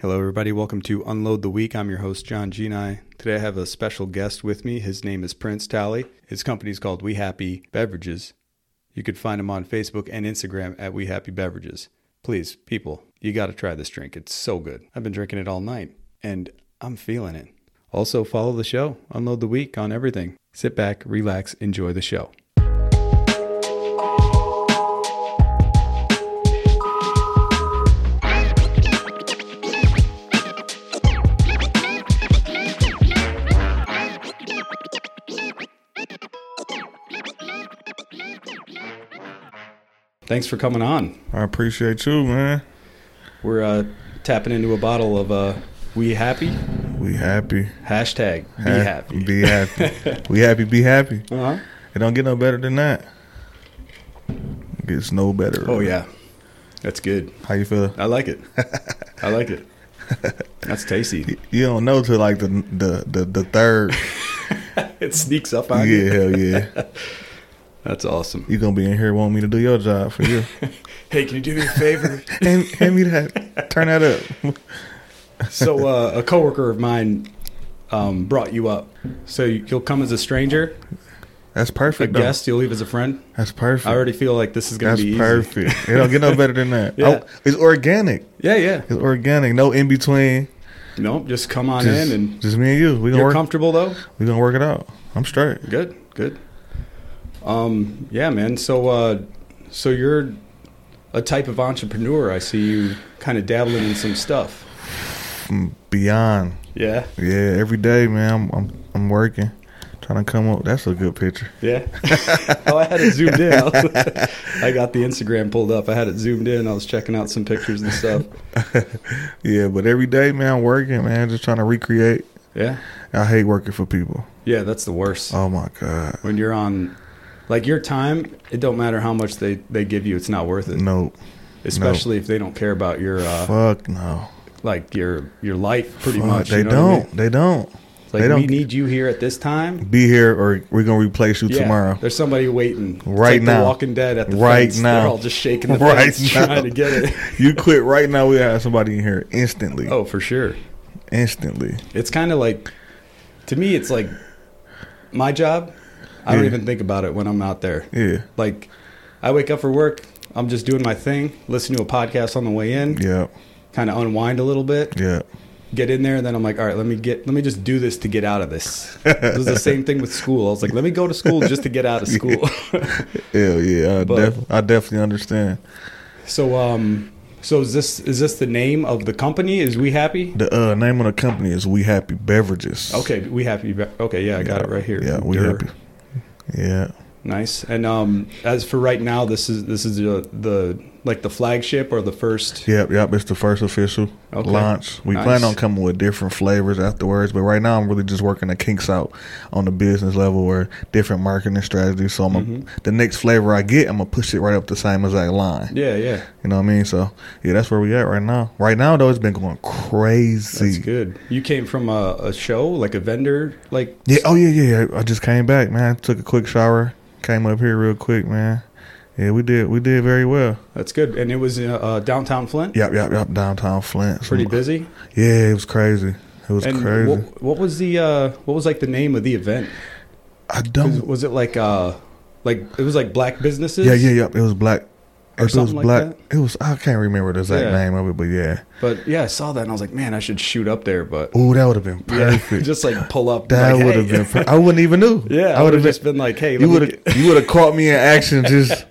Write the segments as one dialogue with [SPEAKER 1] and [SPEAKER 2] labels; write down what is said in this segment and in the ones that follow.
[SPEAKER 1] Hello, everybody. Welcome to Unload the Week. I'm your host, John Genai. Today I have a special guest with me. His name is Prince Tally. His company is called We Happy Beverages. You could find him on Facebook and Instagram at We Happy Beverages. Please, people, you got to try this drink. It's so good. I've been drinking it all night and I'm feeling it. Also, follow the show, Unload the Week on everything. Sit back, relax, enjoy the show. Thanks for coming on.
[SPEAKER 2] I appreciate you, man.
[SPEAKER 1] We're uh, tapping into a bottle of uh, We Happy.
[SPEAKER 2] We happy.
[SPEAKER 1] Hashtag Be
[SPEAKER 2] Ha-
[SPEAKER 1] Happy.
[SPEAKER 2] Be happy. we happy. Be happy.
[SPEAKER 1] Uh-huh.
[SPEAKER 2] It don't get no better than that. It gets no better.
[SPEAKER 1] Oh, yeah. That's good.
[SPEAKER 2] How you feel?
[SPEAKER 1] I like it. I like it. That's tasty.
[SPEAKER 2] You don't know till like the the the, the third.
[SPEAKER 1] It sneaks up on
[SPEAKER 2] yeah,
[SPEAKER 1] you.
[SPEAKER 2] hell yeah.
[SPEAKER 1] That's awesome.
[SPEAKER 2] You gonna be in here wanting me to do your job for you.
[SPEAKER 1] Hey, can you do me a favor?
[SPEAKER 2] hand, hand me that. Turn that up.
[SPEAKER 1] so, uh, a coworker of mine um, brought you up. So you- you'll come as a stranger,
[SPEAKER 2] That's
[SPEAKER 1] a
[SPEAKER 2] perfect. though.
[SPEAKER 1] guest. You'll leave as a friend.
[SPEAKER 2] That's perfect.
[SPEAKER 1] I already feel like this is going
[SPEAKER 2] That's
[SPEAKER 1] to be easy.
[SPEAKER 2] perfect. It don't get no better than that.
[SPEAKER 1] Yeah.
[SPEAKER 2] Oh, it's organic.
[SPEAKER 1] Yeah, yeah.
[SPEAKER 2] It's organic. No in between.
[SPEAKER 1] Nope. Just come on
[SPEAKER 2] Just,
[SPEAKER 1] in, and
[SPEAKER 2] just me and you. We gonna
[SPEAKER 1] you're
[SPEAKER 2] work.
[SPEAKER 1] comfortable though.
[SPEAKER 2] we gonna work it out. I'm straight.
[SPEAKER 1] Good, good. Um, yeah, man. So, uh, so you're a type of entrepreneur. I see you kind of dabbling in some stuff.
[SPEAKER 2] Mm, beyond.
[SPEAKER 1] Yeah,
[SPEAKER 2] Yeah, every day, man. I'm I'm, I'm working, trying to come up. That's a good picture.
[SPEAKER 1] yeah. oh, I had it zoomed in. I, was- I got the Instagram pulled up. I had it zoomed in. I was checking out some pictures and stuff.
[SPEAKER 2] Yeah, but every day, man, I'm working, man, just trying to recreate.
[SPEAKER 1] Yeah,
[SPEAKER 2] I hate working for people.
[SPEAKER 1] yeah. That's the worst.
[SPEAKER 2] Oh my god,
[SPEAKER 1] When you're on, like your time, it don't matter how much they they give you. It's not worth it.
[SPEAKER 2] no,
[SPEAKER 1] Especially if they don't care about your uh,
[SPEAKER 2] fuck no,
[SPEAKER 1] like your your life pretty
[SPEAKER 2] Fuck,
[SPEAKER 1] much. you
[SPEAKER 2] they
[SPEAKER 1] know what I
[SPEAKER 2] don't,
[SPEAKER 1] mean?
[SPEAKER 2] they don't
[SPEAKER 1] It's Like we
[SPEAKER 2] They don't-
[SPEAKER 1] need you here at this time.
[SPEAKER 2] be here, or we're gonna replace you
[SPEAKER 1] Yeah,
[SPEAKER 2] tomorrow.
[SPEAKER 1] There's somebody waiting It's
[SPEAKER 2] Right
[SPEAKER 1] like the
[SPEAKER 2] now.
[SPEAKER 1] Walking Dead at the
[SPEAKER 2] Right
[SPEAKER 1] fence. They're
[SPEAKER 2] now.
[SPEAKER 1] all just shaking the
[SPEAKER 2] Right
[SPEAKER 1] fence
[SPEAKER 2] now.
[SPEAKER 1] trying to get it.
[SPEAKER 2] You quit right now. We have somebody in here instantly,
[SPEAKER 1] Oh, for sure.
[SPEAKER 2] instantly.
[SPEAKER 1] It's kind of like, to me, it's like my job. I don't
[SPEAKER 2] Yeah.
[SPEAKER 1] even think about it when I'm out there.
[SPEAKER 2] Yeah,
[SPEAKER 1] Like, I wake up for work. I'm just doing my thing. Listen to a podcast on the way in.
[SPEAKER 2] yeah,
[SPEAKER 1] Kind of unwind a little bit.
[SPEAKER 2] yeah.
[SPEAKER 1] Get in there, and then I'm like, all right, let me get, let me just do this to get out of this. it was the same thing with school. I was like, let me go to school just to get out of school.
[SPEAKER 2] Hell yeah, I,
[SPEAKER 1] But-
[SPEAKER 2] def- I definitely understand.
[SPEAKER 1] So um so is this is this the name of the company? Is We Happy?
[SPEAKER 2] The uh, name of the company is We Happy Beverages.
[SPEAKER 1] Okay, We Happy. Okay, yeah, I got it right here.
[SPEAKER 2] Yeah, We
[SPEAKER 1] Durr.
[SPEAKER 2] Happy. Yeah.
[SPEAKER 1] Nice. And um as for right now, this is this is the, the like the flagship or the first.
[SPEAKER 2] Yep, yep. It's the first official
[SPEAKER 1] Okay.
[SPEAKER 2] launch. We
[SPEAKER 1] Nice.
[SPEAKER 2] plan on coming with different flavors afterwards, but right now I'm really just working the kinks out on the business level or different marketing strategies. So I'm gonna-
[SPEAKER 1] Mm-hmm.
[SPEAKER 2] the next flavor I get, I'm gonna push it right up the same exact line.
[SPEAKER 1] Yeah, yeah.
[SPEAKER 2] You know what I mean? So yeah, that's where we at right now. Right now though, it's been going crazy.
[SPEAKER 1] That's good. You came from a, a show like a vendor like
[SPEAKER 2] Yeah. Oh yeah, yeah. yeah. I just came back, man. took a quick shower, came up here real quick, man. Yeah, we did. We did very well.
[SPEAKER 1] That's good. And it was uh, uh, downtown Flint.
[SPEAKER 2] Yep, yep, yep. Downtown Flint.
[SPEAKER 1] Pretty
[SPEAKER 2] Some-
[SPEAKER 1] busy.
[SPEAKER 2] Yeah, it was crazy. It was
[SPEAKER 1] And
[SPEAKER 2] crazy.
[SPEAKER 1] what what was the uh what was like the name of the event?
[SPEAKER 2] I
[SPEAKER 1] Was,
[SPEAKER 2] don't.
[SPEAKER 1] was it like uh like it was like black businesses?
[SPEAKER 2] Yeah, yeah, yeah. It was black.
[SPEAKER 1] Or
[SPEAKER 2] it was
[SPEAKER 1] something like
[SPEAKER 2] black. It was. I can't remember the exact
[SPEAKER 1] Yeah.
[SPEAKER 2] name of it, but yeah.
[SPEAKER 1] But yeah, I saw that and I was like, man, I should shoot up there, but
[SPEAKER 2] Oh, that would have been
[SPEAKER 1] Yeah,
[SPEAKER 2] perfect.
[SPEAKER 1] just like pull up.
[SPEAKER 2] that
[SPEAKER 1] like,
[SPEAKER 2] would have
[SPEAKER 1] hey.
[SPEAKER 2] been. Per- I wouldn't even knew.
[SPEAKER 1] Yeah,
[SPEAKER 2] I would have
[SPEAKER 1] just
[SPEAKER 2] just.
[SPEAKER 1] been like, hey,
[SPEAKER 2] You would have. You would have caught me in action. Just.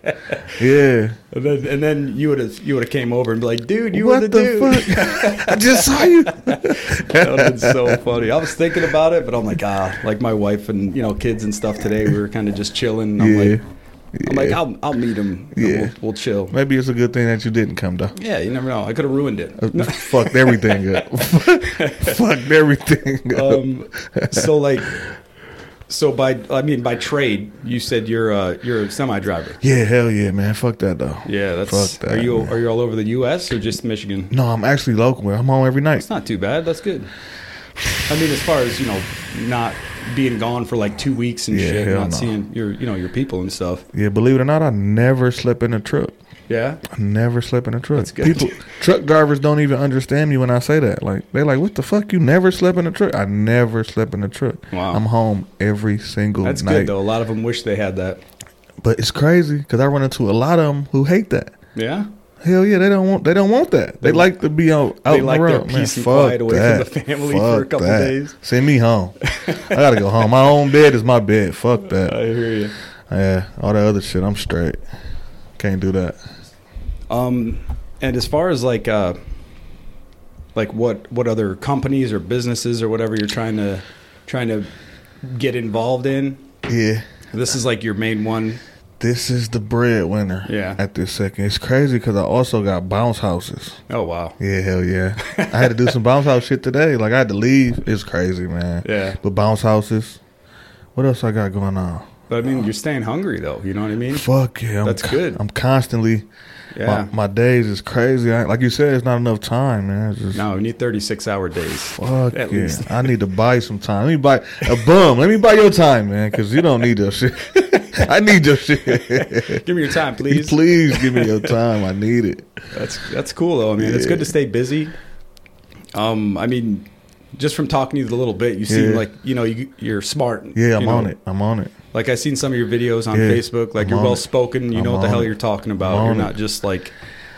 [SPEAKER 2] Yeah.
[SPEAKER 1] and then, and then you would have you would have came over and be like, dude, you
[SPEAKER 2] what
[SPEAKER 1] were
[SPEAKER 2] the,
[SPEAKER 1] the, dude.
[SPEAKER 2] fuck? I just saw you.
[SPEAKER 1] that would have been so funny. I was thinking about it, but I'm like, ah, like my wife and you know kids and stuff today. We were kind of just chilling. And I'm
[SPEAKER 2] Yeah.
[SPEAKER 1] like, I'm like, I'll I'll meet him. and
[SPEAKER 2] Yeah.
[SPEAKER 1] we'll, we'll chill.
[SPEAKER 2] Maybe it's a good thing that you didn't come though.
[SPEAKER 1] Yeah, you never know. I could have ruined it.
[SPEAKER 2] Fucked everything up. Fucked everything up.
[SPEAKER 1] Um, so like, so by I mean by trade, you said you're a you're a semi driver.
[SPEAKER 2] yeah, hell yeah, man. Fuck that though.
[SPEAKER 1] Oh. Yeah, that's.
[SPEAKER 2] Fuck that,
[SPEAKER 1] are you
[SPEAKER 2] man.
[SPEAKER 1] are you all over the U.S. or just Michigan?
[SPEAKER 2] No, I'm actually local. I'm home every night.
[SPEAKER 1] It's not too bad. That's good. I mean, as far as you know, not being gone for like two weeks and
[SPEAKER 2] Yeah,
[SPEAKER 1] shit,
[SPEAKER 2] hell
[SPEAKER 1] not
[SPEAKER 2] no.
[SPEAKER 1] seeing your you know your people and stuff.
[SPEAKER 2] Yeah, believe it or not, I never slept in a truck.
[SPEAKER 1] Yeah.
[SPEAKER 2] I never slept in a truck.
[SPEAKER 1] That's good.
[SPEAKER 2] People, truck drivers don't even understand me when I say that. Like they're like, "What the fuck? You never slept in a truck? I never slept in a truck.
[SPEAKER 1] Wow.
[SPEAKER 2] I'm home every single
[SPEAKER 1] That's
[SPEAKER 2] night.
[SPEAKER 1] good though. A lot of them wish they had that.
[SPEAKER 2] But it's crazy because I run into a lot of them who hate that.
[SPEAKER 1] Yeah.
[SPEAKER 2] Hell yeah, they don't want they don't want that. They,
[SPEAKER 1] They-
[SPEAKER 2] like to be out, out
[SPEAKER 1] they
[SPEAKER 2] in
[SPEAKER 1] like
[SPEAKER 2] the
[SPEAKER 1] their
[SPEAKER 2] road. Man,
[SPEAKER 1] peace and
[SPEAKER 2] fuck
[SPEAKER 1] quiet away from
[SPEAKER 2] that.
[SPEAKER 1] the family for a
[SPEAKER 2] Fuck
[SPEAKER 1] couple
[SPEAKER 2] that.
[SPEAKER 1] days.
[SPEAKER 2] Send me home. I gotta go home. My own bed is my bed. Fuck
[SPEAKER 1] I
[SPEAKER 2] that.
[SPEAKER 1] hear you.
[SPEAKER 2] Yeah, all that other shit. I'm straight. Can't do that.
[SPEAKER 1] Um, and as far as like, uh, like what what other companies or businesses or whatever you're trying to trying to get involved in,
[SPEAKER 2] Yeah.
[SPEAKER 1] this is like your main one.
[SPEAKER 2] This is the breadwinner.
[SPEAKER 1] Yeah.
[SPEAKER 2] At this second, it's crazy because I also got bounce houses.
[SPEAKER 1] Oh wow,
[SPEAKER 2] Yeah, hell yeah. I had to do some bounce house shit today. Like I had to leave. It's crazy, man.
[SPEAKER 1] yeah.
[SPEAKER 2] But bounce houses. What else I got going on?
[SPEAKER 1] But I mean, you're staying hungry though. You know what I mean?
[SPEAKER 2] Fuck yeah. I'm
[SPEAKER 1] That's good.
[SPEAKER 2] I'm constantly.
[SPEAKER 1] Yeah.
[SPEAKER 2] My, my days is crazy. I, like you said, it's not enough time, man. It's just,
[SPEAKER 1] No, we need 36 hour days.
[SPEAKER 2] Fuck
[SPEAKER 1] At
[SPEAKER 2] yeah.
[SPEAKER 1] least.
[SPEAKER 2] I need to buy some time. Let me buy a bum. Let me buy your time, man, because you don't need your shit. I need your shit.
[SPEAKER 1] Give me your time,
[SPEAKER 2] Please.
[SPEAKER 1] please.
[SPEAKER 2] give me your time. I need it.
[SPEAKER 1] That's that's cool though. I mean, it's good to stay busy. Um, I mean, just from talking to you a little bit, you seem
[SPEAKER 2] Yeah.
[SPEAKER 1] like you know you, you're smart.
[SPEAKER 2] Yeah, I'm
[SPEAKER 1] you know.
[SPEAKER 2] on it. I'm on it.
[SPEAKER 1] Like I seen some of your videos on
[SPEAKER 2] Yeah,
[SPEAKER 1] Facebook. Like
[SPEAKER 2] I'm
[SPEAKER 1] you're
[SPEAKER 2] on it.
[SPEAKER 1] well spoken. You
[SPEAKER 2] I'm
[SPEAKER 1] know what the
[SPEAKER 2] on
[SPEAKER 1] hell
[SPEAKER 2] it.
[SPEAKER 1] you're talking about.
[SPEAKER 2] I'm
[SPEAKER 1] You're
[SPEAKER 2] on
[SPEAKER 1] not
[SPEAKER 2] it.
[SPEAKER 1] just like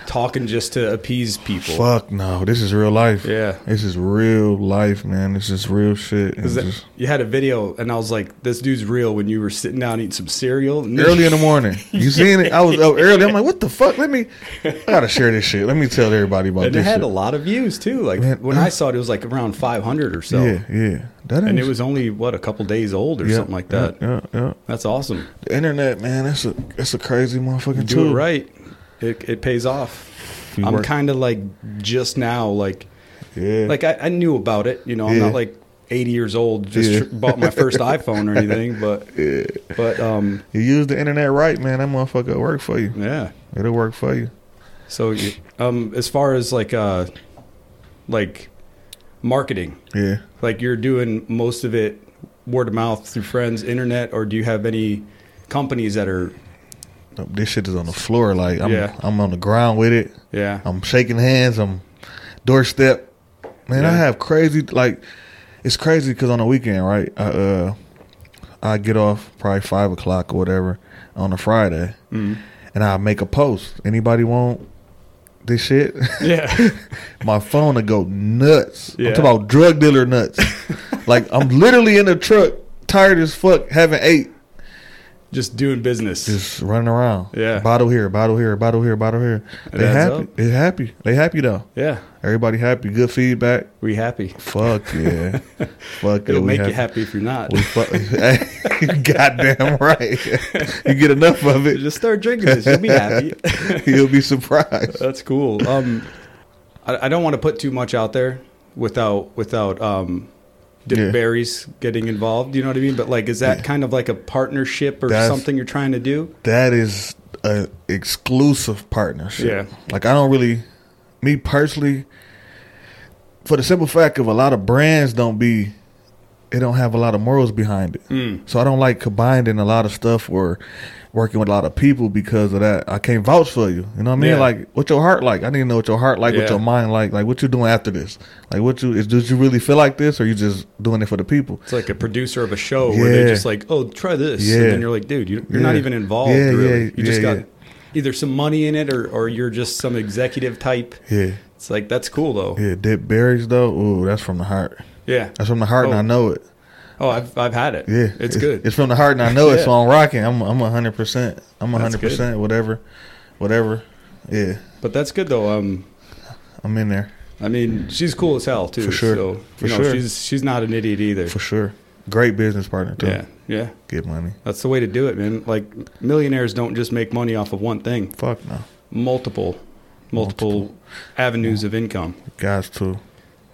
[SPEAKER 1] talking just to appease people.
[SPEAKER 2] Fuck no. This is real life.
[SPEAKER 1] Yeah.
[SPEAKER 2] This is real life, man. This is real shit. And
[SPEAKER 1] 'Cause that-
[SPEAKER 2] just-
[SPEAKER 1] you had a video, and I was like, "This dude's real." When you were sitting down eating some cereal,
[SPEAKER 2] early in the morning. You seen it? I was up early. I'm like, what the fuck? Let me. I gotta share this shit. Let me tell everybody about
[SPEAKER 1] and it
[SPEAKER 2] this.
[SPEAKER 1] had
[SPEAKER 2] shit.
[SPEAKER 1] a lot of views too. Like
[SPEAKER 2] Man,
[SPEAKER 1] when
[SPEAKER 2] uh,
[SPEAKER 1] I saw it, it was like around 500 or so,
[SPEAKER 2] Yeah, yeah. That
[SPEAKER 1] and
[SPEAKER 2] ain't-
[SPEAKER 1] it was only what a couple days old or
[SPEAKER 2] yeah,
[SPEAKER 1] something like that.
[SPEAKER 2] Yeah, yeah, yeah.
[SPEAKER 1] That's awesome.
[SPEAKER 2] The internet, man, that's a that's a crazy motherfucking
[SPEAKER 1] do
[SPEAKER 2] tool.
[SPEAKER 1] it right, it, it pays off.
[SPEAKER 2] You
[SPEAKER 1] I'm
[SPEAKER 2] work-
[SPEAKER 1] kind of like just now, like
[SPEAKER 2] Yeah.
[SPEAKER 1] like I, I knew about it. You know, I'm
[SPEAKER 2] Yeah.
[SPEAKER 1] not like 80 years old. Just
[SPEAKER 2] Yeah.
[SPEAKER 1] tr- bought my first iPhone or anything, but but um
[SPEAKER 2] you use the internet right, man, that motherfucker will work for you.
[SPEAKER 1] yeah.
[SPEAKER 2] It'll work for you.
[SPEAKER 1] So you- um as far as like uh like marketing,
[SPEAKER 2] Yeah.
[SPEAKER 1] like you're doing most of it word of mouth through friends, internet, or do you have any companies that are
[SPEAKER 2] No, This shit is on the floor. Like I'm
[SPEAKER 1] Yeah.
[SPEAKER 2] I'm on the ground with it.
[SPEAKER 1] yeah
[SPEAKER 2] I'm shaking hands. I'm doorstep. Man, I
[SPEAKER 1] Yeah.
[SPEAKER 2] have crazy like it's crazy because on the weekend, right? I uh I get off probably five o'clock or whatever on a Friday,
[SPEAKER 1] Mm-hmm.
[SPEAKER 2] and I make a post. Anybody want this shit?
[SPEAKER 1] yeah
[SPEAKER 2] My phone to go nuts.
[SPEAKER 1] Yeah.
[SPEAKER 2] I'm talking about drug dealer nuts. like I'm literally in the truck, tired as fuck, having eight,
[SPEAKER 1] just doing business?
[SPEAKER 2] just running around.
[SPEAKER 1] Yeah.
[SPEAKER 2] bottle here, bottle here, bottle here, bottle here.
[SPEAKER 1] It
[SPEAKER 2] they
[SPEAKER 1] adds
[SPEAKER 2] happy.
[SPEAKER 1] up.
[SPEAKER 2] They happy. They happy though.
[SPEAKER 1] yeah,
[SPEAKER 2] Everybody happy. Good feedback.
[SPEAKER 1] we happy.
[SPEAKER 2] Fuck yeah. Fuck yeah.
[SPEAKER 1] It'll
[SPEAKER 2] we
[SPEAKER 1] make you happy
[SPEAKER 2] happy.
[SPEAKER 1] if you're not.
[SPEAKER 2] We fuck. Goddamn right. you get enough of it,
[SPEAKER 1] Just start drinking this. You'll be happy.
[SPEAKER 2] you'll be surprised.
[SPEAKER 1] That's cool. Um, I, I don't want to put too much out there without without um, Dick
[SPEAKER 2] Yeah.
[SPEAKER 1] Barry's getting involved. You know what I mean? But like, is that
[SPEAKER 2] Yeah.
[SPEAKER 1] kind of like a partnership or
[SPEAKER 2] That's-
[SPEAKER 1] something you're trying to do?
[SPEAKER 2] That is a exclusive partnership.
[SPEAKER 1] Yeah.
[SPEAKER 2] Like I don't really, me personally, for the simple fact of a lot of brands don't be, they don't have a lot of morals behind it.
[SPEAKER 1] Mm.
[SPEAKER 2] So I don't like combining a lot of stuff or working with a lot of people because of that. I can't vouch for you. You know what I mean?
[SPEAKER 1] Yeah.
[SPEAKER 2] Like what your heart like. I need to know what your heart like,
[SPEAKER 1] Yeah.
[SPEAKER 2] what your mind like, like what you doing after this. Like what you is did you really feel like this or you just doing it for the people?
[SPEAKER 1] It's like a producer of a show where they're
[SPEAKER 2] Yeah.
[SPEAKER 1] just like, "Oh, try this,"
[SPEAKER 2] Yeah.
[SPEAKER 1] and then you're like, "Dude, you, you're not
[SPEAKER 2] Yeah.
[SPEAKER 1] even involved.
[SPEAKER 2] Yeah,
[SPEAKER 1] really.
[SPEAKER 2] yeah,
[SPEAKER 1] you just
[SPEAKER 2] yeah,
[SPEAKER 1] got
[SPEAKER 2] yeah.
[SPEAKER 1] either some money in it, or or you're just some executive type."
[SPEAKER 2] Yeah.
[SPEAKER 1] It's like that's cool though. Yeah.
[SPEAKER 2] Yeah. Dead berries though, ooh, that's from the heart. That's from the heart and
[SPEAKER 1] Oh.
[SPEAKER 2] I know it.
[SPEAKER 1] Oh, I've I've had it.
[SPEAKER 2] Yeah.
[SPEAKER 1] It's, good.
[SPEAKER 2] It's from the heart and I know it,
[SPEAKER 1] Yeah.
[SPEAKER 2] so I'm rocking. I'm I'm hundred percent. I'm
[SPEAKER 1] That's
[SPEAKER 2] hundred percent, whatever. Whatever. Yeah.
[SPEAKER 1] but that's good though. Um,
[SPEAKER 2] I'm in there.
[SPEAKER 1] I mean, she's cool as hell too.
[SPEAKER 2] For sure.
[SPEAKER 1] So,
[SPEAKER 2] For
[SPEAKER 1] you know,
[SPEAKER 2] sure.
[SPEAKER 1] she's she's not an idiot either.
[SPEAKER 2] For sure. Great business partner too.
[SPEAKER 1] Yeah, yeah.
[SPEAKER 2] Get money.
[SPEAKER 1] That's the way to do it, man. Like millionaires don't just make money off of one thing.
[SPEAKER 2] Fuck no.
[SPEAKER 1] Multiple, multiple, avenues of income.
[SPEAKER 2] Guys too.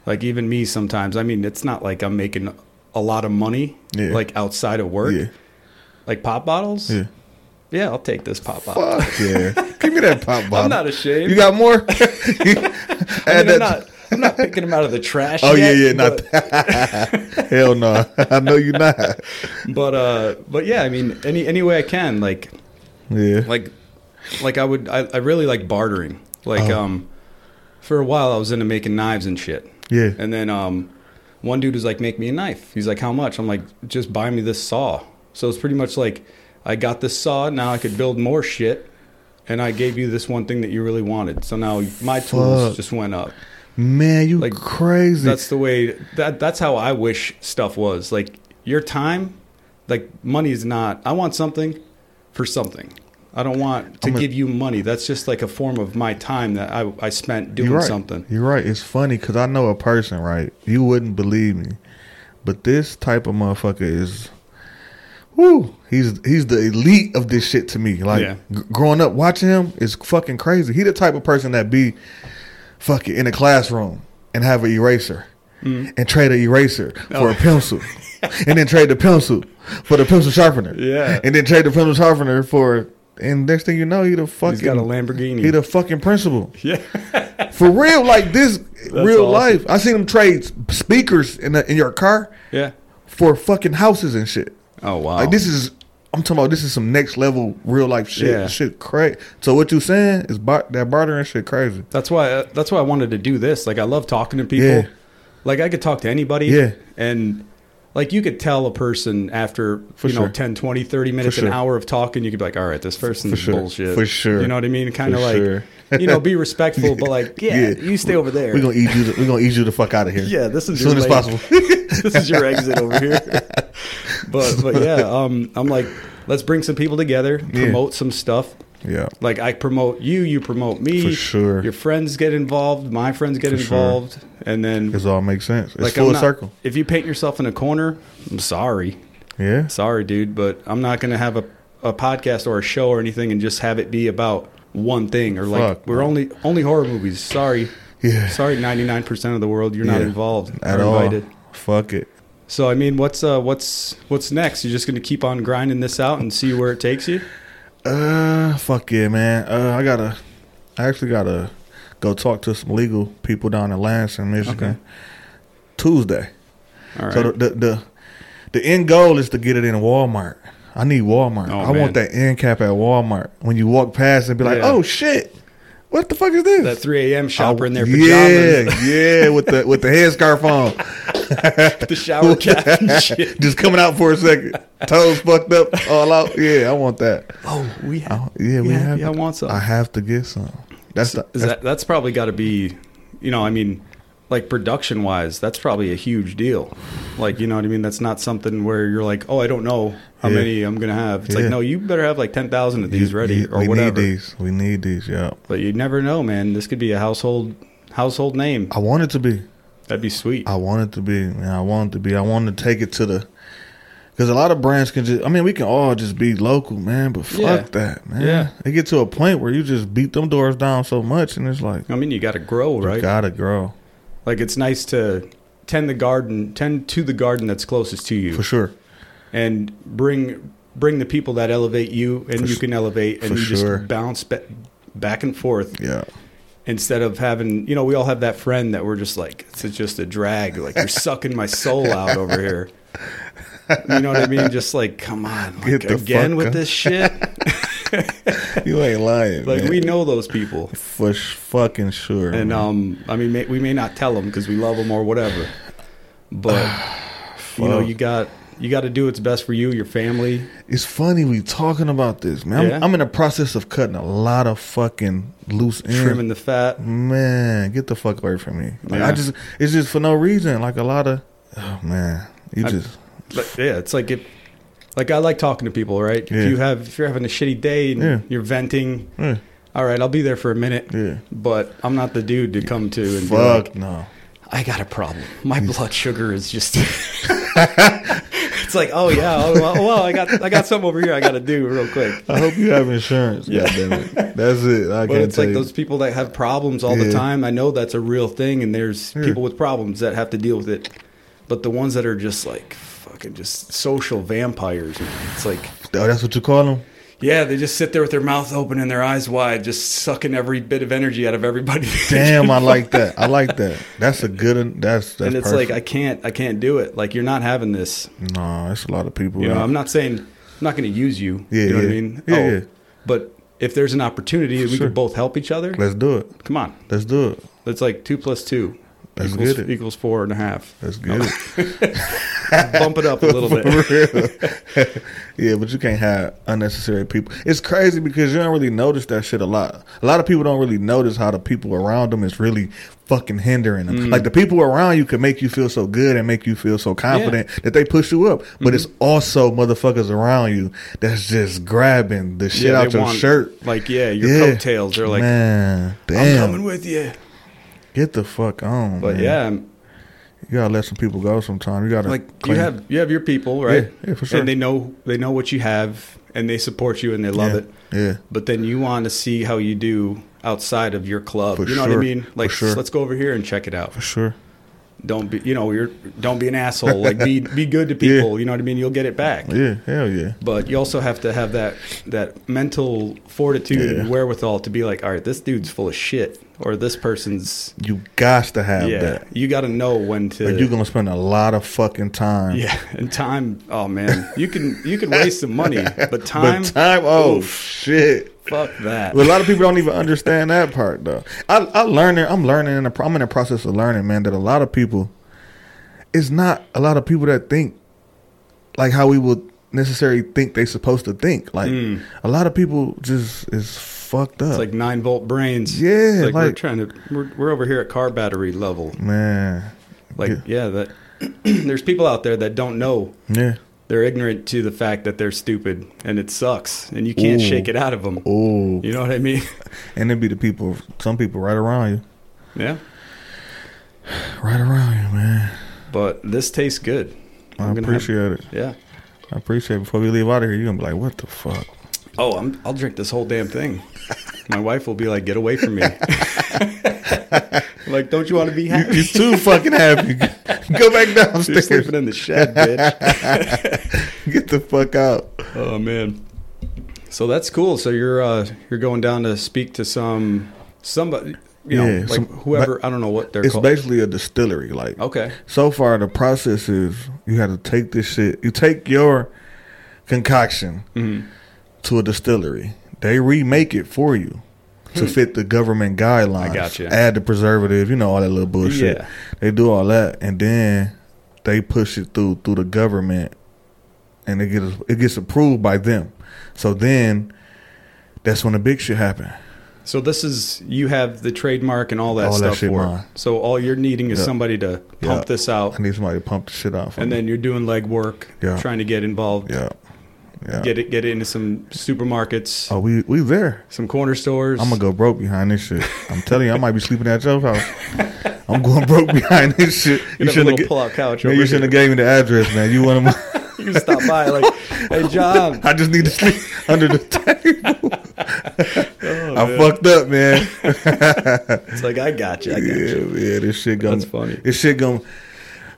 [SPEAKER 1] Like even me sometimes. I mean, it's not like I'm making a lot of money
[SPEAKER 2] Yeah.
[SPEAKER 1] like outside of work.
[SPEAKER 2] Yeah.
[SPEAKER 1] Like pop bottles.
[SPEAKER 2] Yeah.
[SPEAKER 1] Yeah, I'll take this pop bottle.
[SPEAKER 2] Fuck yeah. Give me that pop bottle.
[SPEAKER 1] I'm not ashamed.
[SPEAKER 2] You got more?
[SPEAKER 1] I
[SPEAKER 2] Add
[SPEAKER 1] mean, I'm
[SPEAKER 2] that-
[SPEAKER 1] not. I'm not picking them out of the trash.
[SPEAKER 2] Oh
[SPEAKER 1] yet,
[SPEAKER 2] yeah, yeah, not
[SPEAKER 1] but-
[SPEAKER 2] that. Hell no. I know you're not.
[SPEAKER 1] but uh but yeah i mean any any way i can like
[SPEAKER 2] Yeah.
[SPEAKER 1] like Like I would, I, I really like bartering. Like
[SPEAKER 2] Oh.
[SPEAKER 1] um, for a while I was into making knives and shit.
[SPEAKER 2] Yeah.
[SPEAKER 1] And then um, one dude was like, "Make me a knife." He's like, "How much?" I'm like, "Just buy me this saw." So it's pretty much like I got this saw. Now I could build more shit. And I gave you this one thing that you really wanted. So now my tools
[SPEAKER 2] Fuck.
[SPEAKER 1] just went up.
[SPEAKER 2] Man, you
[SPEAKER 1] Like,
[SPEAKER 2] crazy.
[SPEAKER 1] That's the way that that's how I wish stuff was. Like your time, like money is not I want something for something. I don't want to
[SPEAKER 2] I'm a-
[SPEAKER 1] give you money. That's just like a form of my time that I, I spent doing
[SPEAKER 2] You're right.
[SPEAKER 1] something.
[SPEAKER 2] You're right. It's funny because I know a person, right? You wouldn't believe me, but this type of motherfucker is, whoo, he's he's the elite of this shit to me. Like
[SPEAKER 1] Yeah.
[SPEAKER 2] g- growing up watching him is fucking crazy. He the type of person that be fucking in a classroom and have an eraser.
[SPEAKER 1] Mm.
[SPEAKER 2] And trade an eraser
[SPEAKER 1] Oh.
[SPEAKER 2] for a pencil, and then trade the pencil for the pencil sharpener.
[SPEAKER 1] Yeah.
[SPEAKER 2] and then trade the pencil sharpener for. And next thing you know, he the fucking
[SPEAKER 1] He's got a Lamborghini.
[SPEAKER 2] he the fucking principal.
[SPEAKER 1] yeah.
[SPEAKER 2] For real, like this real
[SPEAKER 1] awesome.
[SPEAKER 2] life. I seen them trade speakers in the, in your car
[SPEAKER 1] Yeah.
[SPEAKER 2] for fucking houses and shit.
[SPEAKER 1] Oh wow.
[SPEAKER 2] Like this is I'm talking about this is some next level real life shit.
[SPEAKER 1] Yeah.
[SPEAKER 2] Shit crazy. So what you saying is bar- that bartering shit crazy.
[SPEAKER 1] that's why uh, that's why I wanted to do this. Like I love talking to people.
[SPEAKER 2] Yeah.
[SPEAKER 1] Like I could talk to anybody.
[SPEAKER 2] Yeah.
[SPEAKER 1] And like you could tell a person after
[SPEAKER 2] For
[SPEAKER 1] you know
[SPEAKER 2] sure.
[SPEAKER 1] 10, 20, 30 minutes,
[SPEAKER 2] sure.
[SPEAKER 1] an hour of talking, you could be like, all right, this person's
[SPEAKER 2] sure.
[SPEAKER 1] bullshit.
[SPEAKER 2] For sure.
[SPEAKER 1] You know what I mean? Kind of
[SPEAKER 2] For
[SPEAKER 1] like
[SPEAKER 2] sure.
[SPEAKER 1] you know, be respectful, but like, yeah, you stay over there.
[SPEAKER 2] We're gonna eat you the, we gonna eat you the fuck out of here.
[SPEAKER 1] Yeah, this is
[SPEAKER 2] as soon
[SPEAKER 1] your
[SPEAKER 2] as
[SPEAKER 1] lady.
[SPEAKER 2] possible.
[SPEAKER 1] this is your exit over here. but but yeah, um, I'm like, let's bring some people together, promote some stuff.
[SPEAKER 2] yeah.
[SPEAKER 1] Like I promote you, you promote me.
[SPEAKER 2] For sure.
[SPEAKER 1] Your friends get involved, my friends get
[SPEAKER 2] For sure.
[SPEAKER 1] involved, and then
[SPEAKER 2] This all makes sense. It's
[SPEAKER 1] like I'm
[SPEAKER 2] full
[SPEAKER 1] not-
[SPEAKER 2] circle.
[SPEAKER 1] If you paint yourself in a corner, I'm sorry,
[SPEAKER 2] Yeah.
[SPEAKER 1] sorry, dude, but I'm not gonna have a a podcast or a show or anything and just have it be about one thing or like
[SPEAKER 2] Fuck,
[SPEAKER 1] we're
[SPEAKER 2] bro.
[SPEAKER 1] only only horror movies. Sorry,
[SPEAKER 2] Yeah.
[SPEAKER 1] sorry, 99% of the world you're not
[SPEAKER 2] Yeah.
[SPEAKER 1] involved
[SPEAKER 2] At
[SPEAKER 1] or
[SPEAKER 2] all.
[SPEAKER 1] invited.
[SPEAKER 2] Fuck it.
[SPEAKER 1] So I mean, what's uh, what's what's next? You're just going to keep on grinding this out and see where it takes you.
[SPEAKER 2] Uh, fuck yeah, man. Uh, I gotta, I actually gotta go talk to some legal people down in Lansing, Michigan,
[SPEAKER 1] Okay.
[SPEAKER 2] Tuesday.
[SPEAKER 1] All right.
[SPEAKER 2] So the, the the the end goal is to get it in Walmart. I need Walmart.
[SPEAKER 1] Oh,
[SPEAKER 2] I
[SPEAKER 1] man.
[SPEAKER 2] want that end cap at Walmart. When you walk past and be like,
[SPEAKER 1] Yeah.
[SPEAKER 2] "Oh shit, what the fuck is this?"
[SPEAKER 1] that 3 a.m. shopper in their
[SPEAKER 2] Yeah,
[SPEAKER 1] pajamas,
[SPEAKER 2] yeah, with the with the headscarf on.
[SPEAKER 1] the shower cap and shit.
[SPEAKER 2] Just coming out for a second, toes fucked up, all out. Yeah, I want that.
[SPEAKER 1] Oh, we
[SPEAKER 2] I,
[SPEAKER 1] have.
[SPEAKER 2] yeah, we
[SPEAKER 1] Yeah,
[SPEAKER 2] have.
[SPEAKER 1] yeah, I want some.
[SPEAKER 2] I have to get some. That's the,
[SPEAKER 1] Is
[SPEAKER 2] that's-
[SPEAKER 1] that that's probably got to be, you know, I mean, like production wise, that's probably a huge deal. Like you know what I mean? That's not something where you're like, oh, I don't know how
[SPEAKER 2] Yeah.
[SPEAKER 1] many I'm going to have. It's like
[SPEAKER 2] Yeah.
[SPEAKER 1] no, you better have like 10,000 of these
[SPEAKER 2] You-
[SPEAKER 1] ready
[SPEAKER 2] you-
[SPEAKER 1] or
[SPEAKER 2] we
[SPEAKER 1] whatever.
[SPEAKER 2] need these. We need these. Yeah,
[SPEAKER 1] But you never know, man. This could be a household household name.
[SPEAKER 2] I want it to be.
[SPEAKER 1] That'd be sweet.
[SPEAKER 2] I want it to be. Man, I want it to be. I want to take it to the. Because a lot of brands can just. I mean, we can all just be local, man. But fuck
[SPEAKER 1] Yeah.
[SPEAKER 2] that, man.
[SPEAKER 1] Yeah.
[SPEAKER 2] It get to a point where you just beat them doors down so much, and it's like
[SPEAKER 1] I mean, you got to grow, right?
[SPEAKER 2] you gotta grow
[SPEAKER 1] Like it's nice to tend the garden, tend to the garden that's closest to you,
[SPEAKER 2] for sure.
[SPEAKER 1] and bring bring the people that elevate you, and you
[SPEAKER 2] su-
[SPEAKER 1] can elevate, and
[SPEAKER 2] for
[SPEAKER 1] you
[SPEAKER 2] sure.
[SPEAKER 1] just bounce ba- back and forth
[SPEAKER 2] Yeah.
[SPEAKER 1] instead of having you know we all have that friend that we're just like it's just a drag, like you're sucking my soul out over here. You know what I mean? Just like come on, like,
[SPEAKER 2] Get the
[SPEAKER 1] again
[SPEAKER 2] fuck
[SPEAKER 1] with
[SPEAKER 2] up.
[SPEAKER 1] this shit.
[SPEAKER 2] You ain't lying.
[SPEAKER 1] Like
[SPEAKER 2] man.
[SPEAKER 1] we know those people.
[SPEAKER 2] for sh- fucking sure.
[SPEAKER 1] And
[SPEAKER 2] man.
[SPEAKER 1] um, I mean, may, we may not tell them because we love them or whatever, but you know,
[SPEAKER 2] Fuck.
[SPEAKER 1] you got you got to do what's best for you, your family.
[SPEAKER 2] It's funny we talking about this, man. I'm,
[SPEAKER 1] Yeah.
[SPEAKER 2] I'm in the process of cutting a lot of fucking loose ends.
[SPEAKER 1] Trimming the fat.
[SPEAKER 2] Man, get the fuck away from me. Like,
[SPEAKER 1] Yeah.
[SPEAKER 2] I just it's just for no reason. Like a lot of oh man. You
[SPEAKER 1] I-
[SPEAKER 2] just
[SPEAKER 1] Like, yeah, it's like it. Like I like talking to people, right?
[SPEAKER 2] Yeah.
[SPEAKER 1] If you have if you're having a shitty day and
[SPEAKER 2] Yeah.
[SPEAKER 1] you're venting,
[SPEAKER 2] eh,
[SPEAKER 1] all right, I'll be there for a minute.
[SPEAKER 2] Yeah.
[SPEAKER 1] But I'm not the dude to come to and be
[SPEAKER 2] fuck
[SPEAKER 1] like,
[SPEAKER 2] no.
[SPEAKER 1] I got a problem. My blood sugar is just. it's like, oh yeah, oh, well, well, I got I got something over here I got to do real quick.
[SPEAKER 2] I hope you have insurance. yeah. it. That's it. I
[SPEAKER 1] But
[SPEAKER 2] can't
[SPEAKER 1] it's like
[SPEAKER 2] take
[SPEAKER 1] those people that have problems all the
[SPEAKER 2] Yeah.
[SPEAKER 1] time. I know that's a real thing, and there's
[SPEAKER 2] Yeah.
[SPEAKER 1] people with problems that have to deal with it. But the ones that are just like fucking just social vampires, man. it's like,
[SPEAKER 2] oh, that's what you call them?
[SPEAKER 1] yeah, they just sit there with their mouth open and their eyes wide, just sucking every bit of energy out of everybody.
[SPEAKER 2] Damn, I like that. I like that. That's a good un- that's that's
[SPEAKER 1] and it's
[SPEAKER 2] perfect.
[SPEAKER 1] like I can't, I can't do it. Like you're not having this.
[SPEAKER 2] no, it's a lot of people.
[SPEAKER 1] You know,
[SPEAKER 2] out-
[SPEAKER 1] I'm not saying I'm not going to use you.
[SPEAKER 2] Yeah,
[SPEAKER 1] you know what I
[SPEAKER 2] yeah.
[SPEAKER 1] mean? Oh,
[SPEAKER 2] Yeah, yeah.
[SPEAKER 1] But if there's an opportunity that we
[SPEAKER 2] Sure.
[SPEAKER 1] could both help each other,
[SPEAKER 2] Let's do it.
[SPEAKER 1] come on.
[SPEAKER 2] Let's do it.
[SPEAKER 1] That's like two plus two
[SPEAKER 2] Let's
[SPEAKER 1] equals,
[SPEAKER 2] get it.
[SPEAKER 1] equals four and a half.
[SPEAKER 2] Let's get it.
[SPEAKER 1] Bump it up a little bit.
[SPEAKER 2] For real. yeah, but you can't have unnecessary people. It's crazy because you don't really notice that shit a lot. A lot of people don't really notice how the people around them is really fucking hindering
[SPEAKER 1] Mm.
[SPEAKER 2] them. Like the people around you can make you feel so good and make you feel so confident that they push you up.
[SPEAKER 1] Mm-hmm.
[SPEAKER 2] But it's also motherfuckers around you that's just grabbing the shit
[SPEAKER 1] Yeah,
[SPEAKER 2] out
[SPEAKER 1] they
[SPEAKER 2] your
[SPEAKER 1] want-
[SPEAKER 2] shirt.
[SPEAKER 1] Like, yeah, your
[SPEAKER 2] Yeah.
[SPEAKER 1] coattails. They're like,
[SPEAKER 2] man,
[SPEAKER 1] I'm
[SPEAKER 2] damn,
[SPEAKER 1] coming with you.
[SPEAKER 2] get the fuck on.
[SPEAKER 1] But
[SPEAKER 2] man.
[SPEAKER 1] yeah, I'm-
[SPEAKER 2] you gotta let some people go sometime. You gotta
[SPEAKER 1] like
[SPEAKER 2] clean-
[SPEAKER 1] you have you have your people, right?
[SPEAKER 2] Yeah, yeah, for sure.
[SPEAKER 1] And they know they know what you have, and they support you, and they love
[SPEAKER 2] yeah,
[SPEAKER 1] it.
[SPEAKER 2] Yeah.
[SPEAKER 1] But then you want to see how you do outside of your club.
[SPEAKER 2] For
[SPEAKER 1] you know what I
[SPEAKER 2] sure.
[SPEAKER 1] mean?
[SPEAKER 2] For
[SPEAKER 1] Like,
[SPEAKER 2] sure.
[SPEAKER 1] let's go over here and check it out.
[SPEAKER 2] For sure.
[SPEAKER 1] Don't be, you know, you're don't be an asshole. Like, be be good to people. You know what I mean? You'll get it back.
[SPEAKER 2] Yeah, hell yeah.
[SPEAKER 1] But you also have to have that that mental fortitude
[SPEAKER 2] Yeah.
[SPEAKER 1] and wherewithal to be like, all right, this dude's full of shit, or this person's.
[SPEAKER 2] You got to have
[SPEAKER 1] Yeah,
[SPEAKER 2] that.
[SPEAKER 1] you got to know when to.
[SPEAKER 2] But you're gonna spend a lot of fucking time.
[SPEAKER 1] Yeah, and time. Oh man, you can you can waste some money, but time.
[SPEAKER 2] But time, oh
[SPEAKER 1] oof,
[SPEAKER 2] shit.
[SPEAKER 1] fuck that.
[SPEAKER 2] But a lot of people don't even understand that part though. I, I learning, I'm learning, in the, pro- I'm in the process of learning, man. That a lot of people, it's not a lot of people that think like how we would necessarily think they supposed to think. Like a lot of people just is fucked up.
[SPEAKER 1] Hmm. It's like nine volt brains.
[SPEAKER 2] Yeah,
[SPEAKER 1] It's like, we're
[SPEAKER 2] like-
[SPEAKER 1] trying to. We're, we're over here at car battery level.
[SPEAKER 2] man,
[SPEAKER 1] Like yeah, that. there's people out there that don't know.
[SPEAKER 2] yeah.
[SPEAKER 1] They're ignorant to the fact that they're stupid, and it sucks, and you can't
[SPEAKER 2] Ooh.
[SPEAKER 1] shake it out of them.
[SPEAKER 2] Oh,
[SPEAKER 1] You know what I mean?
[SPEAKER 2] and it'd be the people, some people right around you,
[SPEAKER 1] yeah.
[SPEAKER 2] right around you, man.
[SPEAKER 1] But this tastes good.
[SPEAKER 2] I
[SPEAKER 1] I'm gonna have-
[SPEAKER 2] appreciate it.
[SPEAKER 1] Yeah.
[SPEAKER 2] I appreciate it. Before we leave out of here, you're gonna be like, what the fuck?
[SPEAKER 1] Oh, I'm, I'll drink this whole damn thing. My wife will be like, "Get away from me!" like, don't you want to be happy?
[SPEAKER 2] You're too fucking happy. Go back
[SPEAKER 1] You're
[SPEAKER 2] downstairs.
[SPEAKER 1] sleeping in the shed, bitch.
[SPEAKER 2] Get the fuck out.
[SPEAKER 1] oh man. So that's cool. So you're uh, you're going down to speak to some somebody, you know,
[SPEAKER 2] Yeah,
[SPEAKER 1] like
[SPEAKER 2] some-
[SPEAKER 1] whoever. I don't know what they're Oh.
[SPEAKER 2] It's
[SPEAKER 1] called.
[SPEAKER 2] basically a distillery. Like
[SPEAKER 1] okay.
[SPEAKER 2] so far, the process is you have to take this shit. You take your concoction to a distillery. They remake it for you to fit the government guidelines.
[SPEAKER 1] Hmm. I gotcha.
[SPEAKER 2] Add the preservative. You know all that little bullshit.
[SPEAKER 1] Yeah.
[SPEAKER 2] They do all that, and then they push it through through the government, and it gets it gets approved by them. So then, that's when the big shit happen.
[SPEAKER 1] So this is you have the trademark and all that
[SPEAKER 2] All that
[SPEAKER 1] stuff
[SPEAKER 2] shit
[SPEAKER 1] for. it.
[SPEAKER 2] mine.
[SPEAKER 1] So all you're needing is
[SPEAKER 2] Yeah.
[SPEAKER 1] somebody to pump
[SPEAKER 2] Yeah.
[SPEAKER 1] this out,
[SPEAKER 2] I need somebody to pump the shit out. for
[SPEAKER 1] and
[SPEAKER 2] me.
[SPEAKER 1] then you're doing legwork,
[SPEAKER 2] Yeah.
[SPEAKER 1] trying to get involved,
[SPEAKER 2] yeah, yeah.
[SPEAKER 1] get it, get it into some supermarkets,
[SPEAKER 2] Oh, we we there.
[SPEAKER 1] some corner stores.
[SPEAKER 2] I'm gonna go broke behind this shit. I'm telling you, I might be sleeping at your house. I'm going broke behind this shit.
[SPEAKER 1] You
[SPEAKER 2] You
[SPEAKER 1] should
[SPEAKER 2] shouldn't
[SPEAKER 1] have
[SPEAKER 2] have.
[SPEAKER 1] pull out couch.
[SPEAKER 2] Man,
[SPEAKER 1] Over
[SPEAKER 2] you shouldn't have gave me the address, man. You want to?
[SPEAKER 1] here. You can stop by, like, hey John.
[SPEAKER 2] I just need to sleep under the table.
[SPEAKER 1] Oh,
[SPEAKER 2] I fucked up, man.
[SPEAKER 1] It's like I got you. I got
[SPEAKER 2] Yeah,
[SPEAKER 1] you.
[SPEAKER 2] yeah. This shit going.
[SPEAKER 1] That's funny.
[SPEAKER 2] This shit going.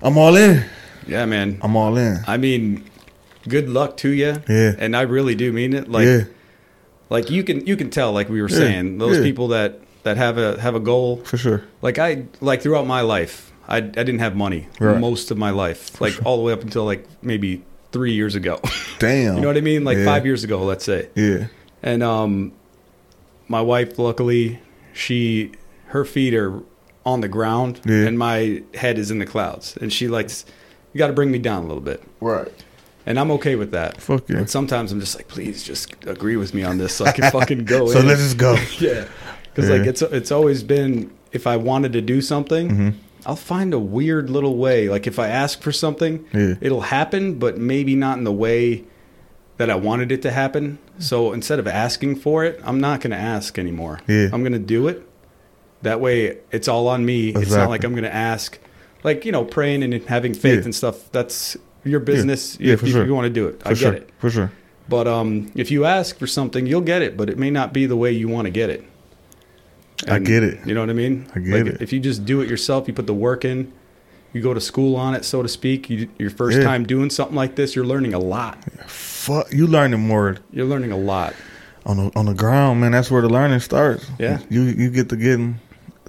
[SPEAKER 2] I'm all in.
[SPEAKER 1] Yeah, man.
[SPEAKER 2] I'm all in.
[SPEAKER 1] I mean, good luck to you.
[SPEAKER 2] Yeah.
[SPEAKER 1] And I really do mean it. Like,
[SPEAKER 2] yeah,
[SPEAKER 1] like you can you can tell. Like we were saying, those
[SPEAKER 2] yeah.
[SPEAKER 1] people that that have a have a goal.
[SPEAKER 2] for sure.
[SPEAKER 1] Like I like throughout my life, I I didn't have money
[SPEAKER 2] Right.
[SPEAKER 1] most of my life. Like all the way up until like maybe three years ago.
[SPEAKER 2] Damn.
[SPEAKER 1] you know what I mean? Like
[SPEAKER 2] yeah.
[SPEAKER 1] five years ago, let's say.
[SPEAKER 2] Yeah.
[SPEAKER 1] And um, my wife, luckily, she her feet are on the ground,
[SPEAKER 2] Yeah.
[SPEAKER 1] and my head is in the clouds. And she likes, you got to bring me down a little bit,
[SPEAKER 2] Right.
[SPEAKER 1] and I'm okay with that.
[SPEAKER 2] Fuck yeah.
[SPEAKER 1] But sometimes I'm just like, please, just agree with me on this, so I can fucking go.
[SPEAKER 2] So
[SPEAKER 1] in.
[SPEAKER 2] let's just go.
[SPEAKER 1] yeah, because like
[SPEAKER 2] Yeah. Mm-hmm.
[SPEAKER 1] it's it's always been if I wanted to do something. I'll find a weird little way. Like if I ask for something,
[SPEAKER 2] Yeah.
[SPEAKER 1] it'll happen, but maybe not in the way that I wanted it to happen. So instead of asking for it, I'm not going to ask anymore.
[SPEAKER 2] Yeah.
[SPEAKER 1] I'm going to do it. That way, it's all on me. It's not
[SPEAKER 2] Exactly.
[SPEAKER 1] like I'm going to ask, like you know, praying and having faith
[SPEAKER 2] Yeah.
[SPEAKER 1] and stuff. That's your business.
[SPEAKER 2] Yeah,
[SPEAKER 1] if,
[SPEAKER 2] for
[SPEAKER 1] if
[SPEAKER 2] sure.
[SPEAKER 1] you want to do it,
[SPEAKER 2] For
[SPEAKER 1] I get
[SPEAKER 2] sure.
[SPEAKER 1] it.
[SPEAKER 2] For sure.
[SPEAKER 1] But um, if you ask for something, you'll get it, but it may not be the way you want to get it.
[SPEAKER 2] I get it.
[SPEAKER 1] You know what I mean?
[SPEAKER 2] I get it.
[SPEAKER 1] If you just do it yourself, you put the work in, you go to school on it, so to speak. You, your first
[SPEAKER 2] Yeah.
[SPEAKER 1] time doing something like this, you're learning a lot.
[SPEAKER 2] Fuck. You learning more
[SPEAKER 1] You're learning a lot.
[SPEAKER 2] on the on the ground, man. That's where the learning starts.
[SPEAKER 1] Yeah.
[SPEAKER 2] You you get to getting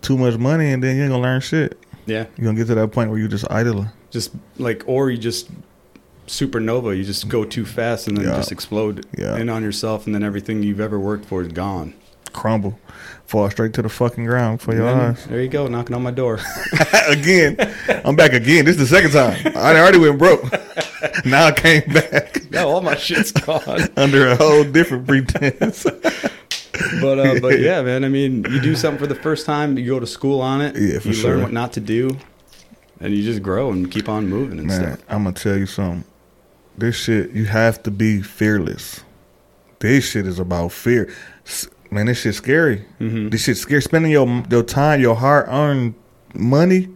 [SPEAKER 2] too much money, and then you ain't gonna learn shit.
[SPEAKER 1] Yeah,
[SPEAKER 2] You're gonna get to that point where you just idling.
[SPEAKER 1] just like or you just supernova. You just go too fast and then
[SPEAKER 2] Yeah.
[SPEAKER 1] just explode
[SPEAKER 2] Yeah.
[SPEAKER 1] in on yourself, and then everything you've ever worked for is gone.
[SPEAKER 2] crumble, fall straight to the fucking ground for your
[SPEAKER 1] And
[SPEAKER 2] eyes.
[SPEAKER 1] there you go, knocking on my door.
[SPEAKER 2] again, I'm back again. This is the second time. I already went broke. now I came back
[SPEAKER 1] no, all my shit's gone.
[SPEAKER 2] under a whole different pretense.
[SPEAKER 1] But uh, but yeah, man. I mean, you do something for the first time, you go to school on it,
[SPEAKER 2] Yeah, for
[SPEAKER 1] you
[SPEAKER 2] sure.
[SPEAKER 1] learn what not to do, and you just grow and keep on moving and
[SPEAKER 2] Man,
[SPEAKER 1] stuff.
[SPEAKER 2] I'm gonna tell you something. This shit, you have to be fearless. This shit is about fear. S- Man, this shit's scary.
[SPEAKER 1] Mm-hmm.
[SPEAKER 2] This shit's scary. Spending your your time, your hard earned money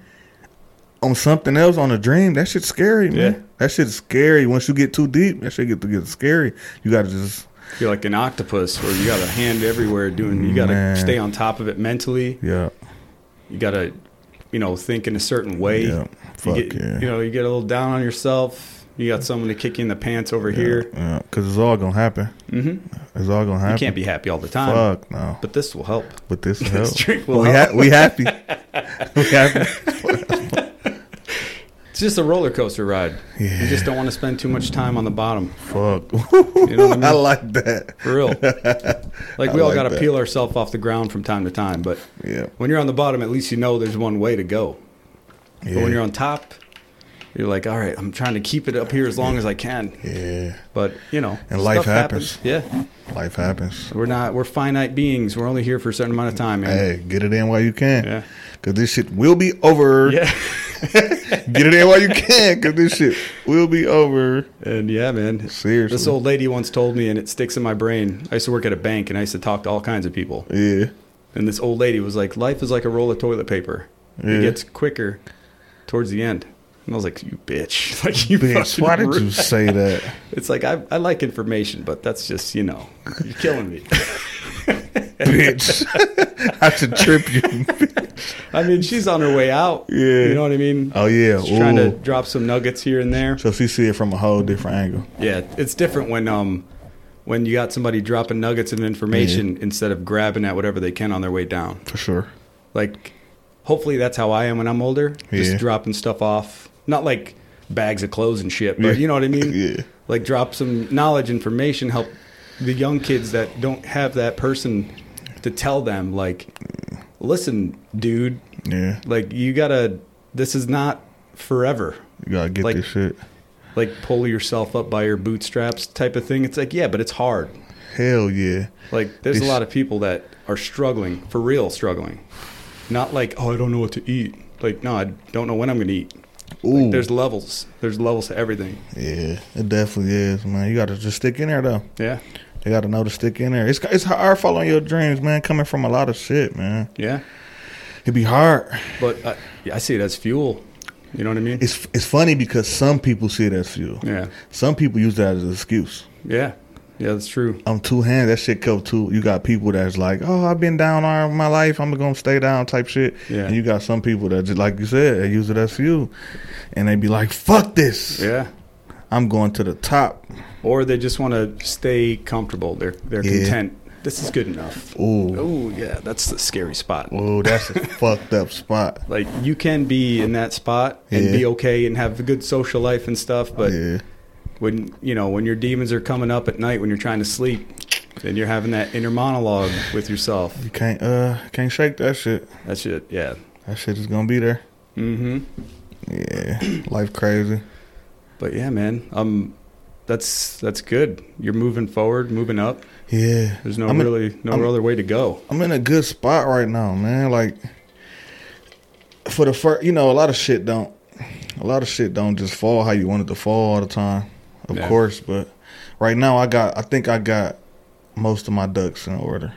[SPEAKER 2] on something else, on a dream. That shit's scary, man.
[SPEAKER 1] Yeah.
[SPEAKER 2] That shit's scary. Once you get too deep, that shit get to get scary. You gotta just
[SPEAKER 1] You're like an octopus, where you got a hand everywhere doing. You got to
[SPEAKER 2] Man.
[SPEAKER 1] stay on top of it mentally.
[SPEAKER 2] yeah.
[SPEAKER 1] You got to, you know, think in a certain way.
[SPEAKER 2] Yeah. Fuck
[SPEAKER 1] you get,
[SPEAKER 2] yeah.
[SPEAKER 1] You know, you get a little down on yourself. You got someone to kick you in the pants over here.
[SPEAKER 2] Yeah, because it's all gonna happen. Mm-hmm. It's all gonna happen.
[SPEAKER 1] You can't be happy all the time.
[SPEAKER 2] Fuck no.
[SPEAKER 1] But this will help.
[SPEAKER 2] But this will
[SPEAKER 1] This
[SPEAKER 2] help.
[SPEAKER 1] drink will
[SPEAKER 2] we,
[SPEAKER 1] help.
[SPEAKER 2] Ha- we happy. we happy.
[SPEAKER 1] It's just a roller coaster ride.
[SPEAKER 2] Yeah.
[SPEAKER 1] You just don't want to spend too much time on the bottom.
[SPEAKER 2] Fuck.
[SPEAKER 1] know what I
[SPEAKER 2] I,
[SPEAKER 1] mean?
[SPEAKER 2] like that.
[SPEAKER 1] For real. Like we
[SPEAKER 2] I
[SPEAKER 1] all
[SPEAKER 2] like
[SPEAKER 1] got to
[SPEAKER 2] that.
[SPEAKER 1] peel ourselves off the ground from time to time, but
[SPEAKER 2] Yeah.
[SPEAKER 1] when you're on the bottom, at least you know there's one way to go. But
[SPEAKER 2] Yeah.
[SPEAKER 1] when you're on top, you're like, all right, I'm trying to keep it up here as long as I can.
[SPEAKER 2] Yeah.
[SPEAKER 1] But you know,
[SPEAKER 2] And life
[SPEAKER 1] stuff Yeah,
[SPEAKER 2] Life happens.
[SPEAKER 1] we're not we're finite beings. We're only here for a certain amount of time, man.
[SPEAKER 2] Hey, get it in while you can.
[SPEAKER 1] Yeah.
[SPEAKER 2] Cause this shit will be over.
[SPEAKER 1] Yeah,
[SPEAKER 2] Get it in while you can. Cause this shit will be over.
[SPEAKER 1] and yeah, man.
[SPEAKER 2] Seriously.
[SPEAKER 1] This old lady once told me, and it sticks in my brain. I used to work at a bank, and I used to talk to all kinds of people.
[SPEAKER 2] Yeah.
[SPEAKER 1] And this old lady was like, "Life is like a roll of toilet paper.
[SPEAKER 2] Yeah.
[SPEAKER 1] It gets quicker towards the end." And I was like, "You bitch! Like you
[SPEAKER 2] Bitch,
[SPEAKER 1] fucking
[SPEAKER 2] why did
[SPEAKER 1] rude."
[SPEAKER 2] you say that?
[SPEAKER 1] It's like I, I like information, but that's just you know, you're killing me.
[SPEAKER 2] Bitch. I should trip you.
[SPEAKER 1] I mean, she's on her way out.
[SPEAKER 2] Yeah.
[SPEAKER 1] you know what I mean.
[SPEAKER 2] Oh yeah.
[SPEAKER 1] She's trying to
[SPEAKER 2] Ooh.
[SPEAKER 1] drop some nuggets here and there.
[SPEAKER 2] So she see it from a whole different angle.
[SPEAKER 1] Yeah, it's different when um when you got somebody dropping nuggets of information instead of grabbing at whatever they can on their way down.
[SPEAKER 2] For sure.
[SPEAKER 1] Like, hopefully that's how I am when I'm older. Just
[SPEAKER 2] Yeah.
[SPEAKER 1] dropping stuff off, not like bags of clothes and shit, but
[SPEAKER 2] Yeah.
[SPEAKER 1] you know what I mean.
[SPEAKER 2] Yeah.
[SPEAKER 1] Like drop some knowledge, information, help the young kids that don't have that person to tell them like, listen, dude,
[SPEAKER 2] Yeah.
[SPEAKER 1] like you gotta. This is not forever
[SPEAKER 2] You gotta get
[SPEAKER 1] Like-
[SPEAKER 2] this shit.
[SPEAKER 1] like pull yourself up by your bootstraps type of thing. It's like, yeah, but it's hard.
[SPEAKER 2] Hell yeah.
[SPEAKER 1] Like there's a
[SPEAKER 2] This-
[SPEAKER 1] lot of people that are struggling, for real struggling. Not like, oh, I don't know what to eat. Like, no, I don't know when I'm going to eat.
[SPEAKER 2] Ooh.
[SPEAKER 1] There's levels. There's levels to everything.
[SPEAKER 2] yeah. It definitely is, man. You gotta just stick in there though.
[SPEAKER 1] Yeah.
[SPEAKER 2] They got to know to stick in there. It's it's hard following your dreams, man. Coming from a lot of shit, man.
[SPEAKER 1] Yeah.
[SPEAKER 2] It'd be hard.
[SPEAKER 1] But I, I see it as fuel. You know what I mean?
[SPEAKER 2] It's it's funny because some people see it as fuel.
[SPEAKER 1] Yeah.
[SPEAKER 2] Some people use that as an excuse.
[SPEAKER 1] Yeah. Yeah, that's true.
[SPEAKER 2] I'm two handed. That shit come too. You got people that's like, oh, I've been down all my life. I'm gonna stay down type shit.
[SPEAKER 1] Yeah.
[SPEAKER 2] And you got some people that just like you said, they use it as fuel, and they be like, fuck this.
[SPEAKER 1] Yeah.
[SPEAKER 2] I'm going to the top.
[SPEAKER 1] Or they just want to stay comfortable. They're they're
[SPEAKER 2] Yeah.
[SPEAKER 1] content. This is good enough.
[SPEAKER 2] Ooh.
[SPEAKER 1] Oh, yeah, that's the scary spot.
[SPEAKER 2] Ooh, that's a fucked up spot.
[SPEAKER 1] Like you can be in that spot and
[SPEAKER 2] Yeah.
[SPEAKER 1] be okay and have a good social life and stuff, but
[SPEAKER 2] Yeah.
[SPEAKER 1] when you know when your demons are coming up at night when you're trying to sleep and you're having that inner monologue with yourself,
[SPEAKER 2] You can't uh can't shake that shit.
[SPEAKER 1] that shit, yeah.
[SPEAKER 2] That shit is gonna be there.
[SPEAKER 1] hmm
[SPEAKER 2] Mm-hmm. Yeah, life crazy.
[SPEAKER 1] But yeah, man, um, that's that's good. You're moving forward, moving up.
[SPEAKER 2] Yeah,
[SPEAKER 1] There's no
[SPEAKER 2] I'm in-
[SPEAKER 1] really no
[SPEAKER 2] I'm-
[SPEAKER 1] other way to go.
[SPEAKER 2] I'm in a good spot right now, man. Like for the first, you know, a lot of shit don't, a lot of shit don't just fall how you want it to fall all the time, of
[SPEAKER 1] Yeah.
[SPEAKER 2] course. But right now, I got, I think I got most of my ducks in order.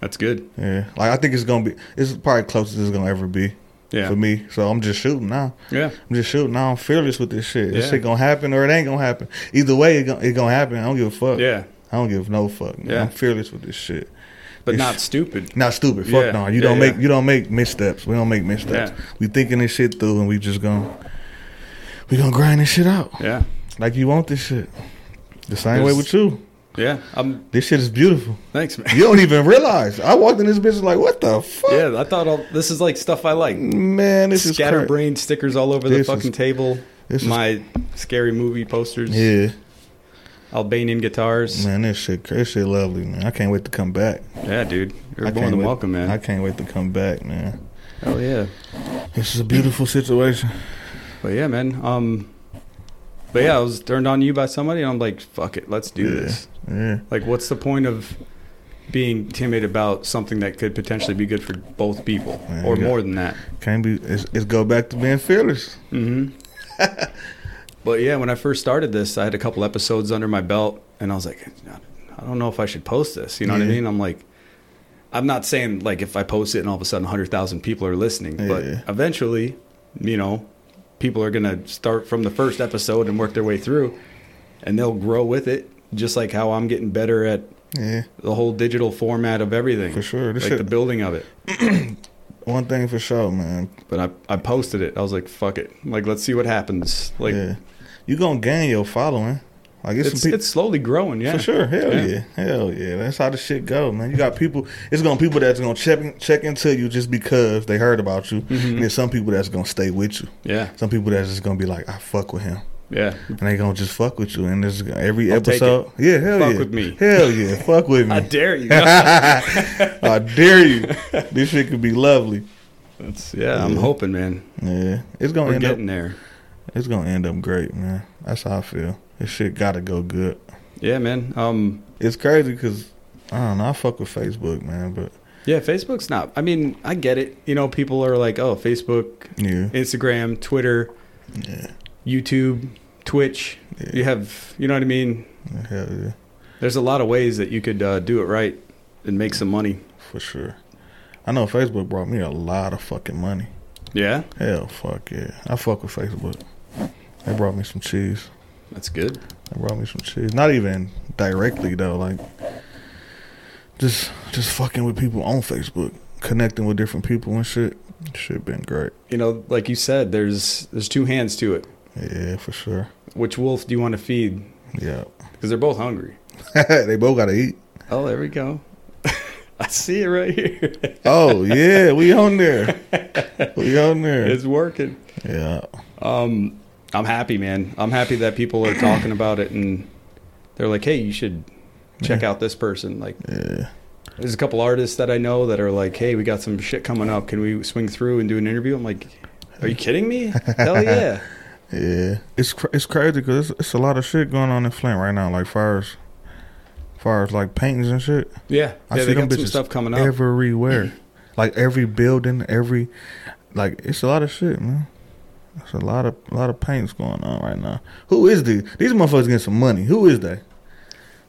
[SPEAKER 1] That's good.
[SPEAKER 2] Yeah, like I think it's gonna be, it's probably closest it's gonna ever be
[SPEAKER 1] Yeah,
[SPEAKER 2] for me. So I'm just shooting now.
[SPEAKER 1] yeah,
[SPEAKER 2] I'm just shooting now. I'm fearless with this shit. This
[SPEAKER 1] Yeah.
[SPEAKER 2] shit gonna happen or it ain't gonna happen. Either way, it gonna, it gonna happen. I don't give a fuck.
[SPEAKER 1] yeah.
[SPEAKER 2] I don't give no fuck. man.
[SPEAKER 1] Yeah.
[SPEAKER 2] I'm fearless with this shit.
[SPEAKER 1] But
[SPEAKER 2] It's-
[SPEAKER 1] not stupid.
[SPEAKER 2] Not stupid. Fuck
[SPEAKER 1] Yeah.
[SPEAKER 2] no. You
[SPEAKER 1] Yeah,
[SPEAKER 2] don't
[SPEAKER 1] yeah.
[SPEAKER 2] make you don't make missteps. We don't make missteps.
[SPEAKER 1] Yeah.
[SPEAKER 2] We thinking this shit through and we just gonna we gonna grind this shit out.
[SPEAKER 1] Yeah,
[SPEAKER 2] Like you want this shit. The same
[SPEAKER 1] There's-
[SPEAKER 2] way with you.
[SPEAKER 1] Yeah, I'm.
[SPEAKER 2] This shit is beautiful.
[SPEAKER 1] Thanks, man.
[SPEAKER 2] You don't even realize. I walked in this bitch like, what the fuck?
[SPEAKER 1] Yeah, I thought all this is like stuff I like.
[SPEAKER 2] Man, this is crazy.
[SPEAKER 1] Scatterbrained stickers all over
[SPEAKER 2] This
[SPEAKER 1] the
[SPEAKER 2] is-
[SPEAKER 1] fucking table.
[SPEAKER 2] this is-
[SPEAKER 1] My scary movie posters.
[SPEAKER 2] Yeah,
[SPEAKER 1] Albanian guitars.
[SPEAKER 2] man, this shit, this shit lovely, man. I can't wait to come back.
[SPEAKER 1] Yeah, dude. You're
[SPEAKER 2] I
[SPEAKER 1] more
[SPEAKER 2] can't
[SPEAKER 1] than
[SPEAKER 2] wait-
[SPEAKER 1] welcome, man.
[SPEAKER 2] I can't wait to come back, man.
[SPEAKER 1] Hell yeah.
[SPEAKER 2] This is a beautiful situation.
[SPEAKER 1] But yeah, man. Um, but yeah, I was turned on to you by somebody, and I'm like, fuck it, let's do
[SPEAKER 2] Yeah.
[SPEAKER 1] this.
[SPEAKER 2] Yeah,
[SPEAKER 1] Like, what's the point of being timid about something that could potentially be good for both people,
[SPEAKER 2] Man,
[SPEAKER 1] or
[SPEAKER 2] you got-
[SPEAKER 1] more than that?
[SPEAKER 2] can't be. It's, it's go back to being fearless.
[SPEAKER 1] Mm-hmm. but yeah, when I first started this, I had a couple episodes under my belt, and I was like, I don't know if I should post this. You know what I
[SPEAKER 2] Yeah.
[SPEAKER 1] mean? I'm like, I'm not saying like if I post it and all of a sudden 100,000 people are listening, but
[SPEAKER 2] Yeah.
[SPEAKER 1] eventually, you know, people are gonna start from the first episode and work their way through, and they'll grow with it, just like how I'm getting better at
[SPEAKER 2] Yeah,
[SPEAKER 1] the whole digital format of everything.
[SPEAKER 2] for sure. This
[SPEAKER 1] Like the
[SPEAKER 2] shit,
[SPEAKER 1] building of it,
[SPEAKER 2] one thing for sure, man.
[SPEAKER 1] but I, I posted it. I was like, "Fuck it!" Like, let's see what happens. Like,
[SPEAKER 2] yeah, you gonna gain your following. Like it's,
[SPEAKER 1] it's,
[SPEAKER 2] some people.
[SPEAKER 1] it's slowly growing, yeah.
[SPEAKER 2] For sure, hell
[SPEAKER 1] Yeah.
[SPEAKER 2] yeah. hell yeah. That's how the shit go, man. You got people. It's gonna people that's gonna check check into you just because they heard about you,
[SPEAKER 1] Mm-hmm.
[SPEAKER 2] and there's some people that's gonna stay with you.
[SPEAKER 1] Yeah,
[SPEAKER 2] Some people that's just gonna be like, I fuck with him,
[SPEAKER 1] yeah.
[SPEAKER 2] and they gonna just fuck with you. And this is- every
[SPEAKER 1] I'll take
[SPEAKER 2] episode, yeah, hell
[SPEAKER 1] Fuck
[SPEAKER 2] yeah,
[SPEAKER 1] with me.
[SPEAKER 2] hell yeah, fuck with me.
[SPEAKER 1] I dare you.
[SPEAKER 2] I dare you. This shit could be lovely.
[SPEAKER 1] That's, yeah, I'm hoping, man.
[SPEAKER 2] Oh, Yeah, it's gonna
[SPEAKER 1] We're
[SPEAKER 2] end
[SPEAKER 1] getting there.
[SPEAKER 2] up. It's gonna end up great, man. That's how I feel. This shit gotta go good.
[SPEAKER 1] Yeah, man. Um,
[SPEAKER 2] It's crazy because I don't know. I fuck with Facebook, man, but
[SPEAKER 1] yeah, Facebook's not. I mean, I get it. You know, people are like, oh, Facebook,
[SPEAKER 2] yeah,
[SPEAKER 1] Instagram, Twitter,
[SPEAKER 2] yeah,
[SPEAKER 1] YouTube, Twitch.
[SPEAKER 2] Yeah.
[SPEAKER 1] You have, you know what I mean.
[SPEAKER 2] hell yeah.
[SPEAKER 1] There's a lot of ways that you could uh, do it right and make some money.
[SPEAKER 2] For sure. I know Facebook brought me a lot of fucking money.
[SPEAKER 1] Yeah,
[SPEAKER 2] Hell, fuck yeah. I fuck with Facebook. They brought me some cheese.
[SPEAKER 1] that's good.
[SPEAKER 2] They brought me some cheese. Not even directly though, like just just fucking with people on Facebook, connecting with different people and shit. Shit been great.
[SPEAKER 1] You know, like you said, there's there's two hands to it.
[SPEAKER 2] Yeah, for sure.
[SPEAKER 1] Which wolf do you want to feed?
[SPEAKER 2] Yeah.
[SPEAKER 1] Because they're both hungry.
[SPEAKER 2] they both gotta eat.
[SPEAKER 1] Oh, there we go. I see it right here.
[SPEAKER 2] Oh yeah, we on there. We on there.
[SPEAKER 1] it's working.
[SPEAKER 2] yeah.
[SPEAKER 1] Um, I'm happy, man. I'm happy that people are talking about it and they're like, "Hey, you should check out this person." Like,
[SPEAKER 2] Yeah.
[SPEAKER 1] there's a couple artists that I know that are like, "Hey, we got some shit coming up. Can we swing through and do an interview?" I'm like, "Are you kidding me? Hell yeah!"
[SPEAKER 2] Yeah, it's cr- it's crazy because it's, it's a lot of shit going on in Flint right now, like far as far as like paintings and shit
[SPEAKER 1] Yeah,
[SPEAKER 2] I
[SPEAKER 1] yeah.
[SPEAKER 2] see
[SPEAKER 1] They got
[SPEAKER 2] them
[SPEAKER 1] some
[SPEAKER 2] bitches
[SPEAKER 1] stuff coming Mm. up.
[SPEAKER 2] everywhere, like every building, every like it's a lot of shit, man. It's a lot of a lot of paints going on right now. Who is these? These motherfuckers getting some money. Who is they?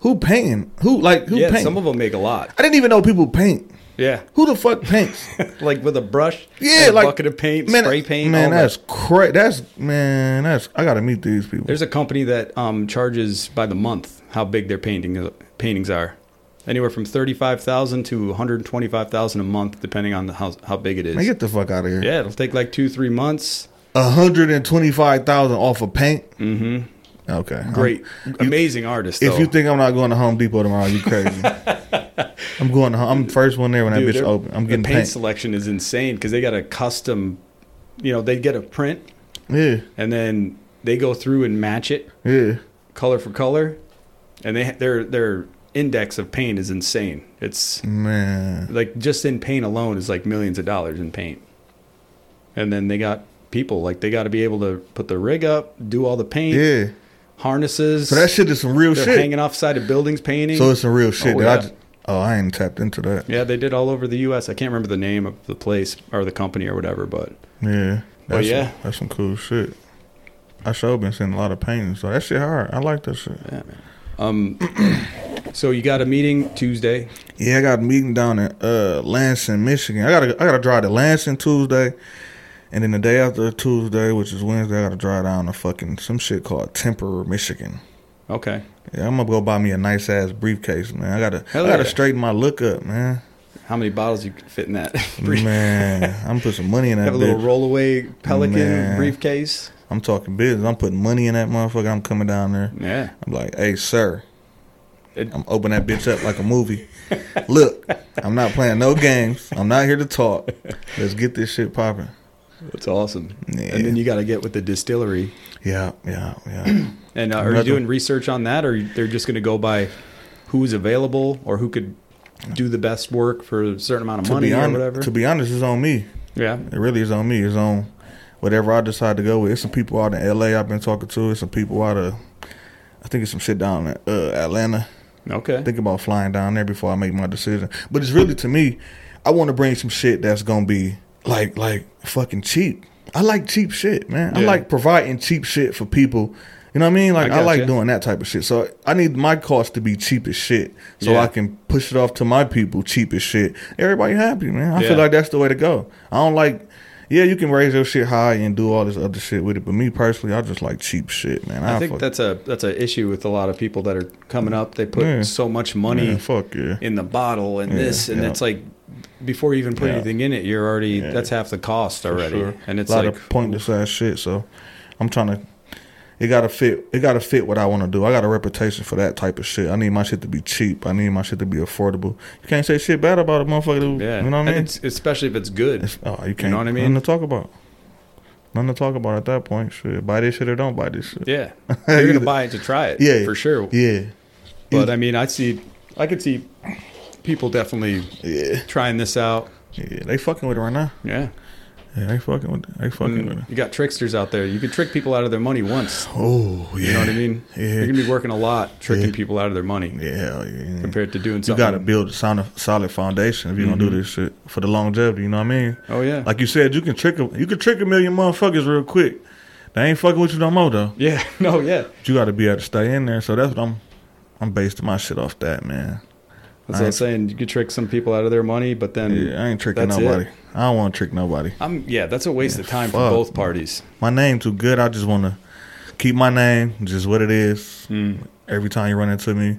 [SPEAKER 2] Who painting? Who like who
[SPEAKER 1] yeah,
[SPEAKER 2] paint?
[SPEAKER 1] some of them make a lot.
[SPEAKER 2] I didn't even know people paint.
[SPEAKER 1] Yeah,
[SPEAKER 2] Who the fuck paints?
[SPEAKER 1] like with a brush.
[SPEAKER 2] Yeah,
[SPEAKER 1] and a
[SPEAKER 2] like-
[SPEAKER 1] bucket of paint, spray paint.
[SPEAKER 2] Man,
[SPEAKER 1] all that.
[SPEAKER 2] that's cra That's man, that's I gotta meet these people.
[SPEAKER 1] There's a company that um, charges by the month how big their painting paintings are, anywhere from thirty-five thousand to one hundred twenty-five thousand a month, depending on the how how big it is.
[SPEAKER 2] man, get the fuck out of here.
[SPEAKER 1] yeah, it'll take like two three months.
[SPEAKER 2] hundred and twenty five thousand off of paint. Mm-hmm. Okay,
[SPEAKER 1] Great,
[SPEAKER 2] I'm-
[SPEAKER 1] amazing artist.
[SPEAKER 2] Um, if
[SPEAKER 1] though.
[SPEAKER 2] you think I'm not going to Home Depot tomorrow, you crazy. I'm going. To, I'm first one there when
[SPEAKER 1] Dude,
[SPEAKER 2] that bitch
[SPEAKER 1] their-
[SPEAKER 2] open. I'm
[SPEAKER 1] the
[SPEAKER 2] getting
[SPEAKER 1] paint,
[SPEAKER 2] paint.
[SPEAKER 1] selection is insane because they got a custom, you know, they get a print
[SPEAKER 2] Yeah,
[SPEAKER 1] and then they go through and match it
[SPEAKER 2] yeah.
[SPEAKER 1] color for color, and they their their index of paint is insane. It's
[SPEAKER 2] Man,
[SPEAKER 1] like just in paint alone is like millions of dollars in paint. And then they got people like they got to be able to put the rig up, do all the paint,
[SPEAKER 2] yeah.
[SPEAKER 1] harnesses.
[SPEAKER 2] So that shit is some real
[SPEAKER 1] they're
[SPEAKER 2] shit.
[SPEAKER 1] hanging off side of buildings painting.
[SPEAKER 2] So it's some real shit.
[SPEAKER 1] Oh,
[SPEAKER 2] that I
[SPEAKER 1] yeah.
[SPEAKER 2] just, oh, I ain't tapped into that.
[SPEAKER 1] yeah, they did all over the U.S. I can't remember the name of the place or the company or whatever, but
[SPEAKER 2] Yeah.
[SPEAKER 1] Well,
[SPEAKER 2] That's
[SPEAKER 1] Oh, yeah.
[SPEAKER 2] Some, that's some cool shit. I sure been seeing a lot of paintings, so that shit hard. I like that shit.
[SPEAKER 1] yeah, man. Um, so you got a meeting Tuesday.
[SPEAKER 2] Yeah, I got a meeting down in uh Lansing, Michigan. I gotta I gotta drive to Lansing Tuesday. And then the day after Tuesday, which is Wednesday, I gotta drive down to fucking some shit called Temper, Michigan.
[SPEAKER 1] Okay,
[SPEAKER 2] Yeah, I'm gonna go buy me a nice ass briefcase, man. I gotta
[SPEAKER 1] Hell
[SPEAKER 2] I gotta
[SPEAKER 1] yeah.
[SPEAKER 2] straighten my look up, man.
[SPEAKER 1] how many bottles you fit in that? brief-
[SPEAKER 2] man, I'm gonna put some money in that
[SPEAKER 1] Have a little
[SPEAKER 2] bitch.
[SPEAKER 1] rollaway Pelican
[SPEAKER 2] Man.
[SPEAKER 1] briefcase.
[SPEAKER 2] I'm talking business. I'm putting money in that motherfucker. I'm coming down there.
[SPEAKER 1] Yeah,
[SPEAKER 2] I'm like, hey sir, I'm open that bitch up like a movie. Look, I'm not playing no games. I'm not here to talk. Let's get this shit popping.
[SPEAKER 1] That's awesome.
[SPEAKER 2] Yeah.
[SPEAKER 1] And then you got to get with the distillery.
[SPEAKER 2] Yeah, yeah, yeah.
[SPEAKER 1] And uh, are you
[SPEAKER 2] Another-
[SPEAKER 1] doing research on that, or they're just going to go by who's available or who could do the best work for a certain amount of
[SPEAKER 2] to
[SPEAKER 1] money
[SPEAKER 2] be
[SPEAKER 1] or
[SPEAKER 2] honest,
[SPEAKER 1] whatever?
[SPEAKER 2] to be honest, it's on me.
[SPEAKER 1] yeah.
[SPEAKER 2] It really is on me. It's on whatever I decide to go with. It's some people out in L.A. I've been talking to. It's some people out of, I think it's some shit down in uh, Atlanta.
[SPEAKER 1] Okay.
[SPEAKER 2] think about flying down there before I make my decision. But it's really to me, I want to bring some shit that's gonna be like like fucking cheap. I like cheap shit, man. I
[SPEAKER 1] Yeah.
[SPEAKER 2] like providing cheap shit for people. You know what I mean? Like
[SPEAKER 1] I
[SPEAKER 2] I, like
[SPEAKER 1] gotcha.
[SPEAKER 2] doing that type of shit. So I need my cost to be cheap as shit, so
[SPEAKER 1] Yeah.
[SPEAKER 2] I can push it off to my people cheap as shit. Everybody happy, man. I
[SPEAKER 1] Yeah.
[SPEAKER 2] feel like that's the way to go. I don't like. Yeah, you can raise your shit high and do all this other shit with it, but me personally, I just like cheap shit, man.
[SPEAKER 1] I think
[SPEAKER 2] fuck,
[SPEAKER 1] that's a that's an issue with a lot of people that are coming up. They put
[SPEAKER 2] Yeah.
[SPEAKER 1] so much money
[SPEAKER 2] yeah, fuck yeah.
[SPEAKER 1] in the bottle and
[SPEAKER 2] Yeah,
[SPEAKER 1] this and
[SPEAKER 2] yeah.
[SPEAKER 1] it's like before you even put
[SPEAKER 2] Yeah.
[SPEAKER 1] anything in it, you're already
[SPEAKER 2] Yeah.
[SPEAKER 1] that's half the cost
[SPEAKER 2] for
[SPEAKER 1] already.
[SPEAKER 2] sure.
[SPEAKER 1] And it's
[SPEAKER 2] a lot
[SPEAKER 1] like
[SPEAKER 2] of pointless ass shit. So I'm trying to. It gotta fit. It gotta fit what I want to do. I got a reputation for that type of shit. I need my shit to be cheap. I need my shit to be affordable. You can't say shit bad about a motherfucker. Who,
[SPEAKER 1] yeah,
[SPEAKER 2] You know what
[SPEAKER 1] and
[SPEAKER 2] I mean?
[SPEAKER 1] it's, especially if it's good.
[SPEAKER 2] It's- oh, you can't.
[SPEAKER 1] know what I mean?
[SPEAKER 2] Nothing to talk about. Nothing to talk about at that point. Shit, buy this shit or don't buy this shit.
[SPEAKER 1] yeah, you're gonna
[SPEAKER 2] Either-
[SPEAKER 1] buy it to try it.
[SPEAKER 2] Yeah.
[SPEAKER 1] for sure.
[SPEAKER 2] Yeah,
[SPEAKER 1] But I mean, I see, I could see people definitely
[SPEAKER 2] yeah,
[SPEAKER 1] trying this out.
[SPEAKER 2] yeah. They fucking with it right now.
[SPEAKER 1] Yeah,
[SPEAKER 2] Yeah, they fucking with. It. They fucking with it.
[SPEAKER 1] And you got tricksters out there. You can trick people out of their money once.
[SPEAKER 2] Oh yeah.
[SPEAKER 1] You know what I mean?
[SPEAKER 2] Yeah.
[SPEAKER 1] You're gonna be working a lot tricking
[SPEAKER 2] Yeah.
[SPEAKER 1] people out of their money
[SPEAKER 2] Yeah, hell yeah.
[SPEAKER 1] compared to doing
[SPEAKER 2] You
[SPEAKER 1] something.
[SPEAKER 2] got to build a solid, solid foundation if you're
[SPEAKER 1] Mm-hmm.
[SPEAKER 2] gonna do this shit for the longevity. You know what I mean?
[SPEAKER 1] Oh yeah,
[SPEAKER 2] Like you said, you can trick a, you can trick a million motherfuckers real quick. They ain't fucking with you no more though.
[SPEAKER 1] yeah, no, yeah.
[SPEAKER 2] But you got to be able to stay in there. So that's what I'm. I'm basing my shit off that man.
[SPEAKER 1] That's what I'm
[SPEAKER 2] Nice.
[SPEAKER 1] saying. You could trick some people out of their money, but then
[SPEAKER 2] Yeah, I ain't tricking
[SPEAKER 1] Mm-hmm. That's it.
[SPEAKER 2] nobody. I don't want to trick nobody.
[SPEAKER 1] I'm yeah, that's a waste of time for
[SPEAKER 2] fuck,
[SPEAKER 1] both
[SPEAKER 2] man.
[SPEAKER 1] parties.
[SPEAKER 2] My name too good. I just want to keep my name, just what it is.
[SPEAKER 1] Mm.
[SPEAKER 2] Every time you run into me,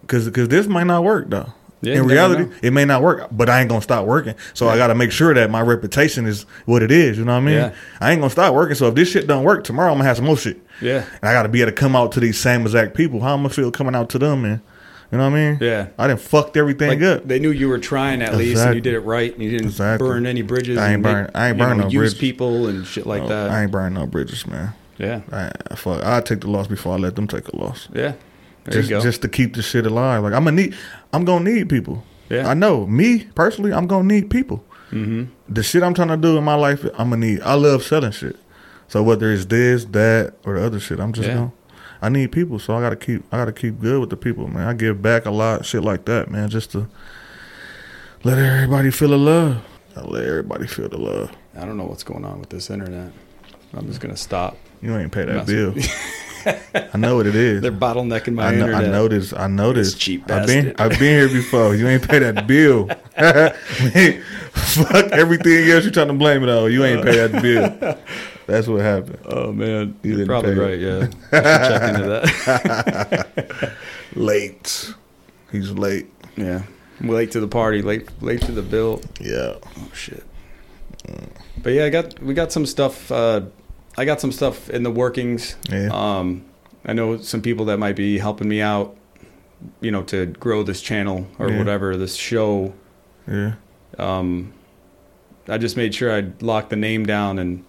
[SPEAKER 2] because this might not work though.
[SPEAKER 1] Yeah, you never
[SPEAKER 2] in reality,
[SPEAKER 1] know.
[SPEAKER 2] it may not work, but I ain't gonna stop working. So I gotta make sure that my reputation is what it is. You know what I mean?
[SPEAKER 1] Yeah.
[SPEAKER 2] I ain't gonna stop working. So if this shit don't work tomorrow, I'm gonna have some more shit.
[SPEAKER 1] Yeah,
[SPEAKER 2] And I got to be able to come out to these same exact people. How I'm gonna feel coming out to them, man? You know what I mean?
[SPEAKER 1] Yeah.
[SPEAKER 2] I didn't fucked everything
[SPEAKER 1] like
[SPEAKER 2] up.
[SPEAKER 1] they knew you were trying at least, and you
[SPEAKER 2] Exactly.
[SPEAKER 1] did it right, and you didn't
[SPEAKER 2] Exactly.
[SPEAKER 1] burn any bridges.
[SPEAKER 2] I ain't
[SPEAKER 1] and
[SPEAKER 2] burn- I ain't
[SPEAKER 1] you
[SPEAKER 2] burn
[SPEAKER 1] know,
[SPEAKER 2] no
[SPEAKER 1] use
[SPEAKER 2] bridges.
[SPEAKER 1] people and shit like
[SPEAKER 2] No,
[SPEAKER 1] that.
[SPEAKER 2] I ain't burning no bridges, man.
[SPEAKER 1] yeah,
[SPEAKER 2] I, I fuck. I take the loss before I let them take a loss.
[SPEAKER 1] yeah. There
[SPEAKER 2] just,
[SPEAKER 1] you go.
[SPEAKER 2] just to keep this shit alive. Like I'm gonna need. I'm gonna need people.
[SPEAKER 1] Yeah.
[SPEAKER 2] I know. Me personally, I'm gonna need people.
[SPEAKER 1] hmm
[SPEAKER 2] The shit I'm trying to do in my life, I'm gonna need. I love selling shit. So whether it's this, that, or the other shit, I'm just
[SPEAKER 1] Yeah.
[SPEAKER 2] gonna. I need people, so I gotta keep. I gotta keep good with the people, man. I give back a lot, shit like that, man, just to let everybody feel the love. I let everybody feel the love.
[SPEAKER 1] I don't know what's going on with this internet. I'm just gonna stop.
[SPEAKER 2] You ain't pay that
[SPEAKER 1] Mess with-
[SPEAKER 2] bill. I know what it is.
[SPEAKER 1] They're bottlenecking my
[SPEAKER 2] I know,
[SPEAKER 1] internet.
[SPEAKER 2] I noticed. I noticed.
[SPEAKER 1] cheap
[SPEAKER 2] I've been.
[SPEAKER 1] bastard.
[SPEAKER 2] I've been here before. You ain't pay that bill. Man, fuck everything else. You're trying to blame it on. You ain't pay that bill. That's what happened.
[SPEAKER 1] Oh man, you
[SPEAKER 2] You
[SPEAKER 1] are
[SPEAKER 2] didn't
[SPEAKER 1] probably
[SPEAKER 2] pay it.
[SPEAKER 1] right. Yeah, I should check into that.
[SPEAKER 2] Late. He's late.
[SPEAKER 1] yeah, I'm late to the party. Late, late to the bill.
[SPEAKER 2] Yeah.
[SPEAKER 1] Oh shit. But yeah, I got we got some stuff. Uh, I got some stuff in the workings.
[SPEAKER 2] Yeah.
[SPEAKER 1] Um, I know some people that might be helping me out, you know, to grow this channel or
[SPEAKER 2] Yeah.
[SPEAKER 1] whatever this show.
[SPEAKER 2] yeah.
[SPEAKER 1] Um, I just made sure I locked the name down and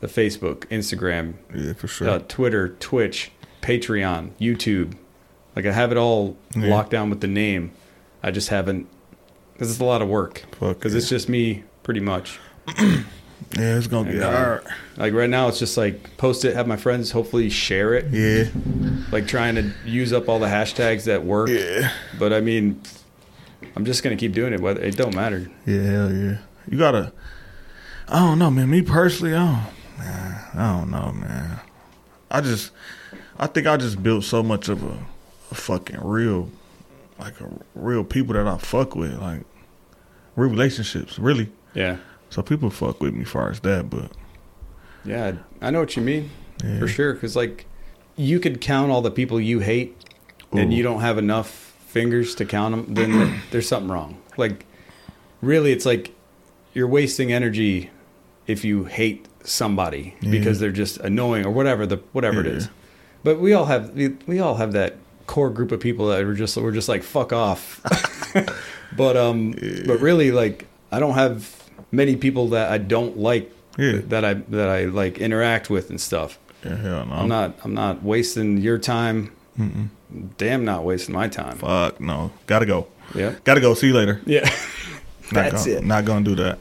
[SPEAKER 1] the Facebook, Instagram,
[SPEAKER 2] Yeah. For sure.
[SPEAKER 1] uh, Twitter, Twitch, Patreon, YouTube. Like I have it all
[SPEAKER 2] Yeah.
[SPEAKER 1] locked down with the name. I just haven't. This is a lot of work
[SPEAKER 2] Fuck.
[SPEAKER 1] because
[SPEAKER 2] yeah.
[SPEAKER 1] it's just me, pretty much.
[SPEAKER 2] yeah. It's gonna be
[SPEAKER 1] Yeah.
[SPEAKER 2] all right.
[SPEAKER 1] Like right now, it's just like post it, have my friends hopefully share it.
[SPEAKER 2] Yeah.
[SPEAKER 1] Like trying to use up all the hashtags that work.
[SPEAKER 2] Yeah.
[SPEAKER 1] But I mean, I'm just gonna keep doing it. Whether it don't matter.
[SPEAKER 2] Yeah. Hell yeah. You gotta. I don't know, man. Me personally, I don't. Man, I don't know, man. I just, I think I just built so much of a, a fucking real, like a real people that I fuck with, like real relationships, really.
[SPEAKER 1] Yeah,
[SPEAKER 2] So people fuck with me far as that, but
[SPEAKER 1] yeah. I know what you mean
[SPEAKER 2] yeah,
[SPEAKER 1] for sure. Because like, you could count all the people you hate, and
[SPEAKER 2] Ooh.
[SPEAKER 1] you don't have enough fingers to count them. Then there- there's something wrong. Like, really, it's like you're wasting energy if you hate somebody
[SPEAKER 2] Yeah.
[SPEAKER 1] because they're just annoying or whatever the whatever it
[SPEAKER 2] Yeah.
[SPEAKER 1] is. But we all have we, we all have that core group of people that were just were just like fuck off. but um, but really, like I don't have many people that I don't like
[SPEAKER 2] Yeah.
[SPEAKER 1] that I that I like interact with and stuff.
[SPEAKER 2] Yeah, hell no.
[SPEAKER 1] I'm not I'm not wasting your time. Damn, not wasting my time.
[SPEAKER 2] Fuck no. Gotta go.
[SPEAKER 1] Yeah,
[SPEAKER 2] Gotta go. See you later.
[SPEAKER 1] yeah.
[SPEAKER 2] Not
[SPEAKER 1] That's
[SPEAKER 2] gonna,
[SPEAKER 1] it.
[SPEAKER 2] Not gonna do that.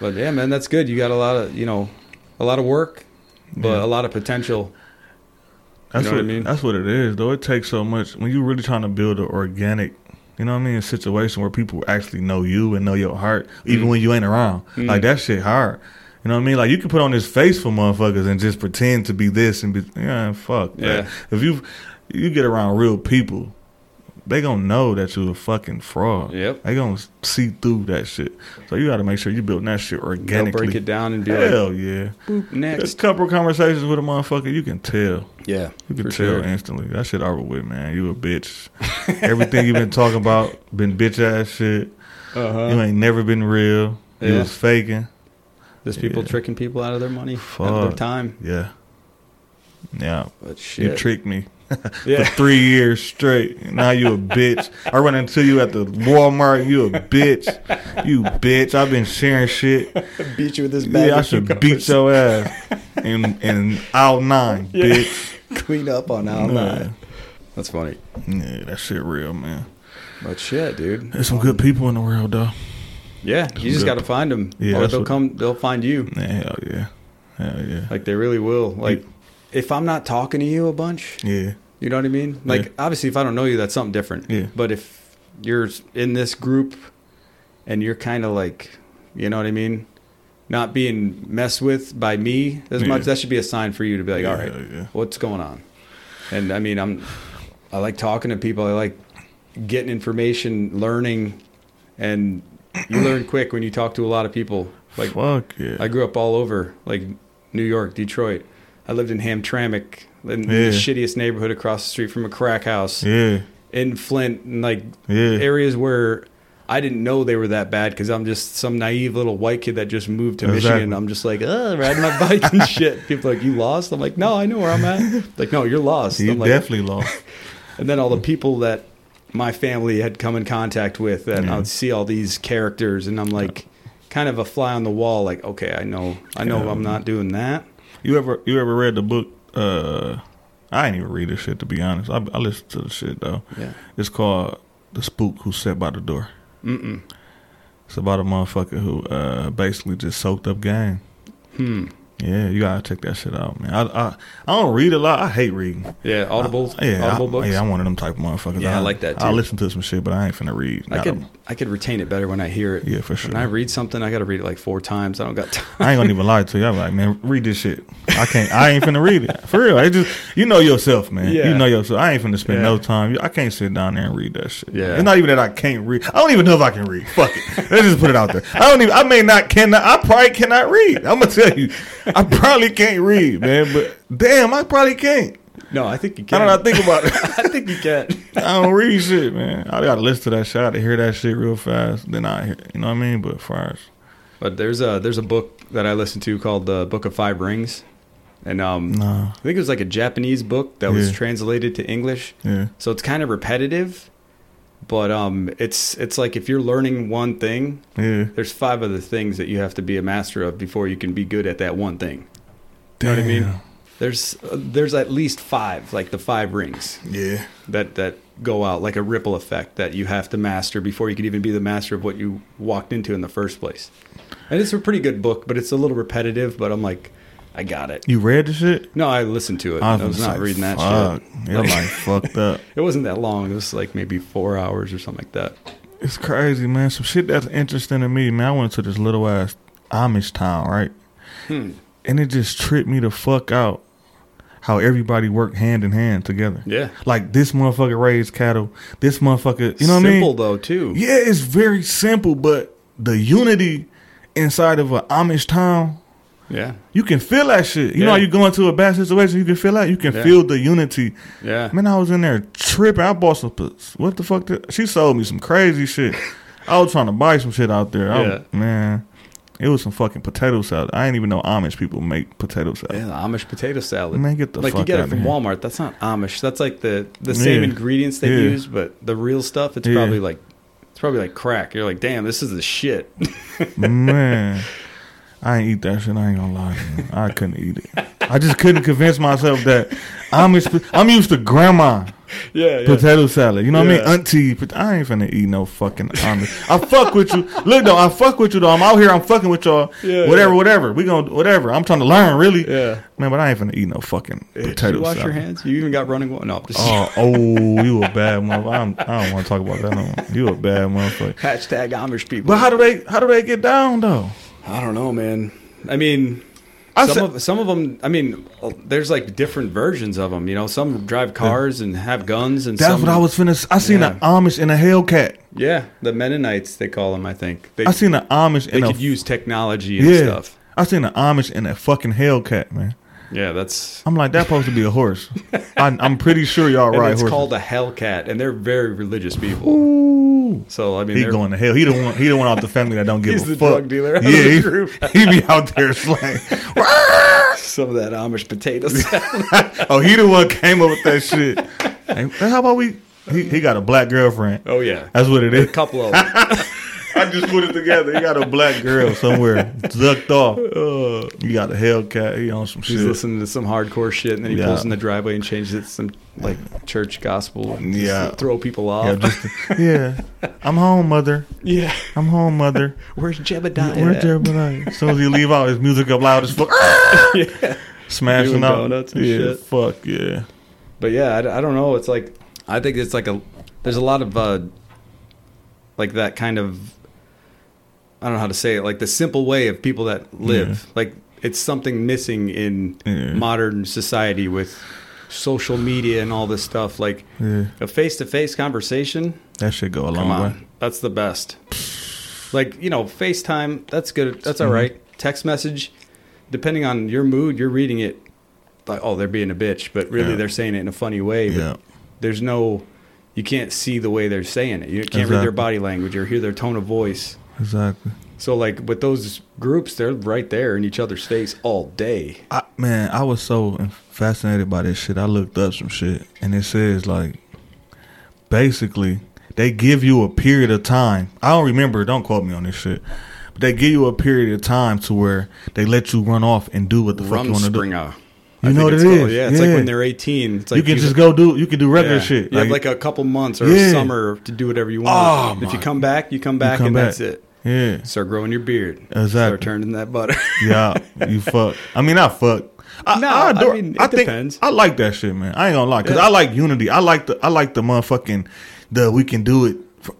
[SPEAKER 1] But yeah, man, that's good. You got a lot of you know, a lot of work, but
[SPEAKER 2] Yeah.
[SPEAKER 1] a lot of potential.
[SPEAKER 2] That's
[SPEAKER 1] know what I
[SPEAKER 2] what
[SPEAKER 1] mean?
[SPEAKER 2] That's what it is, though. It takes so much when you're really trying to build an organic, you know what I mean, situation where people actually know you and know your heart,
[SPEAKER 1] Mm.
[SPEAKER 2] even when you ain't around. Like that shit hard. You know what I mean? Like you can put on this face for motherfuckers and just pretend to be this and be yeah, fuck. that.
[SPEAKER 1] Yeah.
[SPEAKER 2] If you you get around real people, they gonna know that you a fucking fraud.
[SPEAKER 1] Yep.
[SPEAKER 2] They gonna see through that shit. So you got to make sure you build that shit
[SPEAKER 1] They'll
[SPEAKER 2] organically.
[SPEAKER 1] break it down and be like,
[SPEAKER 2] Hell yeah.
[SPEAKER 1] boop,
[SPEAKER 2] There's a
[SPEAKER 1] next.
[SPEAKER 2] couple of conversations with a motherfucker, you can tell.
[SPEAKER 1] Yeah,
[SPEAKER 2] You
[SPEAKER 1] for
[SPEAKER 2] can tell
[SPEAKER 1] sure.
[SPEAKER 2] instantly. That shit over with, man. You a bitch. Everything you've been talking about been bitch ass shit.
[SPEAKER 1] Uh-huh.
[SPEAKER 2] you ain't never been real. You
[SPEAKER 1] Yeah.
[SPEAKER 2] was faking.
[SPEAKER 1] There's people
[SPEAKER 2] Yeah.
[SPEAKER 1] tricking people out of their money, out of
[SPEAKER 2] Fuck.
[SPEAKER 1] their time.
[SPEAKER 2] Yeah. Yeah.
[SPEAKER 1] But shit,
[SPEAKER 2] You tricked me for
[SPEAKER 1] yeah,
[SPEAKER 2] three years straight. Now you a bitch. I run into you at the Walmart. You a bitch. You bitch. I've been sharing shit.
[SPEAKER 1] beat you with this bag.
[SPEAKER 2] Yeah, I
[SPEAKER 1] of
[SPEAKER 2] should
[SPEAKER 1] cucumbers.
[SPEAKER 2] beat your ass in in aisle nine,
[SPEAKER 1] Yeah.
[SPEAKER 2] bitch.
[SPEAKER 1] Clean up on aisle
[SPEAKER 2] Yeah.
[SPEAKER 1] nine. That's funny.
[SPEAKER 2] yeah, that shit real, man.
[SPEAKER 1] But shit, dude.
[SPEAKER 2] There's some good people in the world, though.
[SPEAKER 1] Yeah, you just
[SPEAKER 2] Good.
[SPEAKER 1] got to find them,
[SPEAKER 2] Yeah,
[SPEAKER 1] or
[SPEAKER 2] that's
[SPEAKER 1] they'll
[SPEAKER 2] what-
[SPEAKER 1] come. They'll find you.
[SPEAKER 2] Yeah, hell yeah. Hell yeah.
[SPEAKER 1] Like they really will. Like
[SPEAKER 2] Mm.
[SPEAKER 1] if I'm not talking to you a bunch,
[SPEAKER 2] Yeah.
[SPEAKER 1] you know what I mean. Like
[SPEAKER 2] Yeah.
[SPEAKER 1] obviously, if I don't know you, that's something different.
[SPEAKER 2] Yeah.
[SPEAKER 1] But if you're in this group and you're kind of like, you know what I mean, not being messed with by me as
[SPEAKER 2] Yeah.
[SPEAKER 1] much, that should be a sign for you to be like,
[SPEAKER 2] Yeah,
[SPEAKER 1] all right,
[SPEAKER 2] yeah.
[SPEAKER 1] what's going on? And I mean, I'm, I like talking to people. I like getting information, learning, and you learn quick when you talk to a lot of people. Like
[SPEAKER 2] Fuck yeah.
[SPEAKER 1] I grew up all over, like New York, Detroit. I lived in Hamtramck, in the
[SPEAKER 2] Yeah.
[SPEAKER 1] shittiest neighborhood across the street from a crack house,
[SPEAKER 2] yeah.
[SPEAKER 1] in Flint, and like
[SPEAKER 2] Yeah.
[SPEAKER 1] areas where I didn't know they were that bad because I'm just some naive little white kid that just moved to
[SPEAKER 2] Exactly.
[SPEAKER 1] Michigan. I'm just like, uh, riding my bike and shit. People are like, you lost? I'm like, no, I know where I'm at. Like, no, you're lost.
[SPEAKER 2] You
[SPEAKER 1] I'm like,
[SPEAKER 2] definitely lost.
[SPEAKER 1] and then all the people that my family had come in contact with, that I would see all these characters, and I'm like, kind of a fly on the wall. Like, okay, I know, I know,
[SPEAKER 2] Yeah.
[SPEAKER 1] I'm not doing that.
[SPEAKER 2] You ever you ever read the book? Uh, I ain't even read this shit to be honest. I, I listen to the shit though.
[SPEAKER 1] Yeah.
[SPEAKER 2] It's called The Spook Who Sat by the Door.
[SPEAKER 1] Mm-mm.
[SPEAKER 2] It's about a motherfucker who uh basically just soaked up game.
[SPEAKER 1] Hmm.
[SPEAKER 2] Yeah, you gotta check that shit out, man. I I, I don't read a lot. I hate reading.
[SPEAKER 1] Yeah. Audible.
[SPEAKER 2] Uh, Yeah,
[SPEAKER 1] Audible
[SPEAKER 2] I,
[SPEAKER 1] books.
[SPEAKER 2] yeah, I'm one of them type of motherfuckers.
[SPEAKER 1] Yeah, I like that,
[SPEAKER 2] I
[SPEAKER 1] too.
[SPEAKER 2] listen to some shit, but I ain't finna read.
[SPEAKER 1] I
[SPEAKER 2] Not
[SPEAKER 1] could
[SPEAKER 2] a-
[SPEAKER 1] I could retain it better when I hear it.
[SPEAKER 2] yeah, for sure.
[SPEAKER 1] When I read something, I got to read it like four times. I don't got time.
[SPEAKER 2] I ain't gonna even lie to you. I'm like, man, read this shit. I can't. I ain't finna read it for real. I just you know yourself, man.
[SPEAKER 1] Yeah.
[SPEAKER 2] You know yourself. I ain't finna spend
[SPEAKER 1] Yeah.
[SPEAKER 2] no time. I can't sit down there and read that shit.
[SPEAKER 1] Yeah.
[SPEAKER 2] It's not even that I can't read. I don't even know if I can read. Fuck it. Let's just put it out there. I don't even. I may not cannot. I probably cannot read. I'm gonna tell you. I probably can't read, man. But damn, I probably can't.
[SPEAKER 1] No, I think you
[SPEAKER 2] I
[SPEAKER 1] can.
[SPEAKER 2] don't know. I think about it.
[SPEAKER 1] I think you can.
[SPEAKER 2] I don't read shit, man. I gotta listen to that shit. I gotta hear that shit real fast. Then I hear. You know what I mean? But far as
[SPEAKER 1] But there's a there's a book that I listened to called The Book of Five Rings, and um,
[SPEAKER 2] nah,
[SPEAKER 1] I think it was like a Japanese book that was
[SPEAKER 2] Yeah.
[SPEAKER 1] translated to English.
[SPEAKER 2] yeah,
[SPEAKER 1] So it's kind of repetitive, but um, it's it's like if you're learning one thing,
[SPEAKER 2] yeah.
[SPEAKER 1] there's five other things that you have to be a master of before you can be good at that one thing. Know what I mean? There's uh, there's at least five, like the five rings
[SPEAKER 2] Damn. Yeah.
[SPEAKER 1] that that go out like a ripple effect that you have to master before you can even be the master of what you walked into in the first place. And it's a pretty good book, but it's a little repetitive. But I'm like, I got it.
[SPEAKER 2] You read the shit?
[SPEAKER 1] No, I listened to it.
[SPEAKER 2] Ah,
[SPEAKER 1] I was, not reading that shit.
[SPEAKER 2] shit. Your life fucked up.
[SPEAKER 1] It wasn't that long. It was like maybe four hours or something like that.
[SPEAKER 2] It's crazy, man. Some shit that's interesting to me, man. I went to this little ass Amish town, right? Hmm. And it just tripped me the fuck out how everybody worked hand in hand together.
[SPEAKER 1] Yeah.
[SPEAKER 2] Like this motherfucker raised cattle. This motherfucker, you know what I mean?
[SPEAKER 1] Simple though too.
[SPEAKER 2] Yeah, it's very simple, but the unity inside of an Amish town
[SPEAKER 1] Yeah.
[SPEAKER 2] You can feel that shit. You know
[SPEAKER 1] Yeah.
[SPEAKER 2] how you go into a bad situation, you can feel that. You can
[SPEAKER 1] Yeah.
[SPEAKER 2] feel the unity.
[SPEAKER 1] Yeah.
[SPEAKER 2] Man, I was in there tripping. I bought some. What the fuck? Did, she sold me some crazy shit. I was trying to buy some shit out there. I,
[SPEAKER 1] Yeah.
[SPEAKER 2] Man, It was some fucking potato salad. I didn't even know Amish people make potato salad.
[SPEAKER 1] Yeah, Amish potato salad.
[SPEAKER 2] Man, get the
[SPEAKER 1] like you
[SPEAKER 2] fuck
[SPEAKER 1] get it
[SPEAKER 2] outta
[SPEAKER 1] from
[SPEAKER 2] here.
[SPEAKER 1] Walmart. That's not Amish. That's like the the same
[SPEAKER 2] Yeah.
[SPEAKER 1] ingredients they
[SPEAKER 2] Yeah.
[SPEAKER 1] use, but the real stuff. It's
[SPEAKER 2] Yeah.
[SPEAKER 1] probably like it's probably like crack. You're like, damn, this is the shit.
[SPEAKER 2] Man, I ain't eat that shit. I ain't gonna lie. man. I couldn't eat it. I just couldn't convince myself that Amish. I'm used to grandma.
[SPEAKER 1] yeah, yeah.
[SPEAKER 2] potato salad. You know what
[SPEAKER 1] Yeah.
[SPEAKER 2] I mean? Auntie, but I ain't finna eat no fucking Amish. I fuck with you. Look though, I fuck with you though. I'm out here. I'm fucking with y'all.
[SPEAKER 1] Yeah,
[SPEAKER 2] whatever,
[SPEAKER 1] yeah.
[SPEAKER 2] whatever. We gonna whatever. I'm trying to learn really.
[SPEAKER 1] Yeah.
[SPEAKER 2] Man, but I ain't finna eat no fucking
[SPEAKER 1] Did
[SPEAKER 2] potato
[SPEAKER 1] you wash
[SPEAKER 2] salad.
[SPEAKER 1] your hands? You even got running water? No, I'm just
[SPEAKER 2] Oh, oh, you a bad motherfucker. I'm, I don't want to talk about that no more. You a bad motherfucker.
[SPEAKER 1] hashtag Amish people.
[SPEAKER 2] But how do they? How do they get down though?
[SPEAKER 1] I don't know, man. I mean,
[SPEAKER 2] I
[SPEAKER 1] some
[SPEAKER 2] said-
[SPEAKER 1] of some of them. I mean, uh, there's like different versions of them. You know, some drive cars and have guns, and
[SPEAKER 2] That's
[SPEAKER 1] some,
[SPEAKER 2] what I was finna. s- I seen
[SPEAKER 1] Yeah.
[SPEAKER 2] an Amish and a Hellcat.
[SPEAKER 1] Yeah, the Mennonites they call them. I think they
[SPEAKER 2] I seen an Amish
[SPEAKER 1] they
[SPEAKER 2] and a
[SPEAKER 1] could use technology and
[SPEAKER 2] yeah.
[SPEAKER 1] stuff.
[SPEAKER 2] I seen an Amish and a fucking Hellcat, man.
[SPEAKER 1] Yeah, that's
[SPEAKER 2] I'm like, that's supposed to be a horse. I, I'm pretty sure y'all
[SPEAKER 1] and
[SPEAKER 2] ride
[SPEAKER 1] it's
[SPEAKER 2] horses.
[SPEAKER 1] called a Hellcat, and they're very religious people.
[SPEAKER 2] Ooh.
[SPEAKER 1] So I mean,
[SPEAKER 2] He
[SPEAKER 1] they're-
[SPEAKER 2] going to hell. He the one. He the one out the family that don't give
[SPEAKER 1] He's
[SPEAKER 2] a
[SPEAKER 1] the
[SPEAKER 2] fuck.
[SPEAKER 1] drug dealer out of
[SPEAKER 2] Yeah,
[SPEAKER 1] the
[SPEAKER 2] he,
[SPEAKER 1] group.
[SPEAKER 2] he be out there slang.
[SPEAKER 1] some of that Amish potato salad.
[SPEAKER 2] oh, he the one came up with that shit. Hey, how about we? He, he got a black girlfriend.
[SPEAKER 1] oh yeah,
[SPEAKER 2] That's what it
[SPEAKER 1] a
[SPEAKER 2] is.
[SPEAKER 1] couple of them.
[SPEAKER 2] I just put it together. He got a black girl somewhere ducked off.
[SPEAKER 1] Uh.
[SPEAKER 2] You got a Hellcat. He on some
[SPEAKER 1] He's
[SPEAKER 2] shit.
[SPEAKER 1] listening to some hardcore shit, and then he
[SPEAKER 2] Yeah.
[SPEAKER 1] pulls in the driveway and changes it to some like church gospel. and just
[SPEAKER 2] Yeah.
[SPEAKER 1] throw people off.
[SPEAKER 2] Yeah, just- yeah. I'm home, mother.
[SPEAKER 1] Yeah.
[SPEAKER 2] I'm home, mother.
[SPEAKER 1] Where's Jebediah?
[SPEAKER 2] Where's Jeremiah? As soon as you leave out, his music up loud as fuck. Smashing
[SPEAKER 1] Doing
[SPEAKER 2] out.
[SPEAKER 1] donuts and
[SPEAKER 2] yeah,
[SPEAKER 1] shit.
[SPEAKER 2] fuck yeah.
[SPEAKER 1] But yeah, I, I don't know. It's like I think it's like a there's a lot of uh, like that kind of I don't know how to say it. Like the simple way of people that live. Like it's something missing in
[SPEAKER 2] Yeah.
[SPEAKER 1] modern society with social media and all this stuff. Like
[SPEAKER 2] Yeah.
[SPEAKER 1] a face to face conversation.
[SPEAKER 2] That should go a long
[SPEAKER 1] Come on,
[SPEAKER 2] way.
[SPEAKER 1] that's the best. Like you know, FaceTime, that's good. That's all right. Text message, depending on your mood, you're reading it. Like, oh, they're being a bitch, but really
[SPEAKER 2] Yeah.
[SPEAKER 1] they're saying it in a funny way. But
[SPEAKER 2] Yeah.
[SPEAKER 1] There's no, you can't see the way they're saying it. You can't read
[SPEAKER 2] Exactly.
[SPEAKER 1] their body language or hear their tone of voice.
[SPEAKER 2] Exactly.
[SPEAKER 1] So like with those groups, they're right there in each other's face all day.
[SPEAKER 2] I, man, I was so fascinated by this shit. I looked up some shit, and it says like, basically, they give you a period of time. I don't remember. Don't quote me on this shit. But they give you a period of time to where they let you run off and do what the fuck you want to do.
[SPEAKER 1] Rumspringer.
[SPEAKER 2] You know what
[SPEAKER 1] it's
[SPEAKER 2] it
[SPEAKER 1] called.
[SPEAKER 2] is.
[SPEAKER 1] Yeah, it's like
[SPEAKER 2] Yeah.
[SPEAKER 1] when they're 18. It's like
[SPEAKER 2] you can just go do. You can do regular
[SPEAKER 1] Yeah.
[SPEAKER 2] shit.
[SPEAKER 1] You have like a couple months or a
[SPEAKER 2] Yeah.
[SPEAKER 1] summer to do whatever you
[SPEAKER 2] Oh,
[SPEAKER 1] want. if
[SPEAKER 2] my-
[SPEAKER 1] you come back, you come back,
[SPEAKER 2] come
[SPEAKER 1] and
[SPEAKER 2] back.
[SPEAKER 1] that's it.
[SPEAKER 2] yeah.
[SPEAKER 1] Start growing your beard.
[SPEAKER 2] Exactly.
[SPEAKER 1] Start turning that butter.
[SPEAKER 2] Yeah, you fuck. I mean, I fuck. I,
[SPEAKER 1] No,
[SPEAKER 2] I, adore,
[SPEAKER 1] I mean, it
[SPEAKER 2] I think
[SPEAKER 1] depends.
[SPEAKER 2] I like that shit, man. I ain't gonna lie, cause
[SPEAKER 1] Yeah.
[SPEAKER 2] I like unity. I like the I like the motherfucking the we can do it.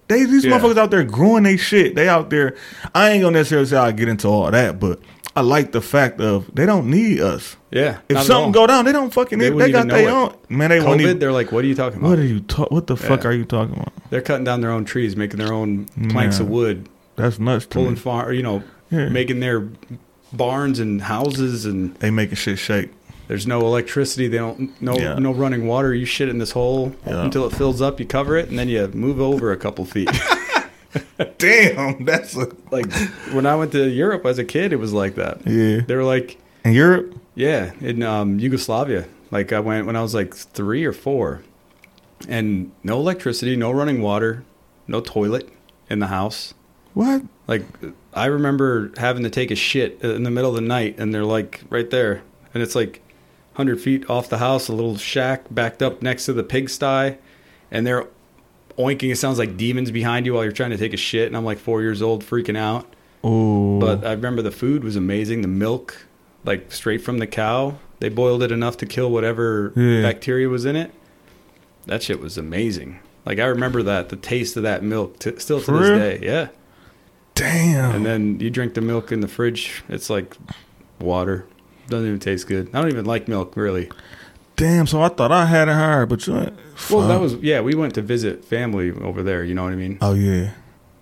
[SPEAKER 2] They these
[SPEAKER 1] Yeah.
[SPEAKER 2] motherfuckers out there growing they shit. They out there. I ain't gonna necessarily say I get into all that, but I like the fact of they don't need us.
[SPEAKER 1] yeah.
[SPEAKER 2] If
[SPEAKER 1] not at all.
[SPEAKER 2] something go down, they don't fucking
[SPEAKER 1] They
[SPEAKER 2] need. They
[SPEAKER 1] wouldn't
[SPEAKER 2] got
[SPEAKER 1] even
[SPEAKER 2] their
[SPEAKER 1] know
[SPEAKER 2] own man. They won't
[SPEAKER 1] COVID,
[SPEAKER 2] even.
[SPEAKER 1] they're like, what are you talking about?
[SPEAKER 2] What are you talk? What the fuck
[SPEAKER 1] Yeah.
[SPEAKER 2] are you talking about?
[SPEAKER 1] They're cutting down their own trees, making their own planks
[SPEAKER 2] Yeah.
[SPEAKER 1] of wood,
[SPEAKER 2] That's nuts to
[SPEAKER 1] pulling
[SPEAKER 2] me.
[SPEAKER 1] farm, or, you know,
[SPEAKER 2] Yeah.
[SPEAKER 1] making their barns and houses and
[SPEAKER 2] They making shit shake.
[SPEAKER 1] there's no electricity they don't no
[SPEAKER 2] Yeah.
[SPEAKER 1] no running water you shit in this hole
[SPEAKER 2] Yeah.
[SPEAKER 1] until it fills up you cover it and then you move over a couple feet
[SPEAKER 2] Damn, that's a
[SPEAKER 1] like when i went to europe as a kid it was like that
[SPEAKER 2] yeah.
[SPEAKER 1] they were like
[SPEAKER 2] In Europe,
[SPEAKER 1] Yeah, in um, Yugoslavia. Like I went when I was like three or four, and no electricity, no running water, no toilet in the house.
[SPEAKER 2] what?
[SPEAKER 1] Like I remember having to take a shit in the middle of the night, and they're like right there, and it's like hundred feet off the house, a little shack backed up next to the pigsty, and they're oinking. It sounds like demons behind you while you're trying to take a shit, and I'm like four years old, freaking out.
[SPEAKER 2] Oh,
[SPEAKER 1] But I remember the food was amazing. The milk, like straight from the cow, they boiled it enough to kill whatever
[SPEAKER 2] Yeah.
[SPEAKER 1] bacteria was in it. That shit was amazing. Like I remember that the taste of that milk t- still to
[SPEAKER 2] For
[SPEAKER 1] this
[SPEAKER 2] real?
[SPEAKER 1] day. Yeah.
[SPEAKER 2] damn.
[SPEAKER 1] And then you drink the milk in the fridge. It's like water. Doesn't even taste good. I don't even like milk really.
[SPEAKER 2] Damn, so I thought I had it hard, but you ain't.
[SPEAKER 1] Well,
[SPEAKER 2] Fuck.
[SPEAKER 1] that was yeah. We went to visit family over there. You know what I mean?
[SPEAKER 2] Oh yeah,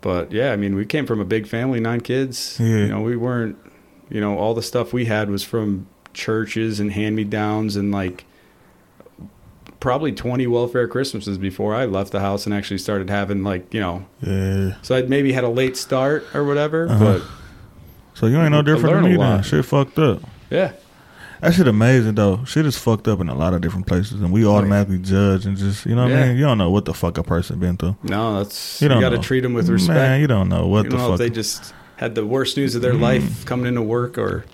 [SPEAKER 1] But yeah, I mean, we came from a big family, nine kids.
[SPEAKER 2] Yeah.
[SPEAKER 1] You know, we weren't, you know, all the stuff we had was from churches and hand me downs and like probably 20 welfare Christmases before I left the house and actually started having like, you know,
[SPEAKER 2] yeah.
[SPEAKER 1] so I'd maybe had a late start or whatever,
[SPEAKER 2] Uh-huh.
[SPEAKER 1] but
[SPEAKER 2] So you ain't no
[SPEAKER 1] I
[SPEAKER 2] different
[SPEAKER 1] learn
[SPEAKER 2] than
[SPEAKER 1] a
[SPEAKER 2] me
[SPEAKER 1] lot.
[SPEAKER 2] now. Shit fucked up.
[SPEAKER 1] Yeah.
[SPEAKER 2] That shit amazing though. Shit is fucked up in a lot of different places, and we automatically judge and just you know what
[SPEAKER 1] Yeah.
[SPEAKER 2] I mean. You don't know what the fuck a person been through.
[SPEAKER 1] No, that's you,
[SPEAKER 2] You don't
[SPEAKER 1] got to
[SPEAKER 2] know.
[SPEAKER 1] treat them with respect.
[SPEAKER 2] Man, you don't know what
[SPEAKER 1] you
[SPEAKER 2] the
[SPEAKER 1] don't know if
[SPEAKER 2] fuck. Mm.
[SPEAKER 1] they just had the worst news of their life coming into work or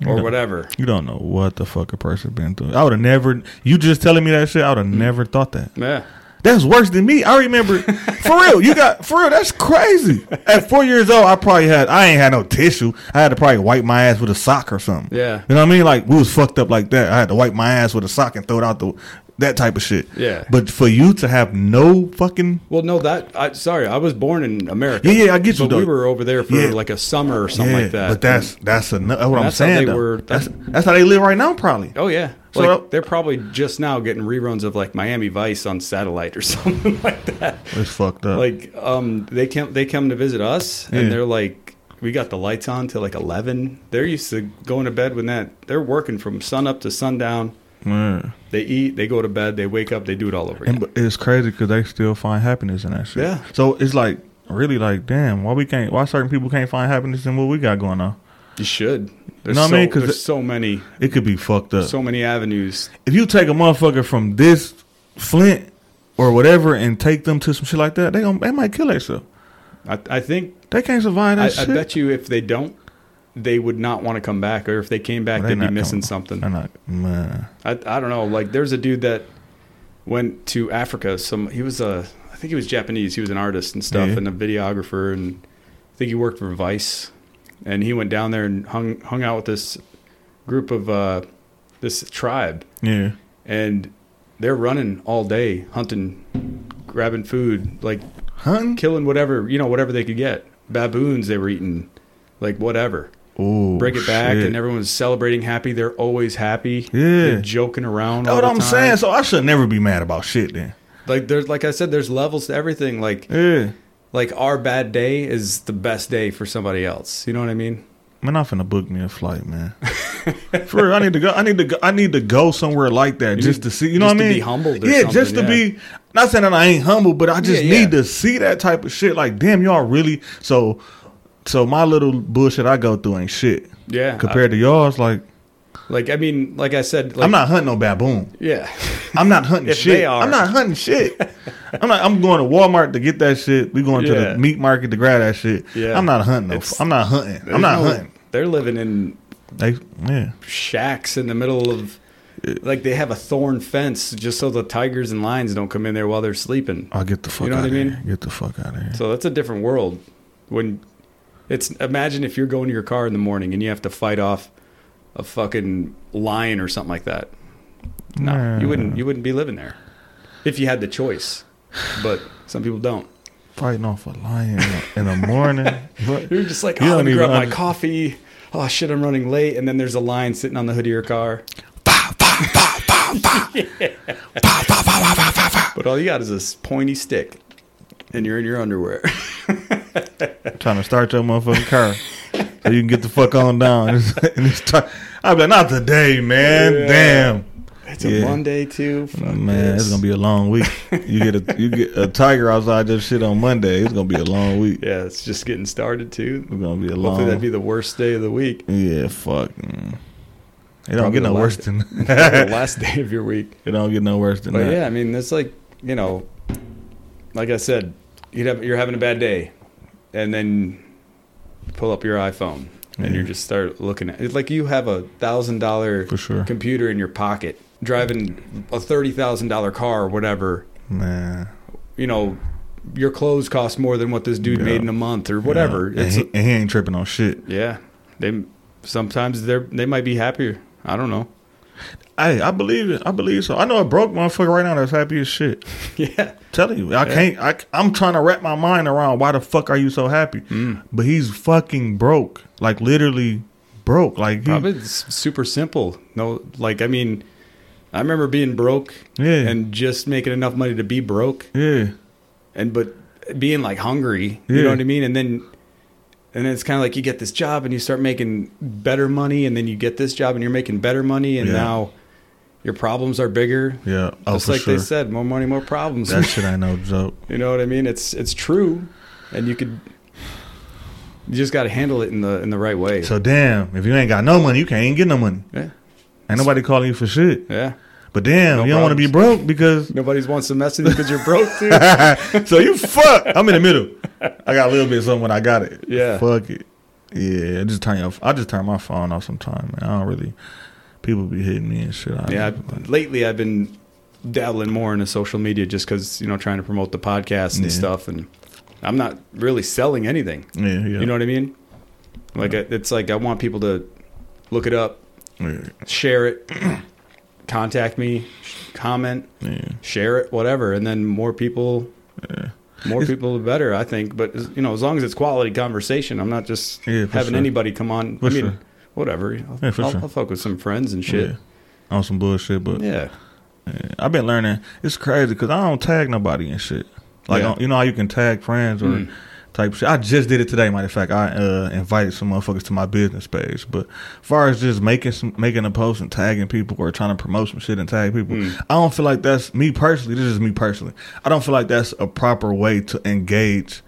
[SPEAKER 2] You
[SPEAKER 1] or
[SPEAKER 2] know.
[SPEAKER 1] whatever.
[SPEAKER 2] you don't know what the fuck a person been through. I would have never. You just telling me that shit. I would have
[SPEAKER 1] Mm.
[SPEAKER 2] never thought that.
[SPEAKER 1] Yeah.
[SPEAKER 2] That's worse than me. I remember for real. You got for real. That's crazy. At four years old, I probably had. I ain't had no tissue. I had to probably wipe my ass with a sock or something.
[SPEAKER 1] Yeah.
[SPEAKER 2] You know what I mean? Like we was fucked up like that. I had to wipe my ass with a sock and throw it out the that type of shit.
[SPEAKER 1] Yeah.
[SPEAKER 2] But for you to have no fucking
[SPEAKER 1] Well, no, that I sorry, I was born in America.
[SPEAKER 2] Yeah, yeah, I get you,
[SPEAKER 1] But we
[SPEAKER 2] though.
[SPEAKER 1] were over there for
[SPEAKER 2] Yeah.
[SPEAKER 1] like a summer or something
[SPEAKER 2] yeah,
[SPEAKER 1] like that.
[SPEAKER 2] But that's that's a, that's what I'm
[SPEAKER 1] That's how
[SPEAKER 2] saying.
[SPEAKER 1] they
[SPEAKER 2] though.
[SPEAKER 1] were-
[SPEAKER 2] that's that's how they live right now, probably.
[SPEAKER 1] Oh yeah,
[SPEAKER 2] So
[SPEAKER 1] like
[SPEAKER 2] that-
[SPEAKER 1] they're probably just now getting reruns of like Miami Vice on satellite or something like that.
[SPEAKER 2] It's fucked up.
[SPEAKER 1] Like um, they come they come to visit us and
[SPEAKER 2] Yeah.
[SPEAKER 1] they're like, we got the lights on till like eleven. They're used to going to bed when that they're working from sun up to sundown.
[SPEAKER 2] Man.
[SPEAKER 1] They eat, they go to bed, they wake up, they do it all over again.
[SPEAKER 2] And but it's crazy because they still find happiness in that shit.
[SPEAKER 1] Yeah.
[SPEAKER 2] So it's like really like damn why we can't why certain people can't find happiness in what we got going on.
[SPEAKER 1] you should. There's
[SPEAKER 2] know what I
[SPEAKER 1] so,
[SPEAKER 2] mean? 'Cause
[SPEAKER 1] there's
[SPEAKER 2] it-
[SPEAKER 1] so many
[SPEAKER 2] It could be fucked up.
[SPEAKER 1] so many avenues.
[SPEAKER 2] if you take a motherfucker from this Flint or whatever and take them to some shit like that, they gonna, they might kill themselves.
[SPEAKER 1] I, I think
[SPEAKER 2] They can't survive
[SPEAKER 1] I,
[SPEAKER 2] that
[SPEAKER 1] I
[SPEAKER 2] shit.
[SPEAKER 1] bet you if they don't, they would not want to come back, or if they came back,
[SPEAKER 2] They
[SPEAKER 1] they'd be
[SPEAKER 2] not
[SPEAKER 1] missing
[SPEAKER 2] coming.
[SPEAKER 1] something.
[SPEAKER 2] They're not man.
[SPEAKER 1] I, I don't know. Like there's a dude that went to Africa. Some he was a I think he was Japanese. He was an artist and stuff,
[SPEAKER 2] Yeah.
[SPEAKER 1] and a videographer, and I think he worked for Vice. And he went down there and hung hung out with this group of uh, this tribe,
[SPEAKER 2] Yeah.
[SPEAKER 1] and they're running all day, hunting, grabbing food, like
[SPEAKER 2] Hunting.
[SPEAKER 1] killing whatever you know whatever they could get. Baboons they were eating, like whatever.
[SPEAKER 2] Ooh,
[SPEAKER 1] Break it back,
[SPEAKER 2] shit.
[SPEAKER 1] and everyone's celebrating, happy. They're always happy.
[SPEAKER 2] Yeah.
[SPEAKER 1] They're joking around.
[SPEAKER 2] That's
[SPEAKER 1] all
[SPEAKER 2] what
[SPEAKER 1] the
[SPEAKER 2] I'm
[SPEAKER 1] time.
[SPEAKER 2] saying. So I should never be mad about shit then.
[SPEAKER 1] like there's like I said, there's levels to everything. Like
[SPEAKER 2] Yeah.
[SPEAKER 1] like our bad day is the best day for somebody else. You know what I mean?
[SPEAKER 2] Man, I'm finna book me a flight, man. For real, I need to go. I need to. Go, I need to go somewhere like that just
[SPEAKER 1] need-
[SPEAKER 2] to see. You know
[SPEAKER 1] just
[SPEAKER 2] what I
[SPEAKER 1] to
[SPEAKER 2] mean?
[SPEAKER 1] be humbled or
[SPEAKER 2] yeah, just to
[SPEAKER 1] something, yeah.
[SPEAKER 2] be. Not saying that I ain't humble, but I just
[SPEAKER 1] Yeah, yeah.
[SPEAKER 2] need to see that type of shit. Like, damn, y'all really. So, so my little bullshit I go through ain't shit
[SPEAKER 1] Yeah. Uh,
[SPEAKER 2] compared to y'all's. Like,
[SPEAKER 1] like I mean, like I said, like
[SPEAKER 2] I'm not hunting no baboon.
[SPEAKER 1] yeah,
[SPEAKER 2] I'm not hunting
[SPEAKER 1] If
[SPEAKER 2] shit.
[SPEAKER 1] they are.
[SPEAKER 2] I'm not hunting shit. I'm not. I'm going to Walmart to get that shit. We going to
[SPEAKER 1] Yeah.
[SPEAKER 2] the meat market to grab that shit.
[SPEAKER 1] Yeah.
[SPEAKER 2] I'm not hunting. No,
[SPEAKER 1] It's-
[SPEAKER 2] I'm not hunting. I'm not
[SPEAKER 1] There's no-
[SPEAKER 2] hunting.
[SPEAKER 1] They're living in
[SPEAKER 2] They, yeah.
[SPEAKER 1] shacks in the middle of like they have a thorn fence just so the tigers and lions don't come in there while they're sleeping.
[SPEAKER 2] I'll get the fuck
[SPEAKER 1] You know
[SPEAKER 2] out
[SPEAKER 1] what
[SPEAKER 2] of
[SPEAKER 1] I mean?
[SPEAKER 2] here. Get the fuck out of here.
[SPEAKER 1] So that's a different world. When it's imagine if you're going to your car in the morning and you have to fight off a fucking lion or something like that. No, you
[SPEAKER 2] Uh.
[SPEAKER 1] wouldn't. You wouldn't be living there if you had the choice. But some people don't.
[SPEAKER 2] Fighting off a lion in the, in the morning. But
[SPEAKER 1] You're just like,
[SPEAKER 2] You
[SPEAKER 1] oh,
[SPEAKER 2] don't
[SPEAKER 1] let me
[SPEAKER 2] even
[SPEAKER 1] grab my
[SPEAKER 2] under-
[SPEAKER 1] coffee. Oh shit, I'm running late, and then there's a lion sitting on the hood of your car. But all you got is this pointy stick, and you're in your underwear.
[SPEAKER 2] trying to start your motherfucking car so you can get the fuck on down. And it's, and it's ti- I'll be like, not today, man.
[SPEAKER 1] Yeah.
[SPEAKER 2] Damn,
[SPEAKER 1] It's a
[SPEAKER 2] Yeah.
[SPEAKER 1] Monday too. Fuck
[SPEAKER 2] man, it's
[SPEAKER 1] this.
[SPEAKER 2] gonna be a long week. You get a you get a tiger outside your shit on Monday. It's gonna be a long week.
[SPEAKER 1] Yeah, it's just getting started too.
[SPEAKER 2] It's gonna be a long.
[SPEAKER 1] Hopefully that'd be the worst day of the week.
[SPEAKER 2] yeah, fuck. mm. It don't
[SPEAKER 1] Probably
[SPEAKER 2] get no
[SPEAKER 1] the last-
[SPEAKER 2] worse than
[SPEAKER 1] the
[SPEAKER 2] it.
[SPEAKER 1] last day of your week.
[SPEAKER 2] Don't get no worse than
[SPEAKER 1] But
[SPEAKER 2] that.
[SPEAKER 1] yeah, I mean, that's like you know, like I said, you'd have, you're having a bad day, and then pull up your iPhone and you just start looking at it. Like you have a thousand dollar
[SPEAKER 2] For sure.
[SPEAKER 1] computer in your pocket, driving a thirty thousand dollar car or whatever.
[SPEAKER 2] Nah.
[SPEAKER 1] You know, your clothes cost more than what this dude
[SPEAKER 2] Yeah.
[SPEAKER 1] made in a month or whatever.
[SPEAKER 2] Yeah. And,
[SPEAKER 1] It's
[SPEAKER 2] he, and he ain't tripping on shit.
[SPEAKER 1] yeah, they sometimes they they might be happier. I don't know.
[SPEAKER 2] Hey, I believe it. I believe so. I know a broke motherfucker right now that's happy as shit.
[SPEAKER 1] Yeah.
[SPEAKER 2] Telling you, I can't. I, I'm trying to wrap my mind around why the fuck are you so happy? But he's fucking broke, like literally broke. Like he,
[SPEAKER 1] Probably it's super simple. No, like I mean, I remember being broke
[SPEAKER 2] Yeah.
[SPEAKER 1] and just making enough money to be broke,
[SPEAKER 2] yeah,
[SPEAKER 1] and but being like hungry. You
[SPEAKER 2] Yeah.
[SPEAKER 1] know what I mean? And then, and then it's kind of like you get this job and you start making better money, and then you get this job and you're making better money, and
[SPEAKER 2] Yeah.
[SPEAKER 1] now your problems are bigger.
[SPEAKER 2] yeah. Oh,
[SPEAKER 1] Just
[SPEAKER 2] for
[SPEAKER 1] like
[SPEAKER 2] sure.
[SPEAKER 1] they said, more money, more problems.
[SPEAKER 2] that shit ain't no joke.
[SPEAKER 1] you know what I mean? It's it's true, and you could You just got to handle it in the in the right way.
[SPEAKER 2] So damn, if you ain't got no money, you can't get no money.
[SPEAKER 1] yeah,
[SPEAKER 2] Ain't nobody calling you for shit.
[SPEAKER 1] yeah.
[SPEAKER 2] But damn,
[SPEAKER 1] No
[SPEAKER 2] you don't want to be broke because
[SPEAKER 1] Nobody wants to mess with you because you're broke, dude.
[SPEAKER 2] so you fuck. I'm in the middle. I got a little bit of something when I got it.
[SPEAKER 1] Yeah.
[SPEAKER 2] Fuck it. Yeah. I just turn off. I just turn my phone off sometime. Man. I don't really. People be hitting me and shit. I
[SPEAKER 1] yeah, I, lately I've been dabbling more into social media just because you know trying to promote the podcast and
[SPEAKER 2] Yeah.
[SPEAKER 1] stuff, and I'm not really selling anything.
[SPEAKER 2] Yeah. Yeah.
[SPEAKER 1] You know what I mean? Like I- it's like I want people to look it up,
[SPEAKER 2] Yeah.
[SPEAKER 1] share it, contact me, sh- comment,
[SPEAKER 2] yeah.
[SPEAKER 1] share it, whatever, and then more people. More
[SPEAKER 2] It's-
[SPEAKER 1] people, the better, I think. But you know, as long as it's quality conversation, I'm not just
[SPEAKER 2] Yeah, for
[SPEAKER 1] having
[SPEAKER 2] sure.
[SPEAKER 1] anybody come on.
[SPEAKER 2] For
[SPEAKER 1] I mean,
[SPEAKER 2] sure.
[SPEAKER 1] whatever. I'll,
[SPEAKER 2] Yeah, for
[SPEAKER 1] I'll,
[SPEAKER 2] sure.
[SPEAKER 1] I'll fuck with some friends and shit.
[SPEAKER 2] Yeah. On some bullshit, but
[SPEAKER 1] yeah.
[SPEAKER 2] yeah. I've been learning. It's crazy because I don't tag nobody and shit. Like
[SPEAKER 1] Yeah.
[SPEAKER 2] you know how you can tag friends or
[SPEAKER 1] Mm.
[SPEAKER 2] type shit. I just did it today. Matter of fact, I uh, invited some motherfuckers to my business page. But as far as just making some making a post and tagging people or trying to promote some shit and tag people,
[SPEAKER 1] Mm.
[SPEAKER 2] I don't feel like that's me personally. This is me personally. I don't feel like that's a proper way to engage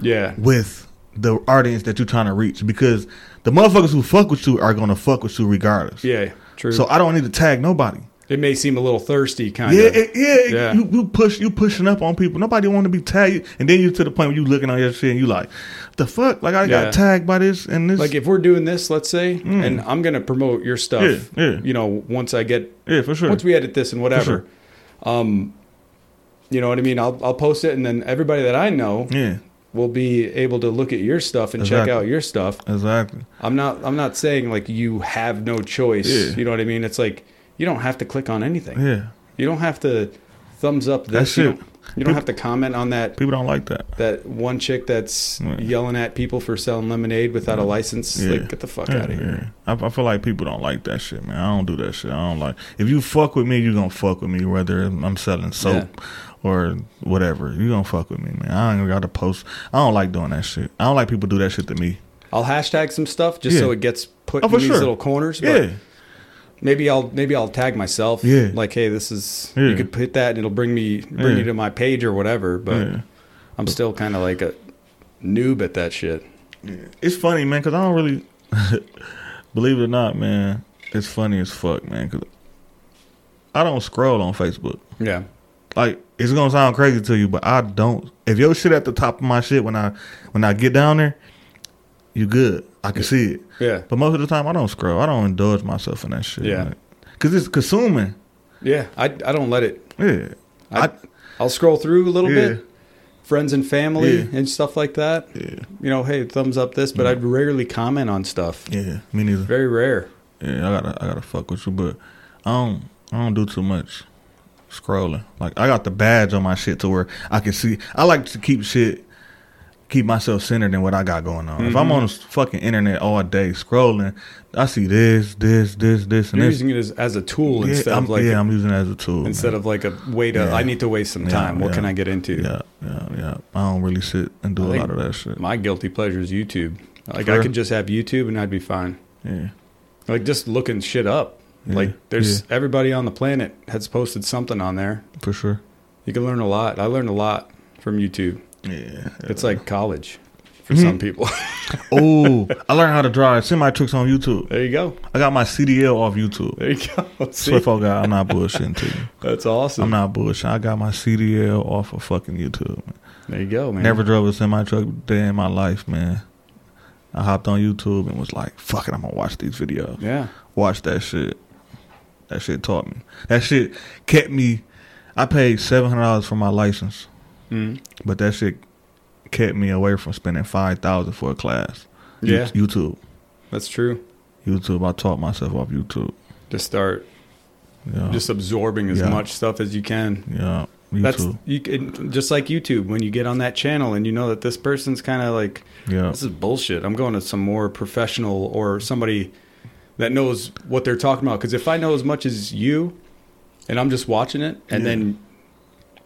[SPEAKER 1] Yeah.
[SPEAKER 2] with the audience that you're trying to reach because the motherfuckers who fuck with you are gonna fuck with you regardless.
[SPEAKER 1] Yeah. True.
[SPEAKER 2] So I don't need to tag nobody.
[SPEAKER 1] it may seem a little thirsty, kind
[SPEAKER 2] Yeah,
[SPEAKER 1] of.
[SPEAKER 2] it, yeah, it-
[SPEAKER 1] Yeah.
[SPEAKER 2] You, you push, you pushing up on people. Nobody want to be tagged, and then you to the point where you looking on your shit and you like, the fuck, like I
[SPEAKER 1] Yeah.
[SPEAKER 2] got tagged by this and this.
[SPEAKER 1] like if we're doing this, let's say, and I'm gonna promote your stuff.
[SPEAKER 2] Mm. Yeah, yeah.
[SPEAKER 1] You know, once I get
[SPEAKER 2] yeah, for sure.
[SPEAKER 1] once we edit this and whatever. Um, you know what I mean? I'll I'll post it, and then everybody that I know
[SPEAKER 2] yeah,
[SPEAKER 1] will be able to look at your stuff and check
[SPEAKER 2] Exactly.
[SPEAKER 1] out your stuff.
[SPEAKER 2] exactly.
[SPEAKER 1] I'm not I'm not saying like you have no choice.
[SPEAKER 2] Yeah.
[SPEAKER 1] You know what I mean? It's like you don't have to click on anything.
[SPEAKER 2] Yeah,
[SPEAKER 1] You don't have to thumbs up this.
[SPEAKER 2] That's
[SPEAKER 1] you
[SPEAKER 2] it.
[SPEAKER 1] don't, you don't have to comment on that
[SPEAKER 2] people don't like that.
[SPEAKER 1] that one chick that's
[SPEAKER 2] Right.
[SPEAKER 1] yelling at people for selling lemonade without a license.
[SPEAKER 2] Yeah.
[SPEAKER 1] Like, get the fuck
[SPEAKER 2] Yeah,
[SPEAKER 1] out of here.
[SPEAKER 2] yeah. I, I feel like people don't like that shit, man. I don't do that shit. I don't like. If you fuck with me, you gonna fuck with me. Whether I'm selling soap or whatever, you gonna fuck with me, man. I ain't got to post. I don't like doing that shit. I don't like people do that shit to me.
[SPEAKER 1] I'll hashtag some stuff just
[SPEAKER 2] Yeah.
[SPEAKER 1] so it gets put
[SPEAKER 2] Oh,
[SPEAKER 1] in
[SPEAKER 2] for
[SPEAKER 1] these
[SPEAKER 2] sure.
[SPEAKER 1] little corners. But
[SPEAKER 2] Yeah,
[SPEAKER 1] Maybe I'll maybe I'll tag myself.
[SPEAKER 2] Yeah.
[SPEAKER 1] Like, hey, this is you
[SPEAKER 2] Yeah.
[SPEAKER 1] could hit that and it'll bring me bring
[SPEAKER 2] Yeah.
[SPEAKER 1] you to my page or whatever. But
[SPEAKER 2] Yeah.
[SPEAKER 1] I'm still kind of like a noob at that shit.
[SPEAKER 2] It's funny, man, because I don't really believe it or not, man. It's funny as fuck, man. Cause I don't scroll on Facebook.
[SPEAKER 1] Yeah.
[SPEAKER 2] Like it's gonna sound crazy to you, but I don't. If your shit at the top of my shit when I when I get down there, you good. I can see it.
[SPEAKER 1] Yeah.
[SPEAKER 2] But most of the time, I don't scroll. I don't indulge myself in that shit.
[SPEAKER 1] Yeah.
[SPEAKER 2] like, cause it's consuming.
[SPEAKER 1] Yeah. I I don't let it.
[SPEAKER 2] Yeah.
[SPEAKER 1] I,
[SPEAKER 2] I,
[SPEAKER 1] I'll scroll through a little
[SPEAKER 2] Yeah.
[SPEAKER 1] bit, friends and family
[SPEAKER 2] Yeah.
[SPEAKER 1] and stuff like that.
[SPEAKER 2] yeah.
[SPEAKER 1] You know, hey, thumbs up this, but I'd rarely comment on stuff.
[SPEAKER 2] Yeah. Me neither.
[SPEAKER 1] Very rare.
[SPEAKER 2] Yeah, I gotta I gotta fuck with you, but I don't I don't do too much scrolling. Like I got the badge on my shit to where I can see. I like to keep shit keep myself centered in what I got going on.
[SPEAKER 1] Mm-hmm.
[SPEAKER 2] If I'm on the fucking internet all day scrolling, I see this, this, this, this, and
[SPEAKER 1] You're
[SPEAKER 2] this.
[SPEAKER 1] using it as, as a tool
[SPEAKER 2] yeah,
[SPEAKER 1] instead
[SPEAKER 2] I'm,
[SPEAKER 1] of like
[SPEAKER 2] yeah, I'm using it as a tool.
[SPEAKER 1] instead
[SPEAKER 2] man.
[SPEAKER 1] of like a way to
[SPEAKER 2] Yeah.
[SPEAKER 1] I need to waste some
[SPEAKER 2] Yeah,
[SPEAKER 1] time. what
[SPEAKER 2] yeah.
[SPEAKER 1] can I get into?
[SPEAKER 2] yeah, yeah, yeah. I don't really sit and do
[SPEAKER 1] I
[SPEAKER 2] a
[SPEAKER 1] think
[SPEAKER 2] lot of that shit.
[SPEAKER 1] My guilty pleasure is YouTube. Like I
[SPEAKER 2] Sure.
[SPEAKER 1] could just have YouTube and I'd be fine.
[SPEAKER 2] Yeah,
[SPEAKER 1] Like just looking shit up.
[SPEAKER 2] Yeah.
[SPEAKER 1] Like there's everybody on the planet has posted something on there.
[SPEAKER 2] for sure.
[SPEAKER 1] You can learn a lot. I learned a lot from YouTube.
[SPEAKER 2] Yeah,
[SPEAKER 1] It's like college
[SPEAKER 2] Mm-hmm.
[SPEAKER 1] for some people.
[SPEAKER 2] oh, I learned how to drive semi trucks on YouTube.
[SPEAKER 1] there you go.
[SPEAKER 2] I got my CDL off YouTube.
[SPEAKER 1] There you go. See?
[SPEAKER 2] Swift oh God, I'm not bullshitting to you.
[SPEAKER 1] That's awesome.
[SPEAKER 2] I'm not bullshitting. I got my CDL off of fucking YouTube. Man.
[SPEAKER 1] there you go, man.
[SPEAKER 2] Never drove a semi truck day in my life, man. I hopped on YouTube and was like, fuck it, I'm gonna watch these videos.
[SPEAKER 1] Yeah.
[SPEAKER 2] Watch that shit. That shit taught me. That shit kept me. I paid seven hundred dollars for my license,
[SPEAKER 1] Mm.
[SPEAKER 2] but that shit kept me away from spending five thousand for a class. You-
[SPEAKER 1] Yeah.
[SPEAKER 2] YouTube,
[SPEAKER 1] That's true.
[SPEAKER 2] YouTube. I taught myself off YouTube.
[SPEAKER 1] Just start
[SPEAKER 2] Yeah,
[SPEAKER 1] just absorbing as
[SPEAKER 2] Yeah.
[SPEAKER 1] much stuff as you can.
[SPEAKER 2] yeah. YouTube.
[SPEAKER 1] That's you can just like YouTube when you get on that channel and you know that this person's kind of like
[SPEAKER 2] yeah.
[SPEAKER 1] this is bullshit. I'm going to some more professional or somebody that knows what they're talking about. Because if I know as much as you, and I'm just watching it, and
[SPEAKER 2] Yeah.
[SPEAKER 1] then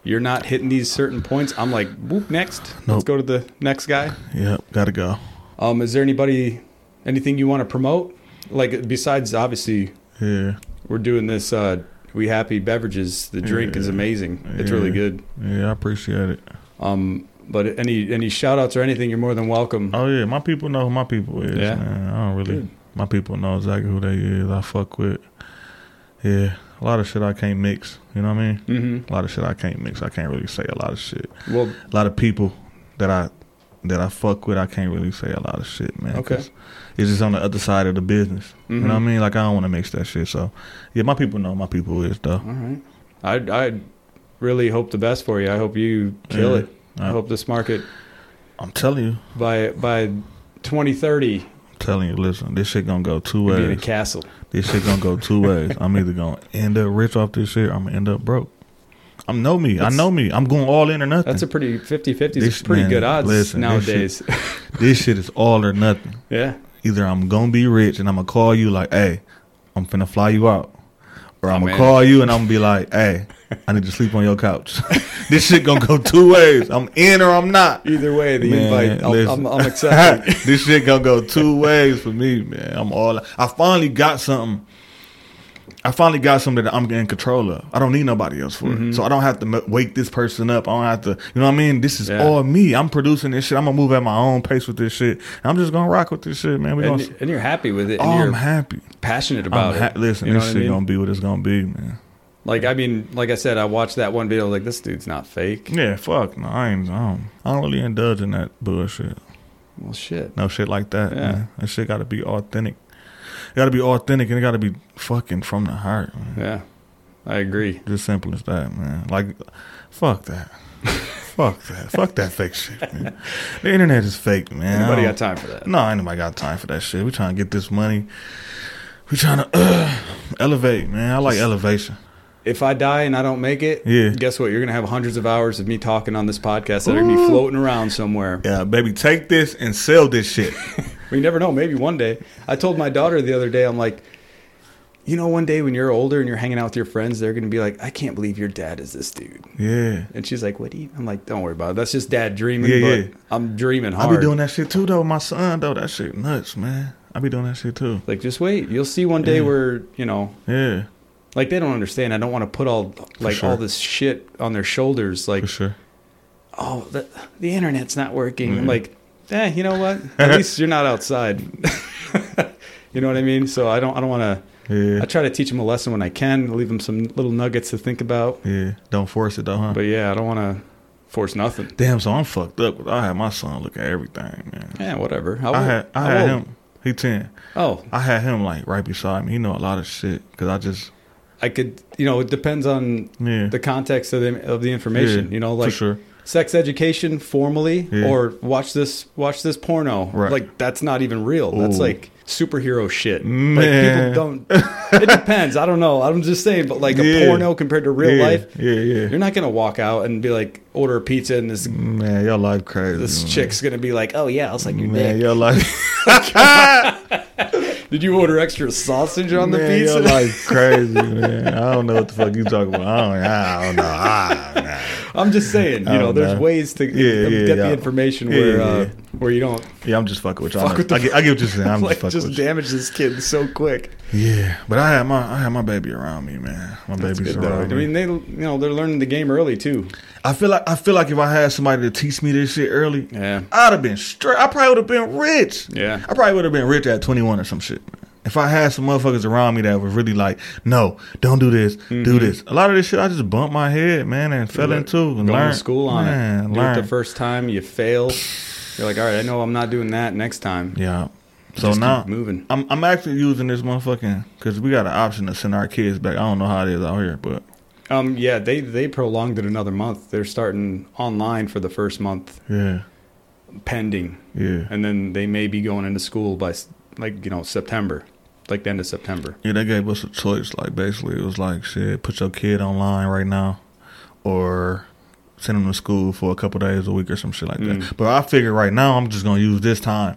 [SPEAKER 1] you're not hitting these certain points, I'm like, whoop, next. Let's
[SPEAKER 2] Nope.
[SPEAKER 1] go to the next guy.
[SPEAKER 2] Yeah, gotta go.
[SPEAKER 1] Um, is there anybody, anything you want to promote? Like besides, obviously,
[SPEAKER 2] Yeah,
[SPEAKER 1] we're doing this. Uh, we happy beverages. The drink is amazing. It's really
[SPEAKER 2] Yeah.
[SPEAKER 1] good.
[SPEAKER 2] yeah, I appreciate it.
[SPEAKER 1] Um, But any any shout outs or anything, you're more than welcome.
[SPEAKER 2] Oh yeah, my people know who my people is.
[SPEAKER 1] Yeah.
[SPEAKER 2] man. I don't really.
[SPEAKER 1] Good.
[SPEAKER 2] My people know exactly who they is. I fuck with. Yeah, a lot of shit I can't mix. You know what I mean?
[SPEAKER 1] hmm
[SPEAKER 2] A lot of shit I can't mix. I can't really say a lot of shit.
[SPEAKER 1] Well,
[SPEAKER 2] A lot of people that I that I fuck with, I can't really say a lot of shit, man.
[SPEAKER 1] Okay.
[SPEAKER 2] 'cause It's just on the other side of the business. You
[SPEAKER 1] Mhm.
[SPEAKER 2] know what I mean? Like I don't want to mix that shit. So yeah, my people know who my people is though.
[SPEAKER 1] all right. I I really hope the best for you. I hope you kill
[SPEAKER 2] Yeah.
[SPEAKER 1] it. I
[SPEAKER 2] I-
[SPEAKER 1] hope this market
[SPEAKER 2] I'm telling you,
[SPEAKER 1] by by 2030
[SPEAKER 2] I'm telling you. Listen, this shit gonna go two
[SPEAKER 1] could be in a
[SPEAKER 2] ways.
[SPEAKER 1] castle.
[SPEAKER 2] This shit gonna go two ways. I'm either gonna end up rich off this shit, or I'm gonna end up broke. I know me.
[SPEAKER 1] That's-
[SPEAKER 2] I know me. I'm going all in or nothing.
[SPEAKER 1] That's a pretty 50-50 is
[SPEAKER 2] This-
[SPEAKER 1] pretty
[SPEAKER 2] man,
[SPEAKER 1] good odds
[SPEAKER 2] listen, this
[SPEAKER 1] nowadays.
[SPEAKER 2] this shit is all or nothing.
[SPEAKER 1] yeah.
[SPEAKER 2] Either I'm gonna be rich and I'm gonna call you like, hey, I'm finna fly you out, or
[SPEAKER 1] Oh,
[SPEAKER 2] I'm
[SPEAKER 1] man.
[SPEAKER 2] gonna call you and I'm gonna be like, hey, I need to sleep on your couch. this shit gonna go two ways. I'm in or I'm not.
[SPEAKER 1] Either way, the
[SPEAKER 2] Man,
[SPEAKER 1] invite, I'll, I'm,
[SPEAKER 2] listen.
[SPEAKER 1] I'm accepting.
[SPEAKER 2] this shit gonna go two ways for me, man. I'm all. I finally got something. I finally got something that I'm in control of. I don't need nobody else for
[SPEAKER 1] Mm-hmm.
[SPEAKER 2] it, so I don't have to m- wake this person up. I don't have to. You know what I mean? This is
[SPEAKER 1] Yeah.
[SPEAKER 2] all me. I'm producing this shit. I'm gonna move at my own pace with this shit. I'm just gonna rock with this shit, man. We
[SPEAKER 1] and,
[SPEAKER 2] gonna.
[SPEAKER 1] and you're happy with it. And
[SPEAKER 2] Oh,
[SPEAKER 1] you're
[SPEAKER 2] I'm happy.
[SPEAKER 1] passionate
[SPEAKER 2] I'm
[SPEAKER 1] about
[SPEAKER 2] ha-
[SPEAKER 1] it.
[SPEAKER 2] listen,
[SPEAKER 1] You know
[SPEAKER 2] this
[SPEAKER 1] what I
[SPEAKER 2] shit
[SPEAKER 1] mean?
[SPEAKER 2] gonna be what it's gonna be, man.
[SPEAKER 1] Like I mean, like I said, I watched that one video. Like this dude's not fake.
[SPEAKER 2] Yeah, fuck. No, I ain't. I don't, I don't really indulge in that bullshit.
[SPEAKER 1] Well, shit.
[SPEAKER 2] No shit like that.
[SPEAKER 1] Yeah.
[SPEAKER 2] Man. That shit got to be authentic. It got to be authentic and it got to be fucking from the heart. Man.
[SPEAKER 1] Yeah, I agree.
[SPEAKER 2] Just simple as that, man. Like, fuck that. fuck that. Fuck that fake shit, man. The internet is fake, man.
[SPEAKER 1] Anybody
[SPEAKER 2] I
[SPEAKER 1] got
[SPEAKER 2] don't-
[SPEAKER 1] time for that?
[SPEAKER 2] No, ain't nobody got time for that shit. We trying to get this money. We trying to elevate, man. I like elevation.
[SPEAKER 1] If I die and I don't make it,
[SPEAKER 2] Yeah.
[SPEAKER 1] guess what? You're gonna have hundreds of hours of me talking on this podcast that are gonna be floating around somewhere.
[SPEAKER 2] Yeah, baby, take this and sell this shit.
[SPEAKER 1] We never know. Maybe one day. I told my daughter the other day. I'm like, you know, one day when you're older and you're hanging out with your friends, they're gonna be like, I can't believe your dad is this dude.
[SPEAKER 2] Yeah.
[SPEAKER 1] And she's like, "What do you?" I'm like, "Don't worry about it. That's just dad dreaming."
[SPEAKER 2] Yeah,
[SPEAKER 1] but
[SPEAKER 2] yeah.
[SPEAKER 1] I'm dreaming
[SPEAKER 2] I
[SPEAKER 1] hard.
[SPEAKER 2] be doing that shit too, though. My son, though, that shit nuts, man. I be doing that shit too.
[SPEAKER 1] Like, just wait. You'll see one day
[SPEAKER 2] Yeah.
[SPEAKER 1] where you know,
[SPEAKER 2] Yeah,
[SPEAKER 1] like, they don't understand. I don't want to put all like
[SPEAKER 2] sure.
[SPEAKER 1] all this shit on their shoulders. Like,
[SPEAKER 2] for sure.
[SPEAKER 1] oh, the, the internet's not working. I'm
[SPEAKER 2] Yeah.
[SPEAKER 1] like, eh, you know what? At least you're not outside. you know what I mean? So I don't. I don't want to.
[SPEAKER 2] Yeah.
[SPEAKER 1] I try to teach them a lesson when I can. Leave them some little nuggets to think about.
[SPEAKER 2] Yeah, don't force it though, huh?
[SPEAKER 1] But yeah, I don't want to force nothing.
[SPEAKER 2] Damn, so I'm fucked up. 'cause I had my son look at everything, man.
[SPEAKER 1] Yeah, Eh, whatever. How
[SPEAKER 2] I
[SPEAKER 1] old-
[SPEAKER 2] had I
[SPEAKER 1] how
[SPEAKER 2] had
[SPEAKER 1] old?
[SPEAKER 2] him. He ten.
[SPEAKER 1] Oh,
[SPEAKER 2] I had him like right beside me. He know a lot of shit because I just
[SPEAKER 1] I could. You know, it depends on
[SPEAKER 2] yeah
[SPEAKER 1] the context of the of the information.
[SPEAKER 2] Yeah,
[SPEAKER 1] you know, like
[SPEAKER 2] for sure.
[SPEAKER 1] sex education formally,
[SPEAKER 2] Yeah.
[SPEAKER 1] or watch this watch this porno.
[SPEAKER 2] Right.
[SPEAKER 1] Like that's not even real. That's
[SPEAKER 2] Ooh.
[SPEAKER 1] like superhero shit.
[SPEAKER 2] Man.
[SPEAKER 1] Like people don't. it depends. I don't know. I'm just saying, but like a
[SPEAKER 2] Yeah.
[SPEAKER 1] porno compared to real
[SPEAKER 2] yeah,
[SPEAKER 1] life,
[SPEAKER 2] Yeah, yeah.
[SPEAKER 1] you're not gonna walk out and be like order a pizza and this
[SPEAKER 2] Man, your life crazy.
[SPEAKER 1] this
[SPEAKER 2] man.
[SPEAKER 1] chick's gonna be like, oh yeah, I was like your
[SPEAKER 2] Mm. Man,
[SPEAKER 1] dick.
[SPEAKER 2] your life.
[SPEAKER 1] Did you order extra sausage on the
[SPEAKER 2] man,
[SPEAKER 1] pizza?
[SPEAKER 2] Your life crazy, man. I don't know what the fuck you talking about. I don't, I don't know. I don't know.
[SPEAKER 1] I'm just saying, you
[SPEAKER 2] I
[SPEAKER 1] know,
[SPEAKER 2] don't
[SPEAKER 1] there's
[SPEAKER 2] know.
[SPEAKER 1] ways to
[SPEAKER 2] Yeah, yeah,
[SPEAKER 1] get the
[SPEAKER 2] yeah.
[SPEAKER 1] information
[SPEAKER 2] Yeah,
[SPEAKER 1] where
[SPEAKER 2] yeah,
[SPEAKER 1] uh,
[SPEAKER 2] yeah.
[SPEAKER 1] where you don't
[SPEAKER 2] Yeah, I'm just fucking with y'all.
[SPEAKER 1] Fuck with the-
[SPEAKER 2] I, get, I get what you're saying. I'm
[SPEAKER 1] like
[SPEAKER 2] just fucking
[SPEAKER 1] just
[SPEAKER 2] with you.
[SPEAKER 1] damage this kid so quick.
[SPEAKER 2] Yeah, but I had my I had my baby around me, man. My baby's
[SPEAKER 1] Good dog.
[SPEAKER 2] around
[SPEAKER 1] I
[SPEAKER 2] me.
[SPEAKER 1] mean, they you know they're learning the game early too.
[SPEAKER 2] I feel like I feel like if I had somebody to teach me this shit early,
[SPEAKER 1] Yeah,
[SPEAKER 2] I'd have been straight. I probably would have been rich.
[SPEAKER 1] yeah.
[SPEAKER 2] I probably would have been rich at 21 or some shit. If I had some motherfuckers around me that was really like, no, don't do this,
[SPEAKER 1] Mm-hmm.
[SPEAKER 2] do this. A lot of this shit, I just bumped my head, man, and fell into and
[SPEAKER 1] Going
[SPEAKER 2] learned.
[SPEAKER 1] to school on
[SPEAKER 2] man,
[SPEAKER 1] it. Do
[SPEAKER 2] Learned.
[SPEAKER 1] it the first time you fail. You're like, all right, I know I'm not doing that next time.
[SPEAKER 2] yeah. So
[SPEAKER 1] Just
[SPEAKER 2] now
[SPEAKER 1] keep moving.
[SPEAKER 2] I'm I'm actually using this motherfucking because we got an option to send our kids back. I don't know how it is out here, but
[SPEAKER 1] Um, yeah, they they prolonged it another month. They're starting online for the first month,
[SPEAKER 2] yeah,
[SPEAKER 1] pending,
[SPEAKER 2] yeah.
[SPEAKER 1] and then they may be going into school by s- like you know September, like the end of September.
[SPEAKER 2] Yeah, they gave us a choice. Like basically, it was like, shit, put your kid online right now, or send them to school for a couple days a week or some shit like that.
[SPEAKER 1] Mm.
[SPEAKER 2] But I figured right now I'm just gonna use this time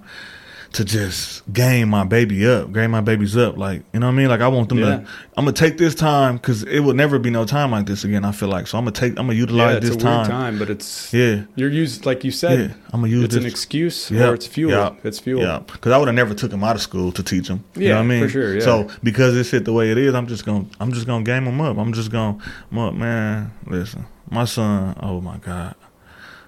[SPEAKER 2] to just game my baby up, game my babies up. Like you know what I mean? Like I want them
[SPEAKER 1] Yeah.
[SPEAKER 2] to. I'm gonna take this time because it will never be no time like this again. I feel like so. I'm gonna take. I'm gonna utilize
[SPEAKER 1] yeah, it's
[SPEAKER 2] this
[SPEAKER 1] a
[SPEAKER 2] time.
[SPEAKER 1] weird time, but it's
[SPEAKER 2] Yeah,
[SPEAKER 1] you're used like you
[SPEAKER 2] yeah.
[SPEAKER 1] said.
[SPEAKER 2] I'm gonna use
[SPEAKER 1] It's
[SPEAKER 2] this.
[SPEAKER 1] an excuse
[SPEAKER 2] Yeah,
[SPEAKER 1] or it's fuel.
[SPEAKER 2] yeah,
[SPEAKER 1] It's fuel.
[SPEAKER 2] Yeah, because I would have never took him out of school to teach him. You
[SPEAKER 1] Yeah,
[SPEAKER 2] know what I mean?
[SPEAKER 1] for sure, yeah.
[SPEAKER 2] So because this shit the way it is, I'm just gonna I'm just gonna game him up. I'm just gonna, i man, listen, my son. Oh my god,